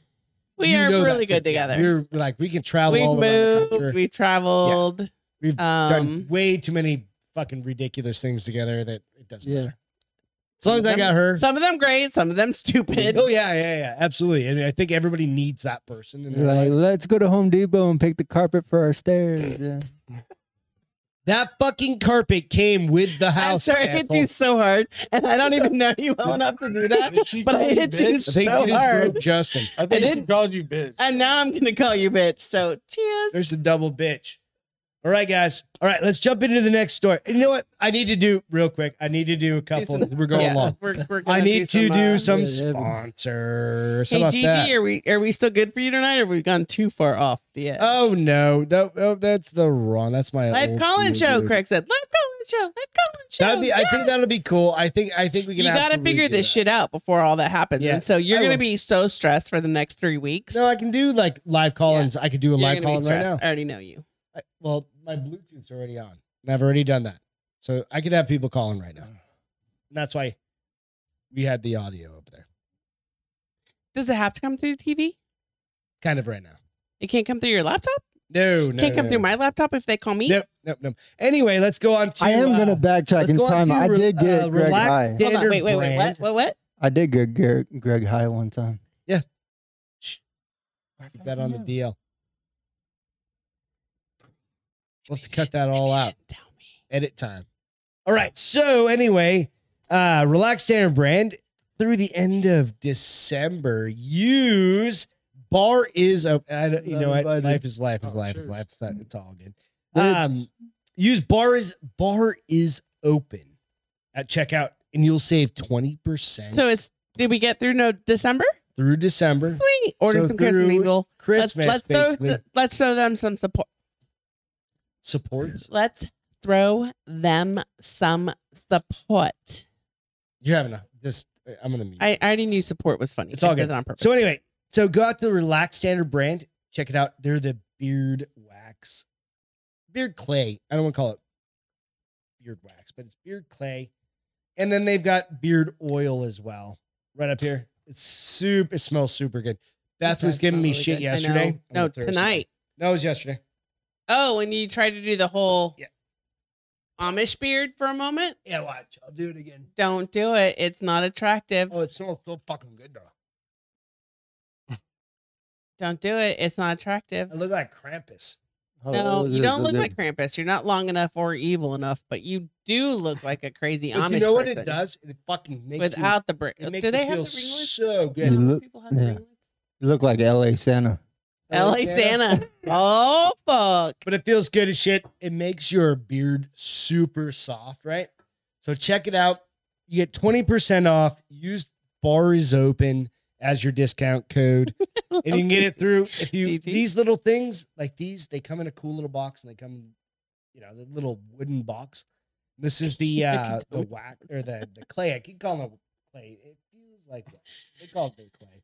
[SPEAKER 2] we
[SPEAKER 1] you
[SPEAKER 2] are
[SPEAKER 1] know that
[SPEAKER 2] really
[SPEAKER 1] too.
[SPEAKER 2] good together.
[SPEAKER 1] We're like we can travel
[SPEAKER 2] we've
[SPEAKER 1] all around the
[SPEAKER 2] moved,
[SPEAKER 1] country.
[SPEAKER 2] we've traveled.
[SPEAKER 1] We've done
[SPEAKER 2] um,
[SPEAKER 1] way too many fucking ridiculous things together that it doesn't
[SPEAKER 3] Yeah.
[SPEAKER 1] matter. As long as I
[SPEAKER 2] Them-
[SPEAKER 1] got her.
[SPEAKER 2] Some of them great, some of them stupid.
[SPEAKER 1] Oh yeah, yeah, yeah. Absolutely. And I think everybody needs that person in their
[SPEAKER 3] Like,
[SPEAKER 1] life.
[SPEAKER 3] let's go to Home Depot and pick the carpet for our stairs. Yeah.
[SPEAKER 1] That fucking carpet came with the
[SPEAKER 2] I'm
[SPEAKER 1] house.
[SPEAKER 2] sorry, I hit you so hard, and I don't even know you well enough to do that.
[SPEAKER 4] She
[SPEAKER 2] But I
[SPEAKER 4] called you
[SPEAKER 2] hit you
[SPEAKER 4] bitch.
[SPEAKER 1] I think
[SPEAKER 2] so
[SPEAKER 1] you just
[SPEAKER 2] hard.
[SPEAKER 1] broke Justin.
[SPEAKER 4] I think she
[SPEAKER 2] didn't-
[SPEAKER 4] called you bitch.
[SPEAKER 2] And now I'm gonna call you bitch. So cheers.
[SPEAKER 1] There's a double bitch. All right, guys. All right, let's jump into the next story. You know what? I need to do real quick. I need to do a couple.
[SPEAKER 2] some-
[SPEAKER 1] We're going
[SPEAKER 2] Yeah,
[SPEAKER 1] long.
[SPEAKER 2] We're, we're gonna
[SPEAKER 1] I need to
[SPEAKER 2] some,
[SPEAKER 1] do
[SPEAKER 2] uh,
[SPEAKER 1] some
[SPEAKER 3] Yeah, Evans.
[SPEAKER 1] sponsors. How
[SPEAKER 2] Hey
[SPEAKER 1] about
[SPEAKER 2] Gigi,
[SPEAKER 1] that?
[SPEAKER 2] are we are we still good for you tonight? Or have we gone too far off the edge?
[SPEAKER 1] Oh no, that, oh, that's the wrong. That's my
[SPEAKER 2] Live
[SPEAKER 1] old
[SPEAKER 2] Colin show,
[SPEAKER 1] dude.
[SPEAKER 2] Craig said. Live Colin show. Live Colin show.
[SPEAKER 1] That'd be. I think that'll be cool. I think. I think we can.
[SPEAKER 2] You got to
[SPEAKER 1] absolutely
[SPEAKER 2] figure
[SPEAKER 1] do
[SPEAKER 2] this
[SPEAKER 1] that.
[SPEAKER 2] shit out before all that happens.
[SPEAKER 1] Yeah,
[SPEAKER 2] and so you're
[SPEAKER 1] I
[SPEAKER 2] going
[SPEAKER 1] will.
[SPEAKER 2] to be so stressed for the next three weeks.
[SPEAKER 1] No, I can do like live call-ins. I could do a
[SPEAKER 2] You're
[SPEAKER 1] live
[SPEAKER 2] gonna be
[SPEAKER 1] call-in right now.
[SPEAKER 2] stressed. I already know you.
[SPEAKER 1] I, well, my Bluetooth's already on, and I've already done that, so I could have people calling right now. And that's why we had the audio up there,
[SPEAKER 2] Does it have to come through TV?
[SPEAKER 1] kind of right now.
[SPEAKER 2] It can't come through your laptop?
[SPEAKER 1] No, no,
[SPEAKER 2] can't
[SPEAKER 1] no,
[SPEAKER 2] come
[SPEAKER 1] no,
[SPEAKER 2] through my laptop if they call me?
[SPEAKER 1] Nope, nope, nope. Anyway, let's go on to.
[SPEAKER 3] I am
[SPEAKER 1] uh,
[SPEAKER 3] gonna backtrack
[SPEAKER 1] let's
[SPEAKER 3] in
[SPEAKER 1] go on
[SPEAKER 3] time.
[SPEAKER 1] to
[SPEAKER 3] I
[SPEAKER 1] re-
[SPEAKER 3] did get
[SPEAKER 1] uh,
[SPEAKER 3] Greg
[SPEAKER 1] relax-
[SPEAKER 3] high.
[SPEAKER 2] Hold on.
[SPEAKER 1] Standard
[SPEAKER 2] Wait, wait, wait.
[SPEAKER 1] brand.
[SPEAKER 2] What? What? What?
[SPEAKER 3] I did get Greg, Greg high one time.
[SPEAKER 1] Yeah.
[SPEAKER 3] Shh.
[SPEAKER 1] Keep that on the DL. Let's cut that all out.
[SPEAKER 2] Tell me.
[SPEAKER 1] edit time. All right. So anyway, uh, relax standard brand through the end of December. Use bar is a I don't- you know what
[SPEAKER 3] Everybody-
[SPEAKER 1] life is life is
[SPEAKER 3] Oh,
[SPEAKER 1] life is
[SPEAKER 3] sure.
[SPEAKER 1] life. It's not it's all good.
[SPEAKER 3] Bitch.
[SPEAKER 1] Um, use bar is bar is open at checkout, and you'll save twenty percent.
[SPEAKER 2] So it's, did we get through no December?
[SPEAKER 1] through December,
[SPEAKER 2] Sweet. Order
[SPEAKER 1] So
[SPEAKER 2] some Crimson
[SPEAKER 1] through
[SPEAKER 2] Eagle. Let's,
[SPEAKER 1] Christmas.
[SPEAKER 2] let's, throw,
[SPEAKER 1] basically
[SPEAKER 2] th- let's throw them some support.
[SPEAKER 1] supports.
[SPEAKER 2] Let's throw them some support.
[SPEAKER 1] You're having a this. I'm gonna mute.
[SPEAKER 2] I, I already knew support was funny.
[SPEAKER 1] It's all
[SPEAKER 2] I said it
[SPEAKER 1] good.
[SPEAKER 2] on purpose.
[SPEAKER 1] So anyway, so go out to the Relax Standard brand, check it out. They're the beard wax, beard clay. I don't want to call it beard wax, but it's beard clay. And then they've got beard oil as well, right up here. It's super. It smells super good. Beth
[SPEAKER 2] That
[SPEAKER 1] was giving
[SPEAKER 2] smelled
[SPEAKER 1] me
[SPEAKER 2] really
[SPEAKER 1] shit
[SPEAKER 2] good. I
[SPEAKER 1] yesterday.
[SPEAKER 2] know. No,
[SPEAKER 1] on Thursday.
[SPEAKER 2] tonight.
[SPEAKER 1] No, it was yesterday.
[SPEAKER 2] Oh, and you tried to do the whole
[SPEAKER 1] Yeah.
[SPEAKER 2] Amish beard for a moment.
[SPEAKER 1] Yeah, watch. I'll do it again.
[SPEAKER 2] Don't do it. It's not attractive.
[SPEAKER 1] Oh, it smells so fucking good though.
[SPEAKER 2] Don't do it. It's not attractive.
[SPEAKER 1] I look like Krampus. Oh,
[SPEAKER 3] Oh,
[SPEAKER 2] No, you don't look like Krampus. You're not long enough or evil enough, but you do look like a crazy
[SPEAKER 1] But
[SPEAKER 2] Amish.
[SPEAKER 1] you know what it
[SPEAKER 2] person
[SPEAKER 1] does? It fucking makes you.
[SPEAKER 2] Without the brick.
[SPEAKER 1] It makes
[SPEAKER 2] Do they
[SPEAKER 1] you
[SPEAKER 2] have the
[SPEAKER 1] feel
[SPEAKER 2] ringlets?
[SPEAKER 1] so
[SPEAKER 2] Do
[SPEAKER 1] good.
[SPEAKER 3] You
[SPEAKER 2] Amish
[SPEAKER 3] look-
[SPEAKER 2] people have the
[SPEAKER 3] yeah.
[SPEAKER 2] ringlets?
[SPEAKER 3] You look like L.A. Santa.
[SPEAKER 2] LA Santa. Oh fuck.
[SPEAKER 1] but it feels good as shit. It makes your beard super soft, right? So check it out. You get 20% off. Use bar is open as your discount code. and you can get it through if you
[SPEAKER 2] GG.
[SPEAKER 1] these little things like these, they come in a cool little box and they come, you know, the little wooden box. This is the
[SPEAKER 2] I can
[SPEAKER 1] uh the
[SPEAKER 2] totally-
[SPEAKER 1] whack or the the clay. I keep calling it clay. It feels like wax. they call it clay.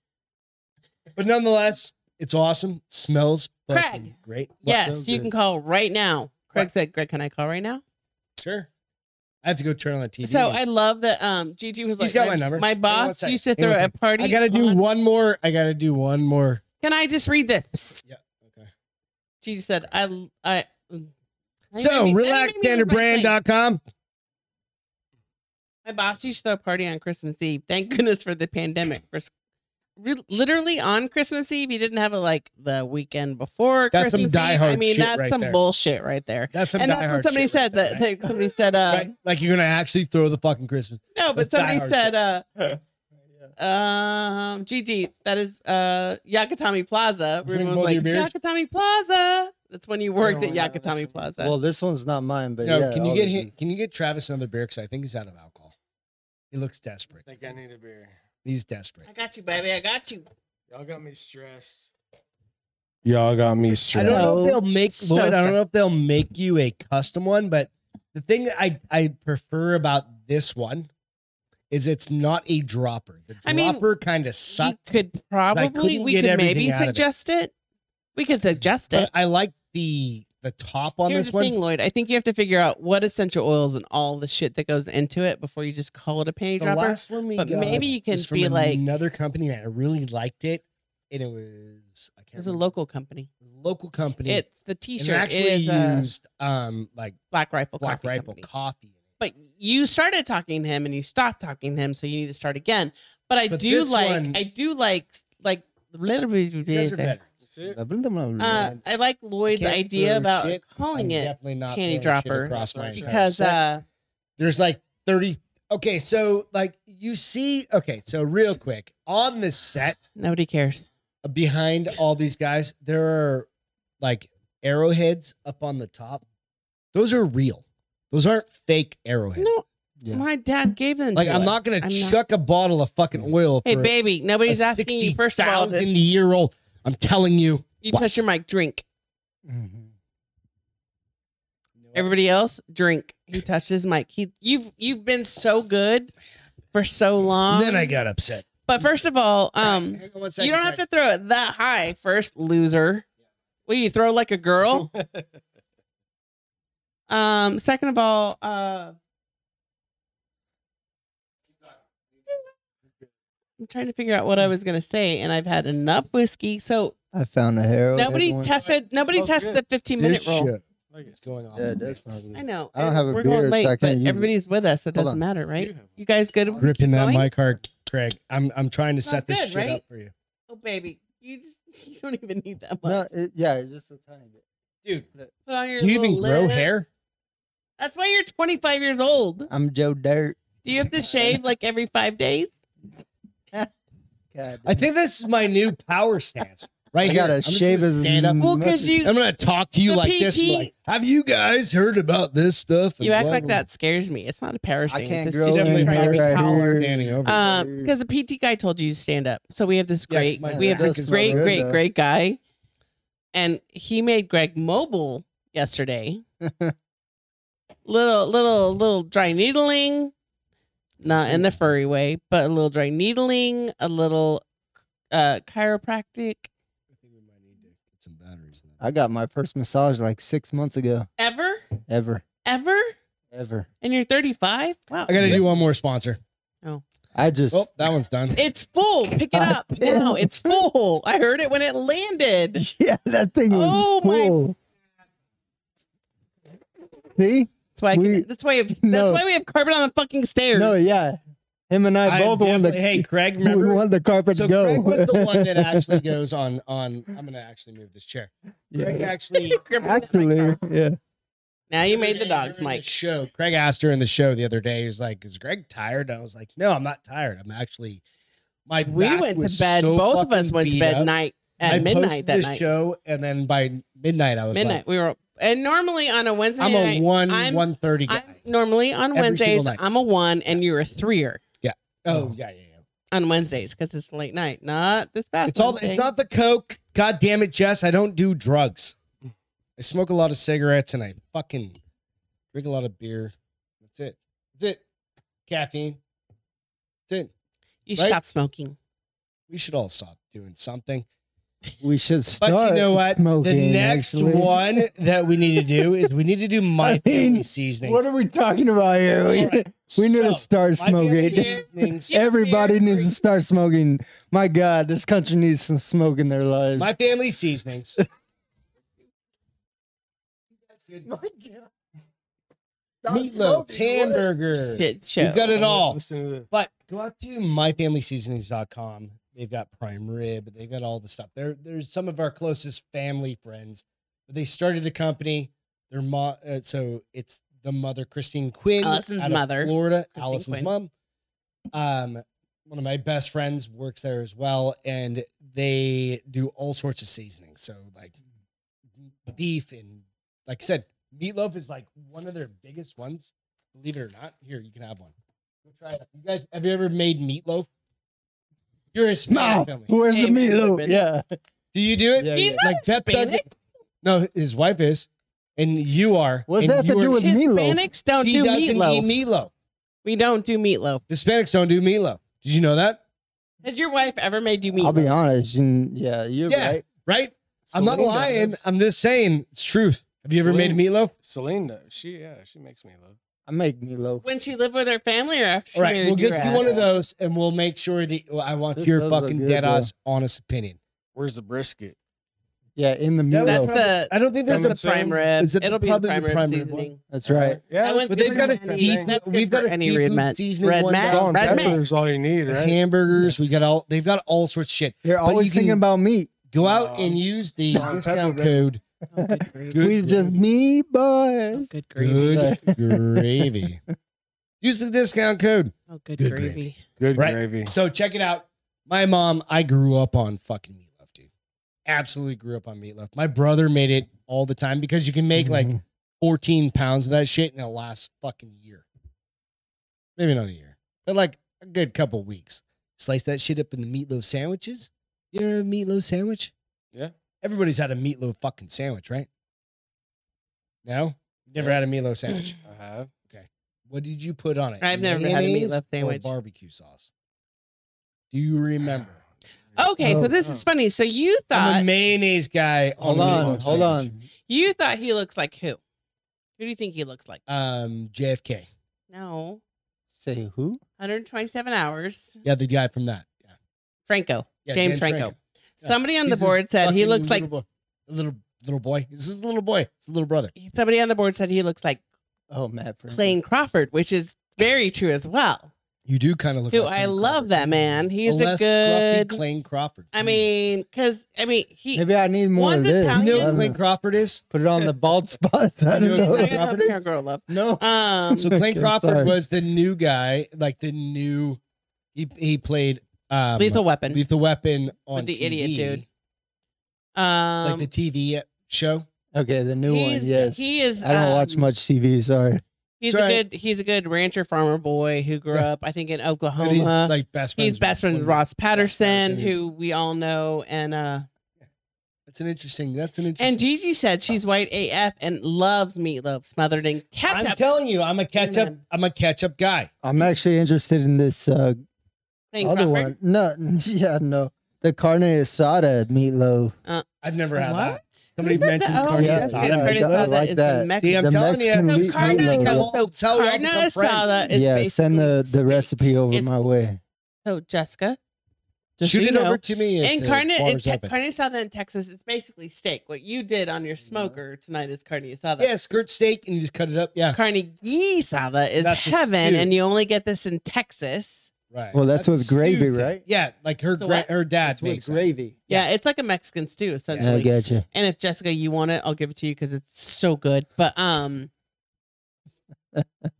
[SPEAKER 1] But nonetheless, it's awesome. Smells
[SPEAKER 2] Craig.
[SPEAKER 1] fucking great. What?
[SPEAKER 2] Yes, you can call right now. Craig
[SPEAKER 1] What?
[SPEAKER 2] said, Greg, can I call right now?
[SPEAKER 1] Sure. I have to go turn on the TV.
[SPEAKER 2] So
[SPEAKER 1] now.
[SPEAKER 2] I love that um Gigi was
[SPEAKER 1] He's
[SPEAKER 2] like
[SPEAKER 1] got
[SPEAKER 2] my,
[SPEAKER 1] my number.
[SPEAKER 2] my
[SPEAKER 1] Hang on one
[SPEAKER 2] boss
[SPEAKER 1] sec.
[SPEAKER 2] used to
[SPEAKER 1] Hang on
[SPEAKER 2] throw
[SPEAKER 1] one
[SPEAKER 2] a
[SPEAKER 1] sec.
[SPEAKER 2] party.
[SPEAKER 1] I gotta do
[SPEAKER 2] on-
[SPEAKER 1] one more. I gotta do one more.
[SPEAKER 2] Can I just read this? Psst.
[SPEAKER 1] Yeah, okay.
[SPEAKER 2] Gigi said, I I mm. Now you
[SPEAKER 1] So
[SPEAKER 2] made me- now you made me lose my place.
[SPEAKER 1] relaxstandardbrand.com.
[SPEAKER 2] My boss used to throw a party on Christmas Eve. Thank goodness for the pandemic. For s- re- literally on Christmas Eve, you didn't have a like the weekend before.
[SPEAKER 1] That's some
[SPEAKER 2] Christmas Eve. I
[SPEAKER 1] diehard
[SPEAKER 2] mean,
[SPEAKER 1] shit
[SPEAKER 2] that's
[SPEAKER 1] right
[SPEAKER 2] some
[SPEAKER 1] there.
[SPEAKER 2] bullshit right there.
[SPEAKER 1] That's some
[SPEAKER 2] and that's
[SPEAKER 1] diehard
[SPEAKER 2] what somebody
[SPEAKER 1] shit
[SPEAKER 2] said.
[SPEAKER 1] right there,
[SPEAKER 2] that,
[SPEAKER 1] right?
[SPEAKER 2] that somebody said, uh,
[SPEAKER 1] Right? Like you're gonna actually throw the fucking Christmas.
[SPEAKER 2] no, but
[SPEAKER 1] That's
[SPEAKER 2] somebody
[SPEAKER 1] diehard
[SPEAKER 2] said, uh, um, GG, that is uh Yakutami Plaza.
[SPEAKER 1] Drink
[SPEAKER 2] Everyone was
[SPEAKER 1] both
[SPEAKER 2] like
[SPEAKER 1] your beers? Oh
[SPEAKER 2] Yakutami Plaza. That's when you worked at
[SPEAKER 4] don't remember that
[SPEAKER 2] Yakutami
[SPEAKER 4] shit.
[SPEAKER 2] Plaza.
[SPEAKER 3] Well, this one's not mine, but
[SPEAKER 1] No,
[SPEAKER 3] yeah.
[SPEAKER 1] can
[SPEAKER 3] all
[SPEAKER 1] you get
[SPEAKER 3] of
[SPEAKER 1] him,
[SPEAKER 3] these.
[SPEAKER 1] can you get Travis another beer? Because I think he's out of alcohol. He looks desperate.
[SPEAKER 4] think I need a beer.
[SPEAKER 1] He's desperate.
[SPEAKER 2] I got you, baby. I got you.
[SPEAKER 4] Y'all got me stressed. Y'all got me
[SPEAKER 1] I
[SPEAKER 4] stressed.
[SPEAKER 1] don't know
[SPEAKER 2] So-
[SPEAKER 1] if they'll make
[SPEAKER 2] so
[SPEAKER 1] Lloyd, I
[SPEAKER 2] sorry.
[SPEAKER 1] don't know if they'll make you a custom one, but the thing that I I prefer about this one is it's not a dropper. The
[SPEAKER 2] I mean,
[SPEAKER 1] dropper kind of
[SPEAKER 2] You
[SPEAKER 1] sucked.
[SPEAKER 2] could probably
[SPEAKER 1] couldn't
[SPEAKER 2] we
[SPEAKER 1] get
[SPEAKER 2] could
[SPEAKER 1] everything
[SPEAKER 2] maybe
[SPEAKER 1] out of it.
[SPEAKER 2] suggest it. We could suggest it.
[SPEAKER 1] But I like the the top on
[SPEAKER 2] Here's
[SPEAKER 1] this
[SPEAKER 2] the
[SPEAKER 1] one.
[SPEAKER 2] thing, Lloyd. I think you have to figure out what essential oils and all the shit that goes into it before you just call it a panty
[SPEAKER 1] the
[SPEAKER 2] dropper.
[SPEAKER 1] last one we
[SPEAKER 2] but
[SPEAKER 1] got
[SPEAKER 2] maybe you can
[SPEAKER 1] was from
[SPEAKER 2] be like-
[SPEAKER 1] another company that I really liked it, and it was I can't
[SPEAKER 2] it was a
[SPEAKER 1] remember.
[SPEAKER 2] local company.
[SPEAKER 1] local company.
[SPEAKER 2] It's the
[SPEAKER 1] and it
[SPEAKER 2] T-shirt.
[SPEAKER 1] actually
[SPEAKER 2] it is a
[SPEAKER 1] used um like
[SPEAKER 2] Black Rifle.
[SPEAKER 1] Black
[SPEAKER 2] Coffee
[SPEAKER 1] Rifle
[SPEAKER 2] Company.
[SPEAKER 1] coffee.
[SPEAKER 2] but you started talking to him and you stopped talking to him, so you need to start again. But I
[SPEAKER 1] But
[SPEAKER 2] do
[SPEAKER 1] this
[SPEAKER 2] like
[SPEAKER 1] one-
[SPEAKER 2] I do like like
[SPEAKER 1] These guys are better.
[SPEAKER 4] That's it.
[SPEAKER 3] Blah, blah, blah, blah.
[SPEAKER 2] uh, I like Lloyd's
[SPEAKER 1] can't
[SPEAKER 2] idea
[SPEAKER 1] throw
[SPEAKER 2] about
[SPEAKER 1] shit. I'm
[SPEAKER 2] calling it
[SPEAKER 1] definitely not
[SPEAKER 2] panty
[SPEAKER 1] throwing shit
[SPEAKER 2] dropper
[SPEAKER 1] across my entire
[SPEAKER 2] because
[SPEAKER 1] set.
[SPEAKER 2] uh,
[SPEAKER 1] there's like 30 Okay, so like you see okay, so real quick, on this set
[SPEAKER 2] nobody cares.
[SPEAKER 1] behind all these guys, there are like arrowheads up on the top. Those are real. Those aren't fake arrowheads.
[SPEAKER 2] No,
[SPEAKER 3] yeah.
[SPEAKER 2] my dad gave them.
[SPEAKER 1] like
[SPEAKER 2] to
[SPEAKER 1] I'm
[SPEAKER 2] us.
[SPEAKER 1] not gonna
[SPEAKER 2] I'm not-
[SPEAKER 1] chuck a bottle of fucking oil
[SPEAKER 2] Hey,
[SPEAKER 1] for
[SPEAKER 2] baby,
[SPEAKER 1] a
[SPEAKER 2] nobody's asking
[SPEAKER 1] sixty
[SPEAKER 2] you. First of all,
[SPEAKER 1] thousand
[SPEAKER 2] this-
[SPEAKER 1] year old. I'm telling you.
[SPEAKER 2] you
[SPEAKER 1] What?
[SPEAKER 2] touch your mic, drink.
[SPEAKER 3] Mhm.
[SPEAKER 2] Everybody else, drink. He touched his mic. He, you've, you've been so good for so long.
[SPEAKER 1] then I got upset.
[SPEAKER 2] But first of all, um,
[SPEAKER 1] Hang on one
[SPEAKER 2] you don't have to throw it that high first, loser. Will you throw like a girl? um, second of all, uh I'm trying to figure out what I was gonna say, and I've had enough whiskey. So
[SPEAKER 3] I found a hero.
[SPEAKER 2] nobody tested nobody
[SPEAKER 4] Smells
[SPEAKER 2] tested
[SPEAKER 4] good.
[SPEAKER 2] the 15
[SPEAKER 1] This
[SPEAKER 2] minute rule.
[SPEAKER 1] shit
[SPEAKER 4] Like
[SPEAKER 1] is going on.
[SPEAKER 3] Yeah, definitely.
[SPEAKER 2] I know.
[SPEAKER 3] I don't
[SPEAKER 2] and
[SPEAKER 3] have a
[SPEAKER 2] We're
[SPEAKER 3] beer,
[SPEAKER 2] going
[SPEAKER 3] so
[SPEAKER 2] late,
[SPEAKER 3] I can't
[SPEAKER 2] but
[SPEAKER 3] use it.
[SPEAKER 2] everybody's with us, so it
[SPEAKER 3] Hold
[SPEAKER 2] doesn't
[SPEAKER 3] on.
[SPEAKER 2] matter, right?
[SPEAKER 4] You
[SPEAKER 2] You,
[SPEAKER 4] have-
[SPEAKER 2] guys good? with
[SPEAKER 1] Ripping that
[SPEAKER 2] going?
[SPEAKER 1] mic hard, Craig. I'm I'm trying to set this
[SPEAKER 2] Sounds good,
[SPEAKER 1] shit
[SPEAKER 2] right?
[SPEAKER 1] up for you.
[SPEAKER 2] Oh, baby, you just you don't even need that much.
[SPEAKER 3] No, it, yeah, it's just a tiny bit.
[SPEAKER 1] Dude,
[SPEAKER 2] Put on your
[SPEAKER 1] do you even
[SPEAKER 2] little
[SPEAKER 1] grow
[SPEAKER 2] lip.
[SPEAKER 1] hair?
[SPEAKER 2] That's why you're 25 years old.
[SPEAKER 3] I'm Joe Dirt.
[SPEAKER 2] Do you have to shave like every five days?
[SPEAKER 3] God,
[SPEAKER 1] I think this is my new power stance. Right
[SPEAKER 3] I
[SPEAKER 1] here.
[SPEAKER 3] gotta
[SPEAKER 1] I'm just
[SPEAKER 3] shave
[SPEAKER 1] gonna
[SPEAKER 3] as
[SPEAKER 1] stand up.
[SPEAKER 2] Well, because you
[SPEAKER 1] I'm gonna talk to you
[SPEAKER 2] The
[SPEAKER 1] like this. and be
[SPEAKER 2] PT
[SPEAKER 1] Like, have you guys heard about this stuff? and
[SPEAKER 2] you act
[SPEAKER 1] blah,
[SPEAKER 2] like
[SPEAKER 1] blah,
[SPEAKER 2] that scares me. It's not a power stance.
[SPEAKER 3] can't
[SPEAKER 2] it's
[SPEAKER 3] grow
[SPEAKER 1] blah.
[SPEAKER 2] just
[SPEAKER 3] any
[SPEAKER 1] Definitely
[SPEAKER 2] you
[SPEAKER 3] hair
[SPEAKER 2] trying to
[SPEAKER 3] right
[SPEAKER 2] power.
[SPEAKER 3] here.
[SPEAKER 1] standing over.
[SPEAKER 2] Um,
[SPEAKER 3] Dude.
[SPEAKER 2] because the PT guy told you to stand up. So we have this
[SPEAKER 1] Yeah, 'cause
[SPEAKER 2] great,
[SPEAKER 1] my
[SPEAKER 2] we have
[SPEAKER 3] dad
[SPEAKER 2] this
[SPEAKER 3] does
[SPEAKER 2] great,
[SPEAKER 3] smell good,
[SPEAKER 2] great,
[SPEAKER 3] though.
[SPEAKER 2] great guy, and he made Greg mobile yesterday. little, little, little dry needling, not in the furry way, but a little dry needling, a little uh chiropractic.
[SPEAKER 1] I think we might need to get some batteries. In
[SPEAKER 3] I got my first massage like six months ago.
[SPEAKER 2] Ever,
[SPEAKER 3] Ever,
[SPEAKER 2] ever,
[SPEAKER 3] ever.
[SPEAKER 2] and you're 35. Wow,
[SPEAKER 1] I gotta do one more sponsor.
[SPEAKER 3] I just
[SPEAKER 1] Oh, that one's done.
[SPEAKER 2] It's full. Pick it
[SPEAKER 3] God
[SPEAKER 2] up
[SPEAKER 3] damn.
[SPEAKER 2] now. It's full. I heard it when it landed.
[SPEAKER 3] yeah, that thing was
[SPEAKER 2] Oh my-
[SPEAKER 3] cool. See?
[SPEAKER 2] That's why. I
[SPEAKER 3] We-
[SPEAKER 2] can, that's why. That's
[SPEAKER 3] No.
[SPEAKER 2] why we have carpet on the fucking stairs.
[SPEAKER 3] No, yeah. Him and I,
[SPEAKER 1] I
[SPEAKER 3] both won the
[SPEAKER 1] definitely- hey, Craig,
[SPEAKER 3] we
[SPEAKER 1] remember?
[SPEAKER 3] won the carpet
[SPEAKER 1] so
[SPEAKER 3] to go.
[SPEAKER 1] Craig was the one that actually goes on on. I'm gonna actually move this chair. Craig
[SPEAKER 3] yeah.
[SPEAKER 1] actually
[SPEAKER 3] Actually, yeah.
[SPEAKER 2] Now you made
[SPEAKER 1] other
[SPEAKER 2] the
[SPEAKER 1] day
[SPEAKER 2] dogs,
[SPEAKER 1] during
[SPEAKER 2] Mike.
[SPEAKER 1] The show. Craig asked her in the show the other day. He was like, "Is Greg tired?" And I was like, "No, I'm not tired. I'm actually my."
[SPEAKER 2] We
[SPEAKER 1] back
[SPEAKER 2] went
[SPEAKER 1] was
[SPEAKER 2] to bed.
[SPEAKER 1] so
[SPEAKER 2] Both of us
[SPEAKER 1] fucking
[SPEAKER 2] went to
[SPEAKER 1] beat
[SPEAKER 2] bed
[SPEAKER 1] up.
[SPEAKER 2] night at
[SPEAKER 1] I
[SPEAKER 2] midnight
[SPEAKER 1] posted
[SPEAKER 2] that
[SPEAKER 1] this
[SPEAKER 2] night.
[SPEAKER 1] show, and then by midnight I was
[SPEAKER 2] midnight. we were. And normally on a Wednesday
[SPEAKER 1] like, "I'm a
[SPEAKER 2] night,
[SPEAKER 1] one
[SPEAKER 2] I'm-
[SPEAKER 1] one thirty guy."
[SPEAKER 2] I'm normally on
[SPEAKER 1] Every single
[SPEAKER 2] Wednesdays.
[SPEAKER 1] night.
[SPEAKER 2] I'm a one, and you're a threer.
[SPEAKER 1] oh yeah, yeah, yeah.
[SPEAKER 2] on Wednesdays because it's late night, not this past.
[SPEAKER 1] It's all.
[SPEAKER 2] Wednesday.
[SPEAKER 1] It's not the coke. God damn it, Jess! I don't do drugs. I smoke a lot of cigarettes and I fucking drink a lot of beer. That's it. That's it. Caffeine. That's it.
[SPEAKER 2] You
[SPEAKER 1] right?
[SPEAKER 2] stop smoking.
[SPEAKER 1] We should all stop doing something.
[SPEAKER 3] We should
[SPEAKER 1] But
[SPEAKER 3] start.
[SPEAKER 1] you know what? the
[SPEAKER 3] smoking,
[SPEAKER 1] next
[SPEAKER 3] actually.
[SPEAKER 1] one that we need to do is we need to do my
[SPEAKER 3] I mean,
[SPEAKER 1] family seasonings.
[SPEAKER 3] What are we talking about here? We,
[SPEAKER 1] All right,
[SPEAKER 3] we need to
[SPEAKER 1] so,
[SPEAKER 3] start
[SPEAKER 1] my family
[SPEAKER 3] smoking.
[SPEAKER 1] seasonings-
[SPEAKER 3] Everybody needs to start smoking. My God, this country needs some smoke in their lives.
[SPEAKER 1] My family seasonings. Meatloaf, hamburger.
[SPEAKER 2] Shit show.
[SPEAKER 1] You've got it all.
[SPEAKER 4] Listen to this.
[SPEAKER 1] But go out to myfamilyseasonings.com. They've got prime rib. They've got all the stuff. They're, they're some of our closest family friends. They started a company. Their mom, uh, so it's the mother, Christine Quinn,
[SPEAKER 2] Allison's
[SPEAKER 1] out of
[SPEAKER 2] mother,
[SPEAKER 1] Florida.
[SPEAKER 2] Christine
[SPEAKER 1] Allison's
[SPEAKER 2] Quinn.
[SPEAKER 1] mom. Um, one of my best friends works there as well, and they do all sorts of seasonings. So like beef and like I said, meatloaf is like one of their biggest ones. Believe it or not, here you can have one. Go try it. You guys, have you ever made meatloaf? You're a
[SPEAKER 3] No,
[SPEAKER 1] Hispanic family.
[SPEAKER 3] where's the
[SPEAKER 2] Hey, man,
[SPEAKER 3] meatloaf?
[SPEAKER 2] man.
[SPEAKER 3] Yeah.
[SPEAKER 1] Do you do it?
[SPEAKER 3] Yeah,
[SPEAKER 2] He's
[SPEAKER 3] yeah.
[SPEAKER 2] not
[SPEAKER 1] Like Pep Doug-
[SPEAKER 2] Hispanic.
[SPEAKER 1] No, his wife is, and you are.
[SPEAKER 3] What's
[SPEAKER 1] and
[SPEAKER 3] that to
[SPEAKER 1] you
[SPEAKER 3] do
[SPEAKER 1] are-
[SPEAKER 3] with meatloaf?
[SPEAKER 2] Hispanics don't
[SPEAKER 1] she
[SPEAKER 2] do
[SPEAKER 1] doesn't
[SPEAKER 2] meatloaf.
[SPEAKER 1] eat meatloaf.
[SPEAKER 2] we don't do meatloaf.
[SPEAKER 1] Hispanics don't do meatloaf. Did you know that?
[SPEAKER 2] Has your wife ever made you meatloaf?
[SPEAKER 3] I'll be honest. you- yeah, you're
[SPEAKER 1] Yeah.
[SPEAKER 3] right.
[SPEAKER 1] Right? I'm not
[SPEAKER 4] Celine
[SPEAKER 1] lying.
[SPEAKER 4] does.
[SPEAKER 1] I'm just saying it's truth. Have you ever made
[SPEAKER 4] Celine.
[SPEAKER 1] meatloaf?
[SPEAKER 4] Celine does. She yeah, she makes me love.
[SPEAKER 3] I make meatloaf.
[SPEAKER 2] when she lived with her family or after she
[SPEAKER 1] All right,
[SPEAKER 2] married
[SPEAKER 1] we'll
[SPEAKER 2] you
[SPEAKER 1] get you
[SPEAKER 2] out?
[SPEAKER 1] one of those, and we'll make sure that well, I want
[SPEAKER 3] This
[SPEAKER 1] your
[SPEAKER 3] does look
[SPEAKER 1] fucking
[SPEAKER 3] good,
[SPEAKER 1] dead
[SPEAKER 3] though.
[SPEAKER 1] ass honest opinion.
[SPEAKER 4] Where's the brisket?
[SPEAKER 3] Yeah, in the
[SPEAKER 1] That
[SPEAKER 3] meatloaf.
[SPEAKER 2] That's
[SPEAKER 1] was-
[SPEAKER 2] the,
[SPEAKER 1] I don't think there's
[SPEAKER 4] Coming
[SPEAKER 1] gonna.
[SPEAKER 2] that's the prime
[SPEAKER 4] soon.
[SPEAKER 2] rib.
[SPEAKER 1] Um, Is it
[SPEAKER 2] It'll be the
[SPEAKER 1] probably the
[SPEAKER 2] prime rib
[SPEAKER 1] prime rib
[SPEAKER 2] seasoning.
[SPEAKER 3] That's right.
[SPEAKER 2] That
[SPEAKER 4] Yeah.
[SPEAKER 2] one's
[SPEAKER 1] But
[SPEAKER 2] good
[SPEAKER 1] they've
[SPEAKER 2] for
[SPEAKER 1] got a
[SPEAKER 2] any-
[SPEAKER 1] deep-
[SPEAKER 2] that's good
[SPEAKER 1] we've got
[SPEAKER 2] for
[SPEAKER 1] a
[SPEAKER 2] any
[SPEAKER 1] seafood
[SPEAKER 2] red meat.
[SPEAKER 1] seasoning
[SPEAKER 2] Red
[SPEAKER 1] one
[SPEAKER 2] man,
[SPEAKER 1] down.
[SPEAKER 2] red
[SPEAKER 1] Pepper.
[SPEAKER 2] man.
[SPEAKER 4] Pepper's all you need, right?
[SPEAKER 1] Hamburgers, we got all. They've got all sorts of shit.
[SPEAKER 3] You're
[SPEAKER 1] But you
[SPEAKER 3] always thinking
[SPEAKER 1] can-
[SPEAKER 3] about meat.
[SPEAKER 1] Go out
[SPEAKER 4] No.
[SPEAKER 1] and use the
[SPEAKER 4] Salt and pepper,
[SPEAKER 1] discount
[SPEAKER 4] baby.
[SPEAKER 1] code.
[SPEAKER 2] Good,
[SPEAKER 1] Good
[SPEAKER 3] We just me
[SPEAKER 2] oh,
[SPEAKER 3] boys.
[SPEAKER 2] good gravy.
[SPEAKER 1] Good gravy. Use the discount code.
[SPEAKER 2] Oh, good,
[SPEAKER 1] Good
[SPEAKER 2] gravy.
[SPEAKER 1] gravy.
[SPEAKER 4] Good
[SPEAKER 1] Right.
[SPEAKER 4] gravy.
[SPEAKER 1] So check it out. My mom, I grew up on fucking meatloaf, dude. Absolutely grew up on meatloaf. My brother made it all the time because you can make like
[SPEAKER 3] Mhm.
[SPEAKER 1] 14 pounds of that shit in the last fucking year. Maybe not a year, but like a good couple weeks. Slice that shit up into meatloaf sandwiches. You ever have a meatloaf sandwich?
[SPEAKER 4] Yeah.
[SPEAKER 1] Everybody's had a meatloaf fucking sandwich, right? No? Never had a meatloaf sandwich.
[SPEAKER 4] I have.
[SPEAKER 1] What did you put on it?
[SPEAKER 2] I've never had a
[SPEAKER 1] Mayonnaise
[SPEAKER 2] meatloaf
[SPEAKER 1] or
[SPEAKER 2] sandwich.
[SPEAKER 1] barbecue sauce. Do you remember?
[SPEAKER 2] Okay, so
[SPEAKER 3] Oh,
[SPEAKER 2] this is funny. So you
[SPEAKER 1] I'm
[SPEAKER 2] thought
[SPEAKER 1] a mayonnaise guy. on
[SPEAKER 3] Hold
[SPEAKER 1] a
[SPEAKER 3] on,
[SPEAKER 1] meatloaf
[SPEAKER 3] hold
[SPEAKER 1] sandwich.
[SPEAKER 3] on.
[SPEAKER 2] you thought he looks like who? Who do you think he looks like?
[SPEAKER 1] Um, JFK.
[SPEAKER 2] No,
[SPEAKER 3] Say who?
[SPEAKER 2] 127 hours.
[SPEAKER 1] Yeah, the guy from that. Yeah,
[SPEAKER 2] Franco,
[SPEAKER 1] yeah
[SPEAKER 2] James, Franco.
[SPEAKER 1] Yeah.
[SPEAKER 2] Somebody on the
[SPEAKER 1] He's a
[SPEAKER 2] board said he
[SPEAKER 1] fucking
[SPEAKER 2] looks like
[SPEAKER 1] little boy- a little little boy. This is a little boy. It's a little brother.
[SPEAKER 2] somebody on the board said he looks like
[SPEAKER 3] Oh, Matt. Franco.
[SPEAKER 2] Clayne Crawford, which is very true as well.
[SPEAKER 1] You do kind of look.
[SPEAKER 2] Who
[SPEAKER 1] like
[SPEAKER 2] I
[SPEAKER 1] Clayne
[SPEAKER 2] love
[SPEAKER 1] Crawford.
[SPEAKER 2] that man. He's a
[SPEAKER 1] Oh, less scruffy
[SPEAKER 2] good-
[SPEAKER 1] Clayne Crawford.
[SPEAKER 2] I mean, because I mean he.
[SPEAKER 3] Maybe I need more of
[SPEAKER 2] One's
[SPEAKER 3] this.
[SPEAKER 1] you
[SPEAKER 2] Italian.
[SPEAKER 1] know
[SPEAKER 3] I
[SPEAKER 1] who
[SPEAKER 3] don't
[SPEAKER 1] Clayne Crawford is.
[SPEAKER 3] Put it on the bald spots. I
[SPEAKER 1] You
[SPEAKER 3] don't
[SPEAKER 1] know
[SPEAKER 2] He's
[SPEAKER 1] who
[SPEAKER 2] not
[SPEAKER 1] Clayne
[SPEAKER 2] gonna help
[SPEAKER 3] know.
[SPEAKER 1] Crawford is?
[SPEAKER 2] your girl love.
[SPEAKER 3] No.
[SPEAKER 2] Um,
[SPEAKER 1] So Clayne
[SPEAKER 3] Okay,
[SPEAKER 1] Crawford
[SPEAKER 3] sorry.
[SPEAKER 1] was the new guy, like the new. He he played um,
[SPEAKER 2] Lethal Weapon.
[SPEAKER 1] Lethal Weapon on
[SPEAKER 2] the
[SPEAKER 1] TV,
[SPEAKER 2] idiot dude. um,
[SPEAKER 1] like the TV show.
[SPEAKER 3] Okay, the new one.
[SPEAKER 2] he's-
[SPEAKER 3] Yes.
[SPEAKER 2] he is,
[SPEAKER 3] I don't watch
[SPEAKER 2] um,
[SPEAKER 3] much TV. Sorry.
[SPEAKER 2] He's
[SPEAKER 1] That's
[SPEAKER 2] a
[SPEAKER 1] right.
[SPEAKER 2] good he's a good rancher farmer boy who grew up, I think, in
[SPEAKER 1] But he's
[SPEAKER 2] Oklahoma.
[SPEAKER 1] like best friends.
[SPEAKER 2] Oh, uh, He's best friends with
[SPEAKER 1] Ross.
[SPEAKER 2] Ross Patterson,
[SPEAKER 1] Patterson.
[SPEAKER 2] who we all know. And uh
[SPEAKER 1] That's an interesting. That's an interesting.
[SPEAKER 2] and Gigi said she's white AF and loves meatloaf smothered in
[SPEAKER 1] I'm
[SPEAKER 2] ketchup.
[SPEAKER 1] telling you, I'm a ketchup.
[SPEAKER 2] Amen.
[SPEAKER 1] I'm a ketchup guy.
[SPEAKER 3] I'm actually interested in this uh,
[SPEAKER 2] Clayne
[SPEAKER 3] other
[SPEAKER 2] Crawford.
[SPEAKER 3] one. No. Yeah, no. The carne asada meatloaf.
[SPEAKER 1] I've never had that.
[SPEAKER 2] What?
[SPEAKER 1] Somebody
[SPEAKER 2] Who's that?
[SPEAKER 1] mentioned
[SPEAKER 2] oh,
[SPEAKER 1] carne
[SPEAKER 2] yeah,
[SPEAKER 1] asada.
[SPEAKER 2] yeah,
[SPEAKER 3] Yeah, I
[SPEAKER 2] Carne asada
[SPEAKER 3] like
[SPEAKER 2] is
[SPEAKER 3] that.
[SPEAKER 2] the
[SPEAKER 1] See,
[SPEAKER 2] Mexican.
[SPEAKER 1] I'm
[SPEAKER 3] the
[SPEAKER 1] telling you,
[SPEAKER 3] Mexican
[SPEAKER 2] So
[SPEAKER 3] meat
[SPEAKER 2] carne,
[SPEAKER 3] meatloaf.
[SPEAKER 1] I'll
[SPEAKER 2] so
[SPEAKER 1] tell y'all
[SPEAKER 2] carne
[SPEAKER 1] the French.
[SPEAKER 2] asada is
[SPEAKER 3] yeah, send the,
[SPEAKER 2] basically-
[SPEAKER 3] the recipe over
[SPEAKER 2] it's-
[SPEAKER 3] my way.
[SPEAKER 2] So Oh, Jessica, just so
[SPEAKER 1] Shoot
[SPEAKER 2] you
[SPEAKER 1] it
[SPEAKER 2] know,
[SPEAKER 1] over to me. if
[SPEAKER 2] And
[SPEAKER 1] the
[SPEAKER 2] carne, in
[SPEAKER 1] bar's
[SPEAKER 2] te-
[SPEAKER 1] open.
[SPEAKER 2] carne asada in Texas is basically steak. What you did on your smoker tonight is carne asada.
[SPEAKER 1] Mm-hmm. Yeah, skirt steak, and you just cut it up. Yeah,
[SPEAKER 2] Carne asada is
[SPEAKER 1] That's a
[SPEAKER 2] heaven,
[SPEAKER 1] stew.
[SPEAKER 2] and you only get this in Texas.
[SPEAKER 1] right.
[SPEAKER 3] Well, that's
[SPEAKER 1] a
[SPEAKER 3] with gravy,
[SPEAKER 1] stew thing.
[SPEAKER 3] right?
[SPEAKER 1] Yeah, like her
[SPEAKER 2] It's a
[SPEAKER 1] gra-
[SPEAKER 2] what?
[SPEAKER 1] her dad
[SPEAKER 3] It's with
[SPEAKER 1] makes that.
[SPEAKER 3] gravy.
[SPEAKER 2] Yeah, it's like a Mexican stew
[SPEAKER 3] Yeah, I
[SPEAKER 2] essentially.
[SPEAKER 3] gotcha.
[SPEAKER 2] And if Jessica, you want it, I'll give it to you because it's so good. But um,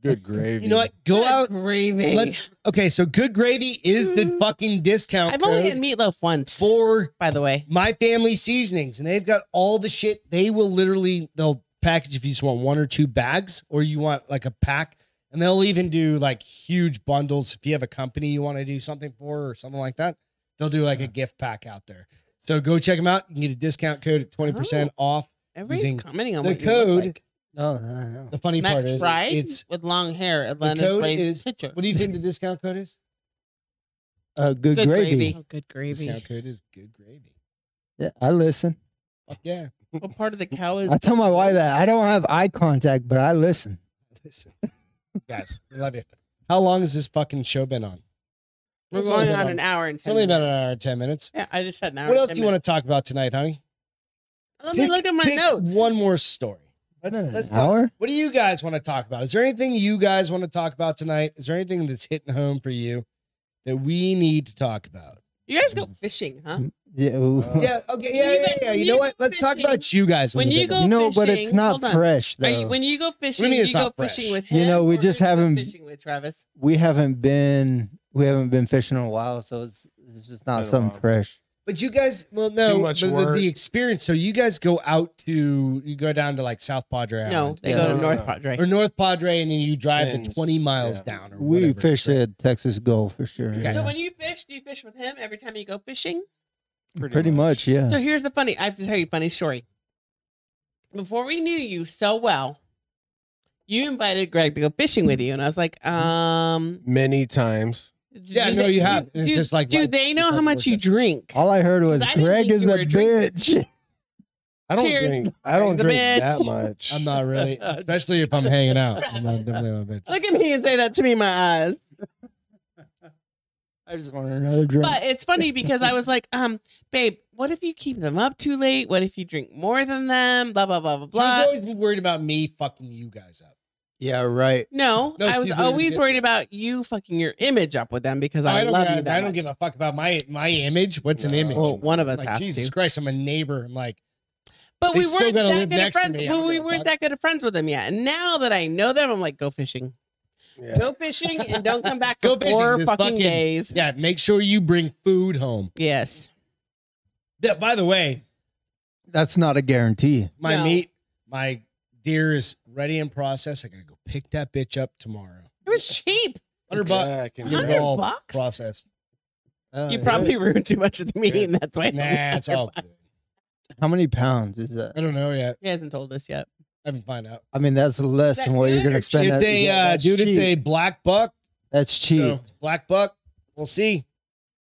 [SPEAKER 4] Good gravy.
[SPEAKER 1] You know what? Go
[SPEAKER 2] good
[SPEAKER 1] out.
[SPEAKER 2] gravy.
[SPEAKER 1] Let's okay. So good gravy is the
[SPEAKER 2] Mm.
[SPEAKER 1] fucking discount
[SPEAKER 2] I've
[SPEAKER 1] code
[SPEAKER 2] only had meatloaf once,
[SPEAKER 1] for
[SPEAKER 2] by the way.
[SPEAKER 1] my family seasonings, and they've got all the shit. They will literally they'll package if you just want one or two bags, or you want like a pack. And they'll even do like huge bundles if you have a company you want to do something for or something like that. They'll do like a gift pack out there. So go check them out. You can get a discount code at 20%
[SPEAKER 2] Oh.
[SPEAKER 1] off.
[SPEAKER 2] Everybody's
[SPEAKER 1] Using
[SPEAKER 2] commenting on
[SPEAKER 1] the
[SPEAKER 2] what you look
[SPEAKER 1] code,
[SPEAKER 2] like.
[SPEAKER 3] No, no, no.
[SPEAKER 1] The funny
[SPEAKER 2] Matt
[SPEAKER 1] part is
[SPEAKER 2] Fried
[SPEAKER 1] it's
[SPEAKER 2] with long hair. Atlanta
[SPEAKER 1] code
[SPEAKER 2] Braves
[SPEAKER 1] is-
[SPEAKER 2] pitcher.
[SPEAKER 1] what do you think the discount code is?
[SPEAKER 3] Uh, good,
[SPEAKER 2] Good
[SPEAKER 3] gravy.
[SPEAKER 2] gravy.
[SPEAKER 5] Oh, good gravy.
[SPEAKER 1] Discount code is good gravy.
[SPEAKER 3] Yeah, I listen.
[SPEAKER 1] Fuck yeah.
[SPEAKER 2] what part of the cow is?
[SPEAKER 3] I tell my wife that I don't have eye contact, but I listen.
[SPEAKER 1] Listen. Guys, I love you. How long has this fucking show been on?
[SPEAKER 2] We're
[SPEAKER 1] It's
[SPEAKER 2] going
[SPEAKER 1] only been
[SPEAKER 2] on an hour and
[SPEAKER 1] It's
[SPEAKER 2] ten.
[SPEAKER 1] only about an
[SPEAKER 2] minutes.
[SPEAKER 1] hour and 10 minutes.
[SPEAKER 2] Yeah, I just said an hour.
[SPEAKER 1] What else do you want to talk about tonight, honey?
[SPEAKER 2] to? Let me
[SPEAKER 1] pick-
[SPEAKER 2] look at my
[SPEAKER 1] Pick
[SPEAKER 2] notes.
[SPEAKER 1] one more story. Let's,
[SPEAKER 3] An
[SPEAKER 1] let's talk.
[SPEAKER 3] hour?
[SPEAKER 1] What do you guys want to talk about? Is there anything you guys want to talk about tonight? Is there anything that's hitting home for you that we need to talk about?
[SPEAKER 2] You guys go fishing,
[SPEAKER 1] Mm,
[SPEAKER 2] huh?
[SPEAKER 3] Yeah. ooh.
[SPEAKER 1] Yeah. Okay.
[SPEAKER 2] When you
[SPEAKER 1] Yeah. Yeah.
[SPEAKER 2] guys-
[SPEAKER 1] Yeah.
[SPEAKER 2] when
[SPEAKER 1] You
[SPEAKER 2] you
[SPEAKER 1] know
[SPEAKER 2] go
[SPEAKER 1] what? Let's talk about you guys. a
[SPEAKER 2] when
[SPEAKER 1] little
[SPEAKER 2] you
[SPEAKER 1] bit.
[SPEAKER 2] go
[SPEAKER 3] you know, but it's
[SPEAKER 2] fishing-
[SPEAKER 3] not
[SPEAKER 2] hold on.
[SPEAKER 3] fresh
[SPEAKER 2] Are
[SPEAKER 3] though.
[SPEAKER 2] you, when you go fishing,
[SPEAKER 1] mean
[SPEAKER 2] you,
[SPEAKER 1] it's
[SPEAKER 2] go
[SPEAKER 1] not fresh?
[SPEAKER 2] fishing with him.
[SPEAKER 3] You know, we
[SPEAKER 2] or
[SPEAKER 3] just
[SPEAKER 2] you go
[SPEAKER 3] haven't-
[SPEAKER 2] fishing with Travis.
[SPEAKER 3] we haven't been we haven't been fishing in a while, so it's it's just not
[SPEAKER 4] Been a
[SPEAKER 3] something
[SPEAKER 4] while.
[SPEAKER 3] fresh.
[SPEAKER 1] But you guys, well, no,
[SPEAKER 4] Too much
[SPEAKER 1] but the- the,
[SPEAKER 4] work.
[SPEAKER 1] experience. So you guys go out to, you go down to like South
[SPEAKER 2] No,
[SPEAKER 1] Padre Island
[SPEAKER 2] they
[SPEAKER 3] Yeah,
[SPEAKER 2] go
[SPEAKER 4] no,
[SPEAKER 2] to
[SPEAKER 4] no,
[SPEAKER 2] North
[SPEAKER 4] no.
[SPEAKER 2] Padre.
[SPEAKER 1] or North Padre, and then you drive the
[SPEAKER 4] And-
[SPEAKER 1] twenty miles
[SPEAKER 4] yeah.
[SPEAKER 1] down. Or
[SPEAKER 3] We
[SPEAKER 1] whatever.
[SPEAKER 3] fished the Texas Gulf for sure.
[SPEAKER 1] Okay.
[SPEAKER 3] yeah.
[SPEAKER 2] So when you fish, do you fish with him every time you go fishing?
[SPEAKER 3] pretty, much, yeah.
[SPEAKER 2] So here's the funny. I have to tell you a funny story. Before we knew you so well, you invited Greg to go fishing with you, and I was like, um,
[SPEAKER 4] Many times.
[SPEAKER 2] do
[SPEAKER 1] Mm-hmm. Yeah, no, you have.
[SPEAKER 2] Do,
[SPEAKER 1] It's just like,
[SPEAKER 2] do
[SPEAKER 1] like,
[SPEAKER 2] they
[SPEAKER 1] it
[SPEAKER 2] know how
[SPEAKER 1] doesn't
[SPEAKER 2] much
[SPEAKER 1] work
[SPEAKER 2] you
[SPEAKER 1] out.
[SPEAKER 2] drink?
[SPEAKER 3] All I heard was
[SPEAKER 2] I didn't
[SPEAKER 3] Greg
[SPEAKER 2] think
[SPEAKER 3] is
[SPEAKER 2] you
[SPEAKER 3] a
[SPEAKER 2] were a drinker.
[SPEAKER 3] bitch.
[SPEAKER 4] I don't
[SPEAKER 2] Cheers.
[SPEAKER 4] drink. I don't
[SPEAKER 2] He's a
[SPEAKER 4] drink
[SPEAKER 2] bitch.
[SPEAKER 4] that much.
[SPEAKER 1] I'm not really, especially if I'm hanging out. I'm not- definitely not a bitch.
[SPEAKER 2] Look at me and say that to me in my eyes.
[SPEAKER 3] I just want another drink.
[SPEAKER 2] But it's funny because I was like, um, babe, what if you keep them up too late? What if you drink more than them? Blah blah blah blah
[SPEAKER 1] She's
[SPEAKER 2] blah.
[SPEAKER 1] always been worried about me fucking you guys up.
[SPEAKER 3] yeah, right.
[SPEAKER 2] No,
[SPEAKER 1] No,
[SPEAKER 2] I was
[SPEAKER 1] she's really
[SPEAKER 2] always
[SPEAKER 1] good.
[SPEAKER 2] worried about you fucking your image up with them because I,
[SPEAKER 1] I don't,
[SPEAKER 2] love
[SPEAKER 1] I,
[SPEAKER 2] you. That
[SPEAKER 1] I don't give a fuck about my my image. What's an
[SPEAKER 4] No.
[SPEAKER 1] image?
[SPEAKER 2] Well, one of us
[SPEAKER 1] like
[SPEAKER 2] has
[SPEAKER 1] Jesus
[SPEAKER 2] to.
[SPEAKER 1] Christ, I'm a neighbor. I'm like,
[SPEAKER 2] But
[SPEAKER 1] They
[SPEAKER 2] we
[SPEAKER 1] still
[SPEAKER 2] weren't
[SPEAKER 1] gotta
[SPEAKER 2] that
[SPEAKER 1] live
[SPEAKER 2] good of
[SPEAKER 1] next to
[SPEAKER 2] friends.
[SPEAKER 1] me. I
[SPEAKER 2] Well,
[SPEAKER 1] don't
[SPEAKER 2] we
[SPEAKER 1] give a
[SPEAKER 2] weren't
[SPEAKER 1] fuck.
[SPEAKER 2] that good of friends with them yet. And now that I know them, I'm like, go fishing.
[SPEAKER 4] Yeah.
[SPEAKER 2] Go fishing and don't come back
[SPEAKER 1] Go
[SPEAKER 2] for
[SPEAKER 1] fishing
[SPEAKER 2] four
[SPEAKER 1] this
[SPEAKER 2] fucking,
[SPEAKER 1] fucking-
[SPEAKER 2] days.
[SPEAKER 1] yeah, make sure you bring food home.
[SPEAKER 2] Yes.
[SPEAKER 1] Yeah, by the way,
[SPEAKER 3] That's not a guarantee.
[SPEAKER 1] my
[SPEAKER 2] No.
[SPEAKER 1] meat, my deer is ready in process. I gotta go pick that bitch up tomorrow.
[SPEAKER 2] It was cheap.
[SPEAKER 1] Hundred bucks.
[SPEAKER 4] Exactly.
[SPEAKER 1] You know,
[SPEAKER 2] 100
[SPEAKER 1] all
[SPEAKER 2] bucks?
[SPEAKER 1] processed.
[SPEAKER 3] Uh,
[SPEAKER 2] you probably ruined too much of the meeting. That's why. it's only
[SPEAKER 1] Oh, Nah, it's
[SPEAKER 2] 100
[SPEAKER 1] all.
[SPEAKER 2] bucks.
[SPEAKER 1] Good.
[SPEAKER 3] How many pounds is that?
[SPEAKER 1] I don't know yet.
[SPEAKER 2] He hasn't told us yet.
[SPEAKER 1] I haven't found out.
[SPEAKER 3] I mean, that's less
[SPEAKER 2] That
[SPEAKER 3] than what you're
[SPEAKER 2] good or
[SPEAKER 3] gonna spend.
[SPEAKER 1] it's
[SPEAKER 3] at-
[SPEAKER 1] a
[SPEAKER 3] yeah,
[SPEAKER 1] uh,
[SPEAKER 3] that's
[SPEAKER 1] dude. It's
[SPEAKER 3] cheap.
[SPEAKER 1] a black buck.
[SPEAKER 3] that's cheap.
[SPEAKER 1] So black buck. We'll see.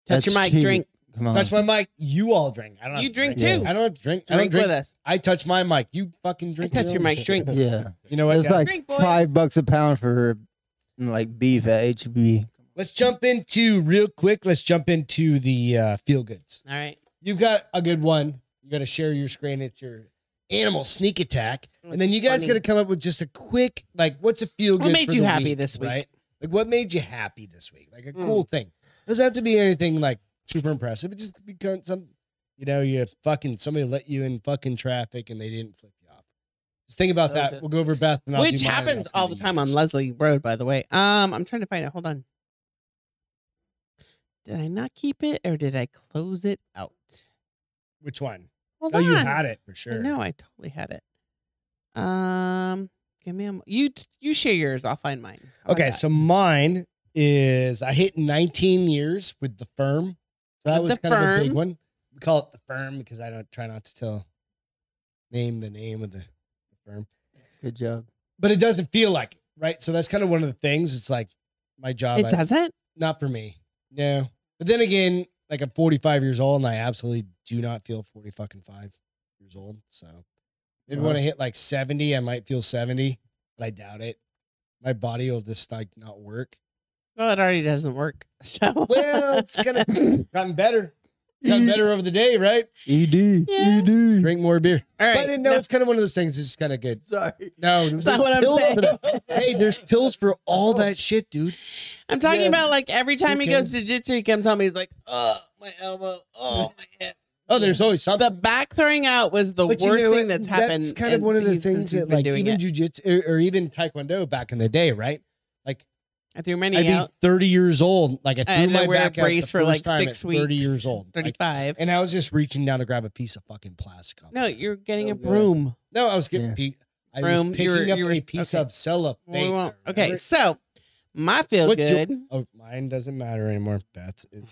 [SPEAKER 2] Touch
[SPEAKER 3] That's
[SPEAKER 2] your mic,
[SPEAKER 3] cheap.
[SPEAKER 2] drink,
[SPEAKER 3] Come on.
[SPEAKER 1] Touch
[SPEAKER 2] Uh-huh.
[SPEAKER 1] my mic. You all drink. I don't. have
[SPEAKER 2] You
[SPEAKER 1] to
[SPEAKER 2] drink
[SPEAKER 3] too.
[SPEAKER 1] I don't have to drink. I don't
[SPEAKER 2] drink,
[SPEAKER 1] drink.
[SPEAKER 2] with us.
[SPEAKER 1] I touch my mic. You fucking drink.
[SPEAKER 2] touch your
[SPEAKER 1] own
[SPEAKER 2] mic,
[SPEAKER 1] shit.
[SPEAKER 2] drink.
[SPEAKER 3] yeah,
[SPEAKER 1] You know what?
[SPEAKER 3] it's
[SPEAKER 1] guys?
[SPEAKER 3] like
[SPEAKER 2] Drink, boy.
[SPEAKER 3] five bucks a pound for like beef at E HB.
[SPEAKER 1] Let's jump into real quick. Let's jump into the uh, feel goods.
[SPEAKER 2] All right.
[SPEAKER 1] You've got a good one. You got to share your screen. It's your animal sneak attack, and then
[SPEAKER 2] That's
[SPEAKER 1] you guys
[SPEAKER 2] funny.
[SPEAKER 1] got to come up with just a quick like, what's a feel good?
[SPEAKER 2] What made
[SPEAKER 1] for
[SPEAKER 2] you
[SPEAKER 1] the
[SPEAKER 2] happy this week? Hmm.
[SPEAKER 1] Right? Like, what made you happy this week? Like a
[SPEAKER 4] Mm.
[SPEAKER 1] cool thing. Doesn't have to be anything like super impressive. It just become some, you know, you fucking somebody let you in fucking traffic and they didn't flip you off. Just think about that.
[SPEAKER 3] Okay.
[SPEAKER 1] We'll go over Beth, and I'll do
[SPEAKER 2] Which
[SPEAKER 1] mine, and I'll
[SPEAKER 2] happens
[SPEAKER 1] come
[SPEAKER 2] all
[SPEAKER 1] to
[SPEAKER 2] the
[SPEAKER 1] you
[SPEAKER 2] time on
[SPEAKER 1] guys.
[SPEAKER 2] Leslie Road, by the way. Um, I'm trying to find it. Hold on. Did I not keep it or did I close it out?
[SPEAKER 1] Which one?
[SPEAKER 2] Hold
[SPEAKER 1] oh,
[SPEAKER 2] on.
[SPEAKER 1] you had it for sure.
[SPEAKER 2] No, I totally had it. Um, give me a mo- you you share yours. I'll find mine. How about
[SPEAKER 1] Okay,
[SPEAKER 2] that?
[SPEAKER 1] so mine is I hit 19 years with the firm. So that
[SPEAKER 2] With
[SPEAKER 1] was
[SPEAKER 2] the
[SPEAKER 1] kind of a big
[SPEAKER 2] firm.
[SPEAKER 1] one. We call it the firm because I don't try not to tell name the name of the firm.
[SPEAKER 3] Good job.
[SPEAKER 1] But it doesn't feel like it, right? So that's kind of one of the things. It's like my job.
[SPEAKER 2] it
[SPEAKER 1] I-
[SPEAKER 2] doesn't.
[SPEAKER 1] not for me. No. But then again, like I'm 45 years old and I absolutely do not feel 40 fucking five years old. So maybe when I hit like 70, I might feel 70, but I doubt it. My body will just like not work.
[SPEAKER 2] Well, it already doesn't work. So
[SPEAKER 1] Well, it's kind of gotten better. It's gotten better over the day, right?
[SPEAKER 3] ED,
[SPEAKER 2] Yeah.
[SPEAKER 3] ED.
[SPEAKER 1] Drink more beer.
[SPEAKER 2] all
[SPEAKER 1] But I
[SPEAKER 2] right.
[SPEAKER 1] didn't know it's kind of one of those things. It's just kind of good.
[SPEAKER 3] Sorry.
[SPEAKER 1] No,
[SPEAKER 2] That's
[SPEAKER 1] there's
[SPEAKER 2] not what I'm
[SPEAKER 1] pills
[SPEAKER 2] saying.
[SPEAKER 1] for that. Hey, there's pills for all that shit, dude.
[SPEAKER 2] I'm talking
[SPEAKER 1] Yeah.
[SPEAKER 2] about like every time he goes to jitsu, he comes home. He's like, oh, my elbow, oh, my hip.
[SPEAKER 1] Oh, there's always
[SPEAKER 2] The
[SPEAKER 1] something.
[SPEAKER 2] back throwing out was the
[SPEAKER 1] But
[SPEAKER 2] worst
[SPEAKER 1] you know
[SPEAKER 2] thing
[SPEAKER 1] what?
[SPEAKER 2] that's happened.
[SPEAKER 1] That's kind of
[SPEAKER 2] in-
[SPEAKER 1] one of the
[SPEAKER 2] since
[SPEAKER 1] things
[SPEAKER 2] he's
[SPEAKER 1] that,
[SPEAKER 2] been
[SPEAKER 1] like,
[SPEAKER 2] doing
[SPEAKER 1] even
[SPEAKER 2] it.
[SPEAKER 1] jujitsu or, or even taekwondo back in the day, right? Like,
[SPEAKER 2] I threw
[SPEAKER 1] I'd
[SPEAKER 2] many
[SPEAKER 1] be
[SPEAKER 2] out.
[SPEAKER 1] 30 years old. Like, I
[SPEAKER 2] I had
[SPEAKER 1] threw
[SPEAKER 2] to
[SPEAKER 1] my
[SPEAKER 2] wear a
[SPEAKER 1] back
[SPEAKER 2] brace
[SPEAKER 1] out the
[SPEAKER 2] for,
[SPEAKER 1] first
[SPEAKER 2] like,
[SPEAKER 1] time
[SPEAKER 2] six
[SPEAKER 1] at 30
[SPEAKER 2] weeks,
[SPEAKER 1] years old. Like,
[SPEAKER 2] 35.
[SPEAKER 1] and I was just reaching down to grab a piece of fucking plastic. off
[SPEAKER 2] no,
[SPEAKER 1] the-
[SPEAKER 2] you're getting
[SPEAKER 3] So
[SPEAKER 2] a
[SPEAKER 3] good.
[SPEAKER 2] broom.
[SPEAKER 1] no, I was getting.
[SPEAKER 3] Yeah.
[SPEAKER 1] pe- I I
[SPEAKER 2] room.
[SPEAKER 1] was
[SPEAKER 2] You
[SPEAKER 1] picking
[SPEAKER 2] were-
[SPEAKER 1] up
[SPEAKER 2] you were-
[SPEAKER 1] a piece
[SPEAKER 2] okay.
[SPEAKER 1] of cellophane.
[SPEAKER 2] We won't.
[SPEAKER 1] there,
[SPEAKER 2] Okay,
[SPEAKER 1] remember?
[SPEAKER 2] so my feel
[SPEAKER 1] What's your-
[SPEAKER 2] good.
[SPEAKER 1] Oh, mine doesn't matter anymore. Beth is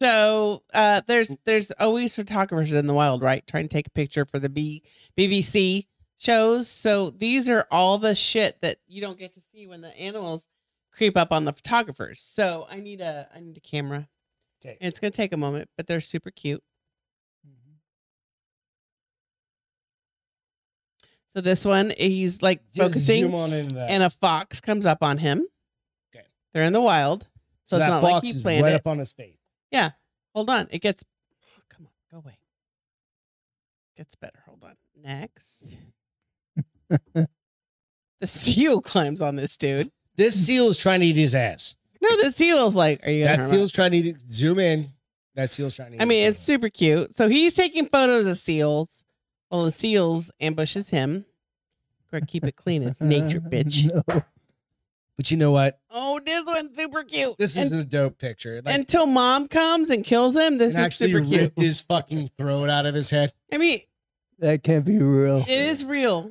[SPEAKER 2] So uh, there's there's always photographers in the wild, right? Trying to take a picture for the B- BBC shows. So these are all the shit that you don't get to see when the animals creep up on the photographers. So I need a I need a camera.
[SPEAKER 1] okay.
[SPEAKER 2] It's gonna take a moment, but they're super cute.
[SPEAKER 1] Mm-hmm.
[SPEAKER 2] So this one, he's like
[SPEAKER 1] Just
[SPEAKER 2] focusing,
[SPEAKER 1] zoom on into that.
[SPEAKER 2] and a fox comes up on him.
[SPEAKER 1] Okay.
[SPEAKER 2] They're in the wild, so, it's
[SPEAKER 1] that
[SPEAKER 2] not
[SPEAKER 1] box
[SPEAKER 2] like you
[SPEAKER 1] is
[SPEAKER 2] planned
[SPEAKER 1] right
[SPEAKER 2] it.
[SPEAKER 1] up on his face.
[SPEAKER 2] Hold on. It gets. oh, come on. Go away. Gets better. Hold on. Next. the seal climbs on this dude.
[SPEAKER 1] This seal is trying to eat his ass.
[SPEAKER 2] No, the seal's like, are you gonna?
[SPEAKER 1] That
[SPEAKER 2] hurt my-"
[SPEAKER 1] seal's trying to eat. Zoom in. That seal's trying to. Eat
[SPEAKER 2] I mean,
[SPEAKER 1] his
[SPEAKER 2] it's
[SPEAKER 1] ass.
[SPEAKER 2] super cute. So he's taking photos of seals. Well, the seals ambushes him. Greg, keep it clean. It's nature, bitch.
[SPEAKER 3] No.
[SPEAKER 1] But you know what?
[SPEAKER 2] Oh, this one's super cute.
[SPEAKER 1] This
[SPEAKER 2] Un-
[SPEAKER 1] is a dope picture. Like, and,
[SPEAKER 2] until mom comes and kills him. This is
[SPEAKER 1] actually
[SPEAKER 2] super cute.
[SPEAKER 1] ripped his fucking throat out of his head.
[SPEAKER 2] I mean,
[SPEAKER 3] That can't be real.
[SPEAKER 2] it is real.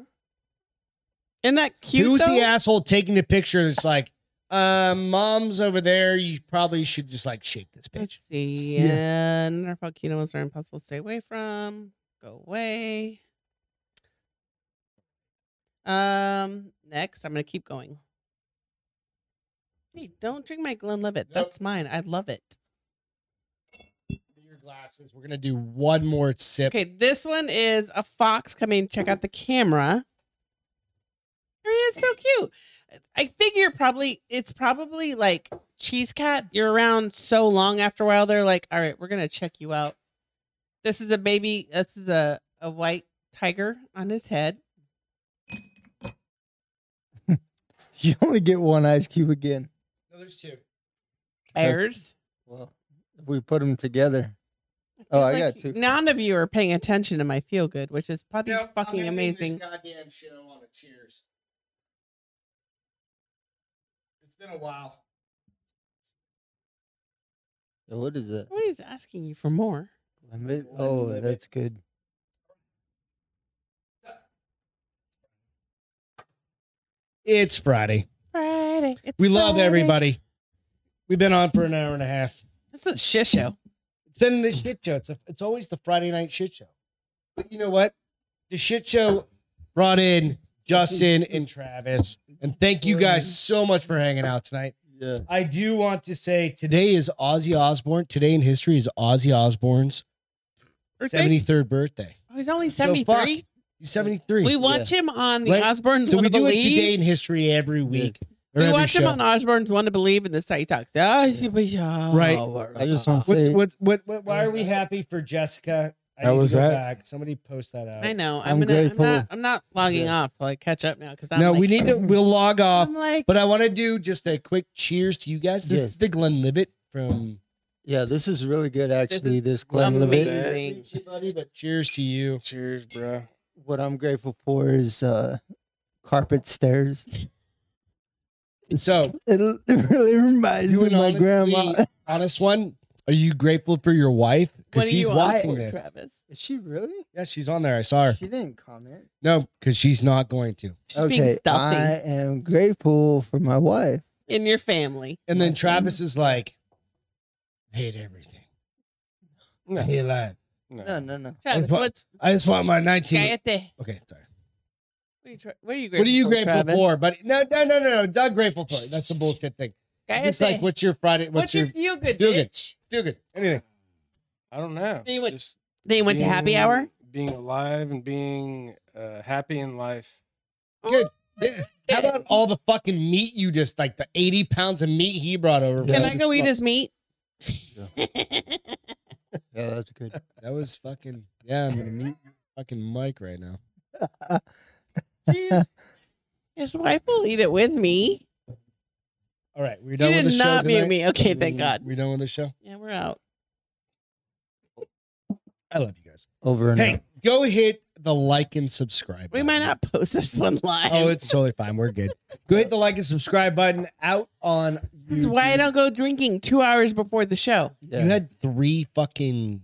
[SPEAKER 2] Isn't that cute?
[SPEAKER 1] Who's
[SPEAKER 2] though?
[SPEAKER 1] the asshole taking the picture? That's like, uh, mom's over there. You probably should just like shake this bitch.
[SPEAKER 2] Let's see.
[SPEAKER 3] Yeah.
[SPEAKER 2] And our volcanoes are impossible to stay away from. Go away. Um, next, I'm gonna keep going. Hey, don't drink my Glenlivet. That's mine. I love it.
[SPEAKER 1] Your glasses. We're gonna do one more sip.
[SPEAKER 2] Okay, this one is a fox coming. Check out the camera. He is so cute. I figure probably it's probably like Cheese Cat. You're around so long after a while, they're like, all right, we're gonna check you out. This is a baby. This is a a white tiger on his head.
[SPEAKER 3] You only get one ice cube again.
[SPEAKER 1] No, there's two.
[SPEAKER 2] Bears.
[SPEAKER 3] Well, if we put them together. Oh, I got two.
[SPEAKER 2] None of you are paying attention to my feel good, which is probably
[SPEAKER 1] Nope, I'm
[SPEAKER 2] fucking
[SPEAKER 1] gonna leave
[SPEAKER 2] amazing.
[SPEAKER 1] This goddamn show on a cheers. It's been a while.
[SPEAKER 3] So What is that?
[SPEAKER 2] Nobody's asking you for more.
[SPEAKER 3] Lemon-
[SPEAKER 1] Lemon
[SPEAKER 3] Oh,
[SPEAKER 1] limit.
[SPEAKER 3] that's good.
[SPEAKER 1] It's Friday.
[SPEAKER 2] Friday. It's
[SPEAKER 1] We love
[SPEAKER 2] Friday.
[SPEAKER 1] everybody. We've been on for an hour and a half.
[SPEAKER 2] It's a shit show.
[SPEAKER 1] It's been the shit show. It's, a, it's always the Friday night shit show. But you know what? The shit show brought in Justin and Travis. And thank you guys so much for hanging out tonight.
[SPEAKER 3] Yeah.
[SPEAKER 1] I do want to say today is Ozzy Osbourne. Today in history is Ozzy Osbourne's
[SPEAKER 2] Birthday?
[SPEAKER 1] 73rd birthday.
[SPEAKER 2] Oh, he's only
[SPEAKER 1] So, fuck.
[SPEAKER 2] 73.
[SPEAKER 1] He's 73.
[SPEAKER 2] We watch him on the
[SPEAKER 1] Right?
[SPEAKER 2] Osbournes
[SPEAKER 1] so
[SPEAKER 2] One
[SPEAKER 1] we
[SPEAKER 2] to
[SPEAKER 1] do it
[SPEAKER 2] Believe.
[SPEAKER 1] today in history every week. or
[SPEAKER 2] we
[SPEAKER 1] every
[SPEAKER 2] watch him
[SPEAKER 1] show.
[SPEAKER 2] on Osbournes One to Believe, and this side he talks. Oh, he's- oh,
[SPEAKER 1] Right.
[SPEAKER 3] I just want to
[SPEAKER 1] What,
[SPEAKER 3] say,
[SPEAKER 1] what, what, what, why are we happy for Jessica? I
[SPEAKER 4] That
[SPEAKER 1] need to
[SPEAKER 4] was
[SPEAKER 1] go
[SPEAKER 4] that.
[SPEAKER 1] Back. Somebody post that out.
[SPEAKER 2] I know. I'm,
[SPEAKER 3] I'm
[SPEAKER 2] gonna. I'm
[SPEAKER 3] grateful.
[SPEAKER 2] not. I'm not logging
[SPEAKER 3] Yes.
[SPEAKER 2] off. Like catch up now because I'm.
[SPEAKER 1] No,
[SPEAKER 2] like,
[SPEAKER 1] we need to. We'll log off,
[SPEAKER 2] I'm like,
[SPEAKER 1] but I want to do just a quick cheers to you guys. This
[SPEAKER 3] Yes.
[SPEAKER 1] is the Glenlivet from.
[SPEAKER 3] yeah, this is really good, actually.
[SPEAKER 2] is
[SPEAKER 3] This Glen
[SPEAKER 2] lovely.
[SPEAKER 3] Levitt.
[SPEAKER 2] Amazing.
[SPEAKER 1] Thank you, buddy, but cheers to you.
[SPEAKER 4] Cheers, bro.
[SPEAKER 3] What I'm grateful for is uh, carpet stairs. It's-
[SPEAKER 1] So-
[SPEAKER 3] it, it really reminds
[SPEAKER 1] You
[SPEAKER 3] me of
[SPEAKER 1] and
[SPEAKER 3] my
[SPEAKER 1] honestly-
[SPEAKER 3] grandma.
[SPEAKER 1] Honest one, are you grateful for your wife?
[SPEAKER 2] what
[SPEAKER 1] Because
[SPEAKER 2] are
[SPEAKER 1] she's
[SPEAKER 2] you on
[SPEAKER 1] watching
[SPEAKER 2] for,
[SPEAKER 1] this.
[SPEAKER 2] Travis?
[SPEAKER 3] Is she really?
[SPEAKER 1] Yeah, she's on there. I saw her.
[SPEAKER 3] She didn't comment.
[SPEAKER 1] No, because she's not going to.
[SPEAKER 2] She's being stuffy
[SPEAKER 3] I am grateful for my wife.
[SPEAKER 2] in your family.
[SPEAKER 1] And then Travis is like, I hate everything. I hate life.
[SPEAKER 4] no.
[SPEAKER 3] No, no, no.
[SPEAKER 2] Travis,
[SPEAKER 1] what-
[SPEAKER 2] what's
[SPEAKER 1] I just want my 19.
[SPEAKER 2] Cállate.
[SPEAKER 1] Okay,
[SPEAKER 2] What
[SPEAKER 1] sorry.
[SPEAKER 2] are you, tra- what are you grateful
[SPEAKER 1] What are you grateful
[SPEAKER 2] Travis?
[SPEAKER 1] for? But no, no, no, no, no. Doug grateful for. That's a bullshit thing. It's just
[SPEAKER 2] Cállate.
[SPEAKER 1] like, what's your Friday? What's,
[SPEAKER 2] What's
[SPEAKER 1] your,
[SPEAKER 2] your feel good?
[SPEAKER 1] feel good?
[SPEAKER 2] bitch?
[SPEAKER 1] do good? Anything.
[SPEAKER 4] I don't know.
[SPEAKER 2] Then you went-
[SPEAKER 4] Just
[SPEAKER 2] Then you went to happy
[SPEAKER 4] being-
[SPEAKER 2] hour.
[SPEAKER 4] Being alive and being uh, happy in life.
[SPEAKER 1] Good. Yeah. How about all the fucking meat you just like the 80 pounds of meat he brought over?
[SPEAKER 2] Can
[SPEAKER 1] from
[SPEAKER 2] I go
[SPEAKER 1] the
[SPEAKER 2] eat
[SPEAKER 1] smoke?
[SPEAKER 2] his meat?
[SPEAKER 3] Yeah, that's good.
[SPEAKER 1] That was fucking yeah. I'm gonna mute your fucking mic right now.
[SPEAKER 2] Jeez. His wife will eat it with me.
[SPEAKER 1] All right, we're
[SPEAKER 2] You
[SPEAKER 1] done with the
[SPEAKER 2] did
[SPEAKER 1] show.
[SPEAKER 2] not mute
[SPEAKER 1] tonight? Mm.
[SPEAKER 2] me. Okay,
[SPEAKER 1] We-
[SPEAKER 2] thank God.
[SPEAKER 1] We're done with the show.
[SPEAKER 2] Yeah, we're out.
[SPEAKER 1] I love you guys.
[SPEAKER 3] Over and out.
[SPEAKER 1] Hey, go hit the like and subscribe.
[SPEAKER 2] We
[SPEAKER 1] button.
[SPEAKER 2] might not post this one live.
[SPEAKER 1] Oh, it's totally fine. We're good. Go hit the like and subscribe button out on
[SPEAKER 2] this is why I
[SPEAKER 1] YouTube.
[SPEAKER 2] don't go drinking two hours before the show.
[SPEAKER 3] Yeah.
[SPEAKER 1] You had three fucking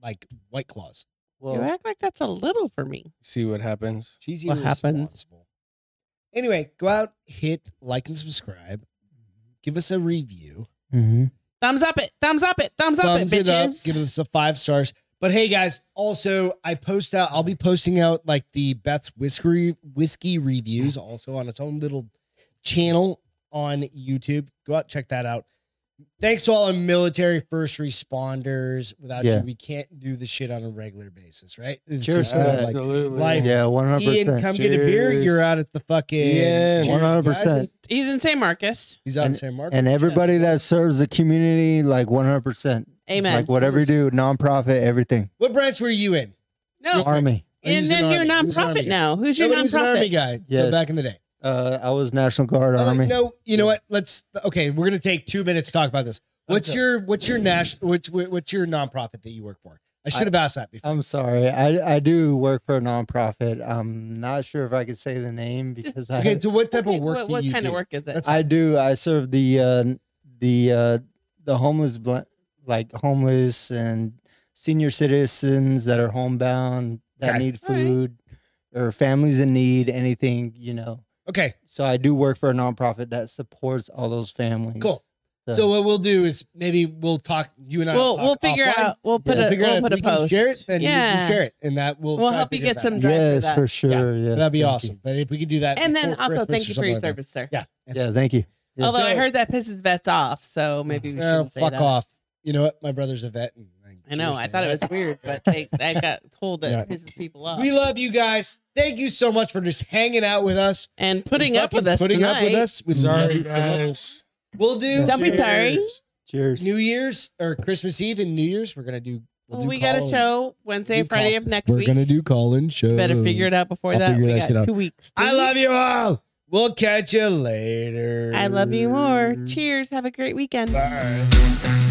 [SPEAKER 1] like white claws.
[SPEAKER 2] you
[SPEAKER 3] Well,
[SPEAKER 2] act like that's a little for me.
[SPEAKER 4] See what happens.
[SPEAKER 1] She's
[SPEAKER 2] What happens?
[SPEAKER 1] irresponsible. Anyway, go out, hit like and subscribe. Give us a review.
[SPEAKER 3] mm-hmm.
[SPEAKER 2] Thumbs up it. Thumbs up it. Thumbs up
[SPEAKER 1] Thumbs
[SPEAKER 2] it,
[SPEAKER 1] it up.
[SPEAKER 2] bitches.
[SPEAKER 1] Give us a five stars. But hey, guys, also I post out. I'll be posting out like the Beth's whiskey whiskey reviews, also on its own little channel on YouTube. Go out, check that out. Thanks to all our military first responders. Without
[SPEAKER 3] Yeah.
[SPEAKER 1] you, we can't do the shit on a regular basis, right? It's just
[SPEAKER 3] Cheers to
[SPEAKER 1] kinda
[SPEAKER 3] that.
[SPEAKER 1] like,
[SPEAKER 4] Absolutely.
[SPEAKER 1] Like-
[SPEAKER 3] yeah, one hundred
[SPEAKER 1] Ian,
[SPEAKER 3] percent.
[SPEAKER 1] come get a beer.
[SPEAKER 4] Cheers.
[SPEAKER 1] You're out at the fucking
[SPEAKER 4] Yeah,
[SPEAKER 1] Cheers,
[SPEAKER 3] One hundred
[SPEAKER 1] guys.
[SPEAKER 3] percent.
[SPEAKER 2] He's in St. Marcus.
[SPEAKER 1] He's on San Marcos.
[SPEAKER 3] And everybody that serves the community, like one hundred percent.
[SPEAKER 2] Amen.
[SPEAKER 3] Like whatever you do, nonprofit, everything,
[SPEAKER 1] what branch were you in? Oh,
[SPEAKER 2] No.
[SPEAKER 3] army.
[SPEAKER 1] He
[SPEAKER 2] And
[SPEAKER 1] was an
[SPEAKER 2] then you're
[SPEAKER 1] army- he was an army
[SPEAKER 2] nonprofit
[SPEAKER 1] guy.
[SPEAKER 2] now. Who's your
[SPEAKER 1] Nobody was an army
[SPEAKER 2] nonprofit?
[SPEAKER 1] guy. So
[SPEAKER 3] Yes.
[SPEAKER 1] back in the day.
[SPEAKER 3] Uh, I was National Guard
[SPEAKER 1] Uh,
[SPEAKER 3] Army.
[SPEAKER 1] no, you know what? Let's okay. We're gonna take two minutes to talk about this. What's
[SPEAKER 3] Okay.
[SPEAKER 1] your what's your national what's what's your nonprofit that you work for? I should have asked that before.
[SPEAKER 3] I'm sorry. I, I do work for a nonprofit. I'm not sure if I could say the name because I
[SPEAKER 1] Okay, so what type
[SPEAKER 2] Okay,
[SPEAKER 1] of work
[SPEAKER 2] What,
[SPEAKER 1] do
[SPEAKER 2] what
[SPEAKER 1] you
[SPEAKER 2] kind
[SPEAKER 1] do?
[SPEAKER 2] of work is it?
[SPEAKER 1] That's-
[SPEAKER 3] I do. I serve the uh, the uh, the homeless, bl- like homeless and senior citizens that are homebound that
[SPEAKER 1] Okay.
[SPEAKER 3] need
[SPEAKER 2] All right.
[SPEAKER 3] food or families in need. Anything you know.
[SPEAKER 1] Okay,
[SPEAKER 3] So I do work for a nonprofit that supports all those families.
[SPEAKER 1] Cool. so what we'll do is maybe we'll talk. You and I.
[SPEAKER 2] We'll
[SPEAKER 1] will talk
[SPEAKER 2] we'll figure
[SPEAKER 1] offline.
[SPEAKER 2] out. We'll put
[SPEAKER 1] We'll
[SPEAKER 2] a
[SPEAKER 1] figure out
[SPEAKER 2] we'll
[SPEAKER 1] if
[SPEAKER 2] put a
[SPEAKER 1] we can
[SPEAKER 2] post.
[SPEAKER 1] share it, then you
[SPEAKER 2] yeah.
[SPEAKER 1] can share it, and that will
[SPEAKER 2] We'll
[SPEAKER 1] try to
[SPEAKER 2] help you
[SPEAKER 1] figure
[SPEAKER 2] get
[SPEAKER 1] that
[SPEAKER 2] some
[SPEAKER 1] out.
[SPEAKER 2] drive for
[SPEAKER 3] Yes,
[SPEAKER 2] that.
[SPEAKER 3] for sure.
[SPEAKER 1] That'd
[SPEAKER 3] yes,
[SPEAKER 1] be
[SPEAKER 3] thank you.
[SPEAKER 1] awesome. But if we could do that,
[SPEAKER 2] And then
[SPEAKER 1] before
[SPEAKER 2] also
[SPEAKER 1] Christmas
[SPEAKER 2] thank
[SPEAKER 1] or
[SPEAKER 2] you for your
[SPEAKER 1] something like that.
[SPEAKER 2] service, sir.
[SPEAKER 1] Yeah.
[SPEAKER 3] Yeah, thank you. Yes.
[SPEAKER 2] Although I
[SPEAKER 1] So-
[SPEAKER 2] heard that pisses vets off, so maybe we
[SPEAKER 1] Oh,
[SPEAKER 2] shouldn't say
[SPEAKER 1] fuck
[SPEAKER 2] that.
[SPEAKER 1] off. You know what? My brother's a vet. And
[SPEAKER 2] I know. I thought it was weird, but they, I got told that
[SPEAKER 1] Yeah.
[SPEAKER 2] pisses people off.
[SPEAKER 1] We love you guys. Thank you so much for just hanging out with us.
[SPEAKER 2] and putting up
[SPEAKER 1] Fucking
[SPEAKER 2] with us
[SPEAKER 1] Putting
[SPEAKER 2] tonight.
[SPEAKER 1] up with us. We love
[SPEAKER 4] Sorry,
[SPEAKER 1] you so much.
[SPEAKER 4] guys.
[SPEAKER 1] We'll do
[SPEAKER 2] Don't be sorry.
[SPEAKER 4] Cheers.
[SPEAKER 3] Cheers.
[SPEAKER 1] New Year's or Christmas Eve and New Year's. We're gonna do.
[SPEAKER 2] Well,
[SPEAKER 1] do
[SPEAKER 2] we got a
[SPEAKER 1] call-ins.
[SPEAKER 2] show Wednesday,
[SPEAKER 1] We'll do
[SPEAKER 2] Friday
[SPEAKER 1] call-
[SPEAKER 2] of next week.
[SPEAKER 1] do call in shows.
[SPEAKER 2] Better figure it out before
[SPEAKER 1] I'll
[SPEAKER 2] that.
[SPEAKER 1] figure
[SPEAKER 2] We
[SPEAKER 1] that shit
[SPEAKER 2] got
[SPEAKER 1] out.
[SPEAKER 2] two weeks.
[SPEAKER 1] I love you all. We'll catch you later.
[SPEAKER 2] I love you more. Cheers. Have a great weekend.
[SPEAKER 1] Bye.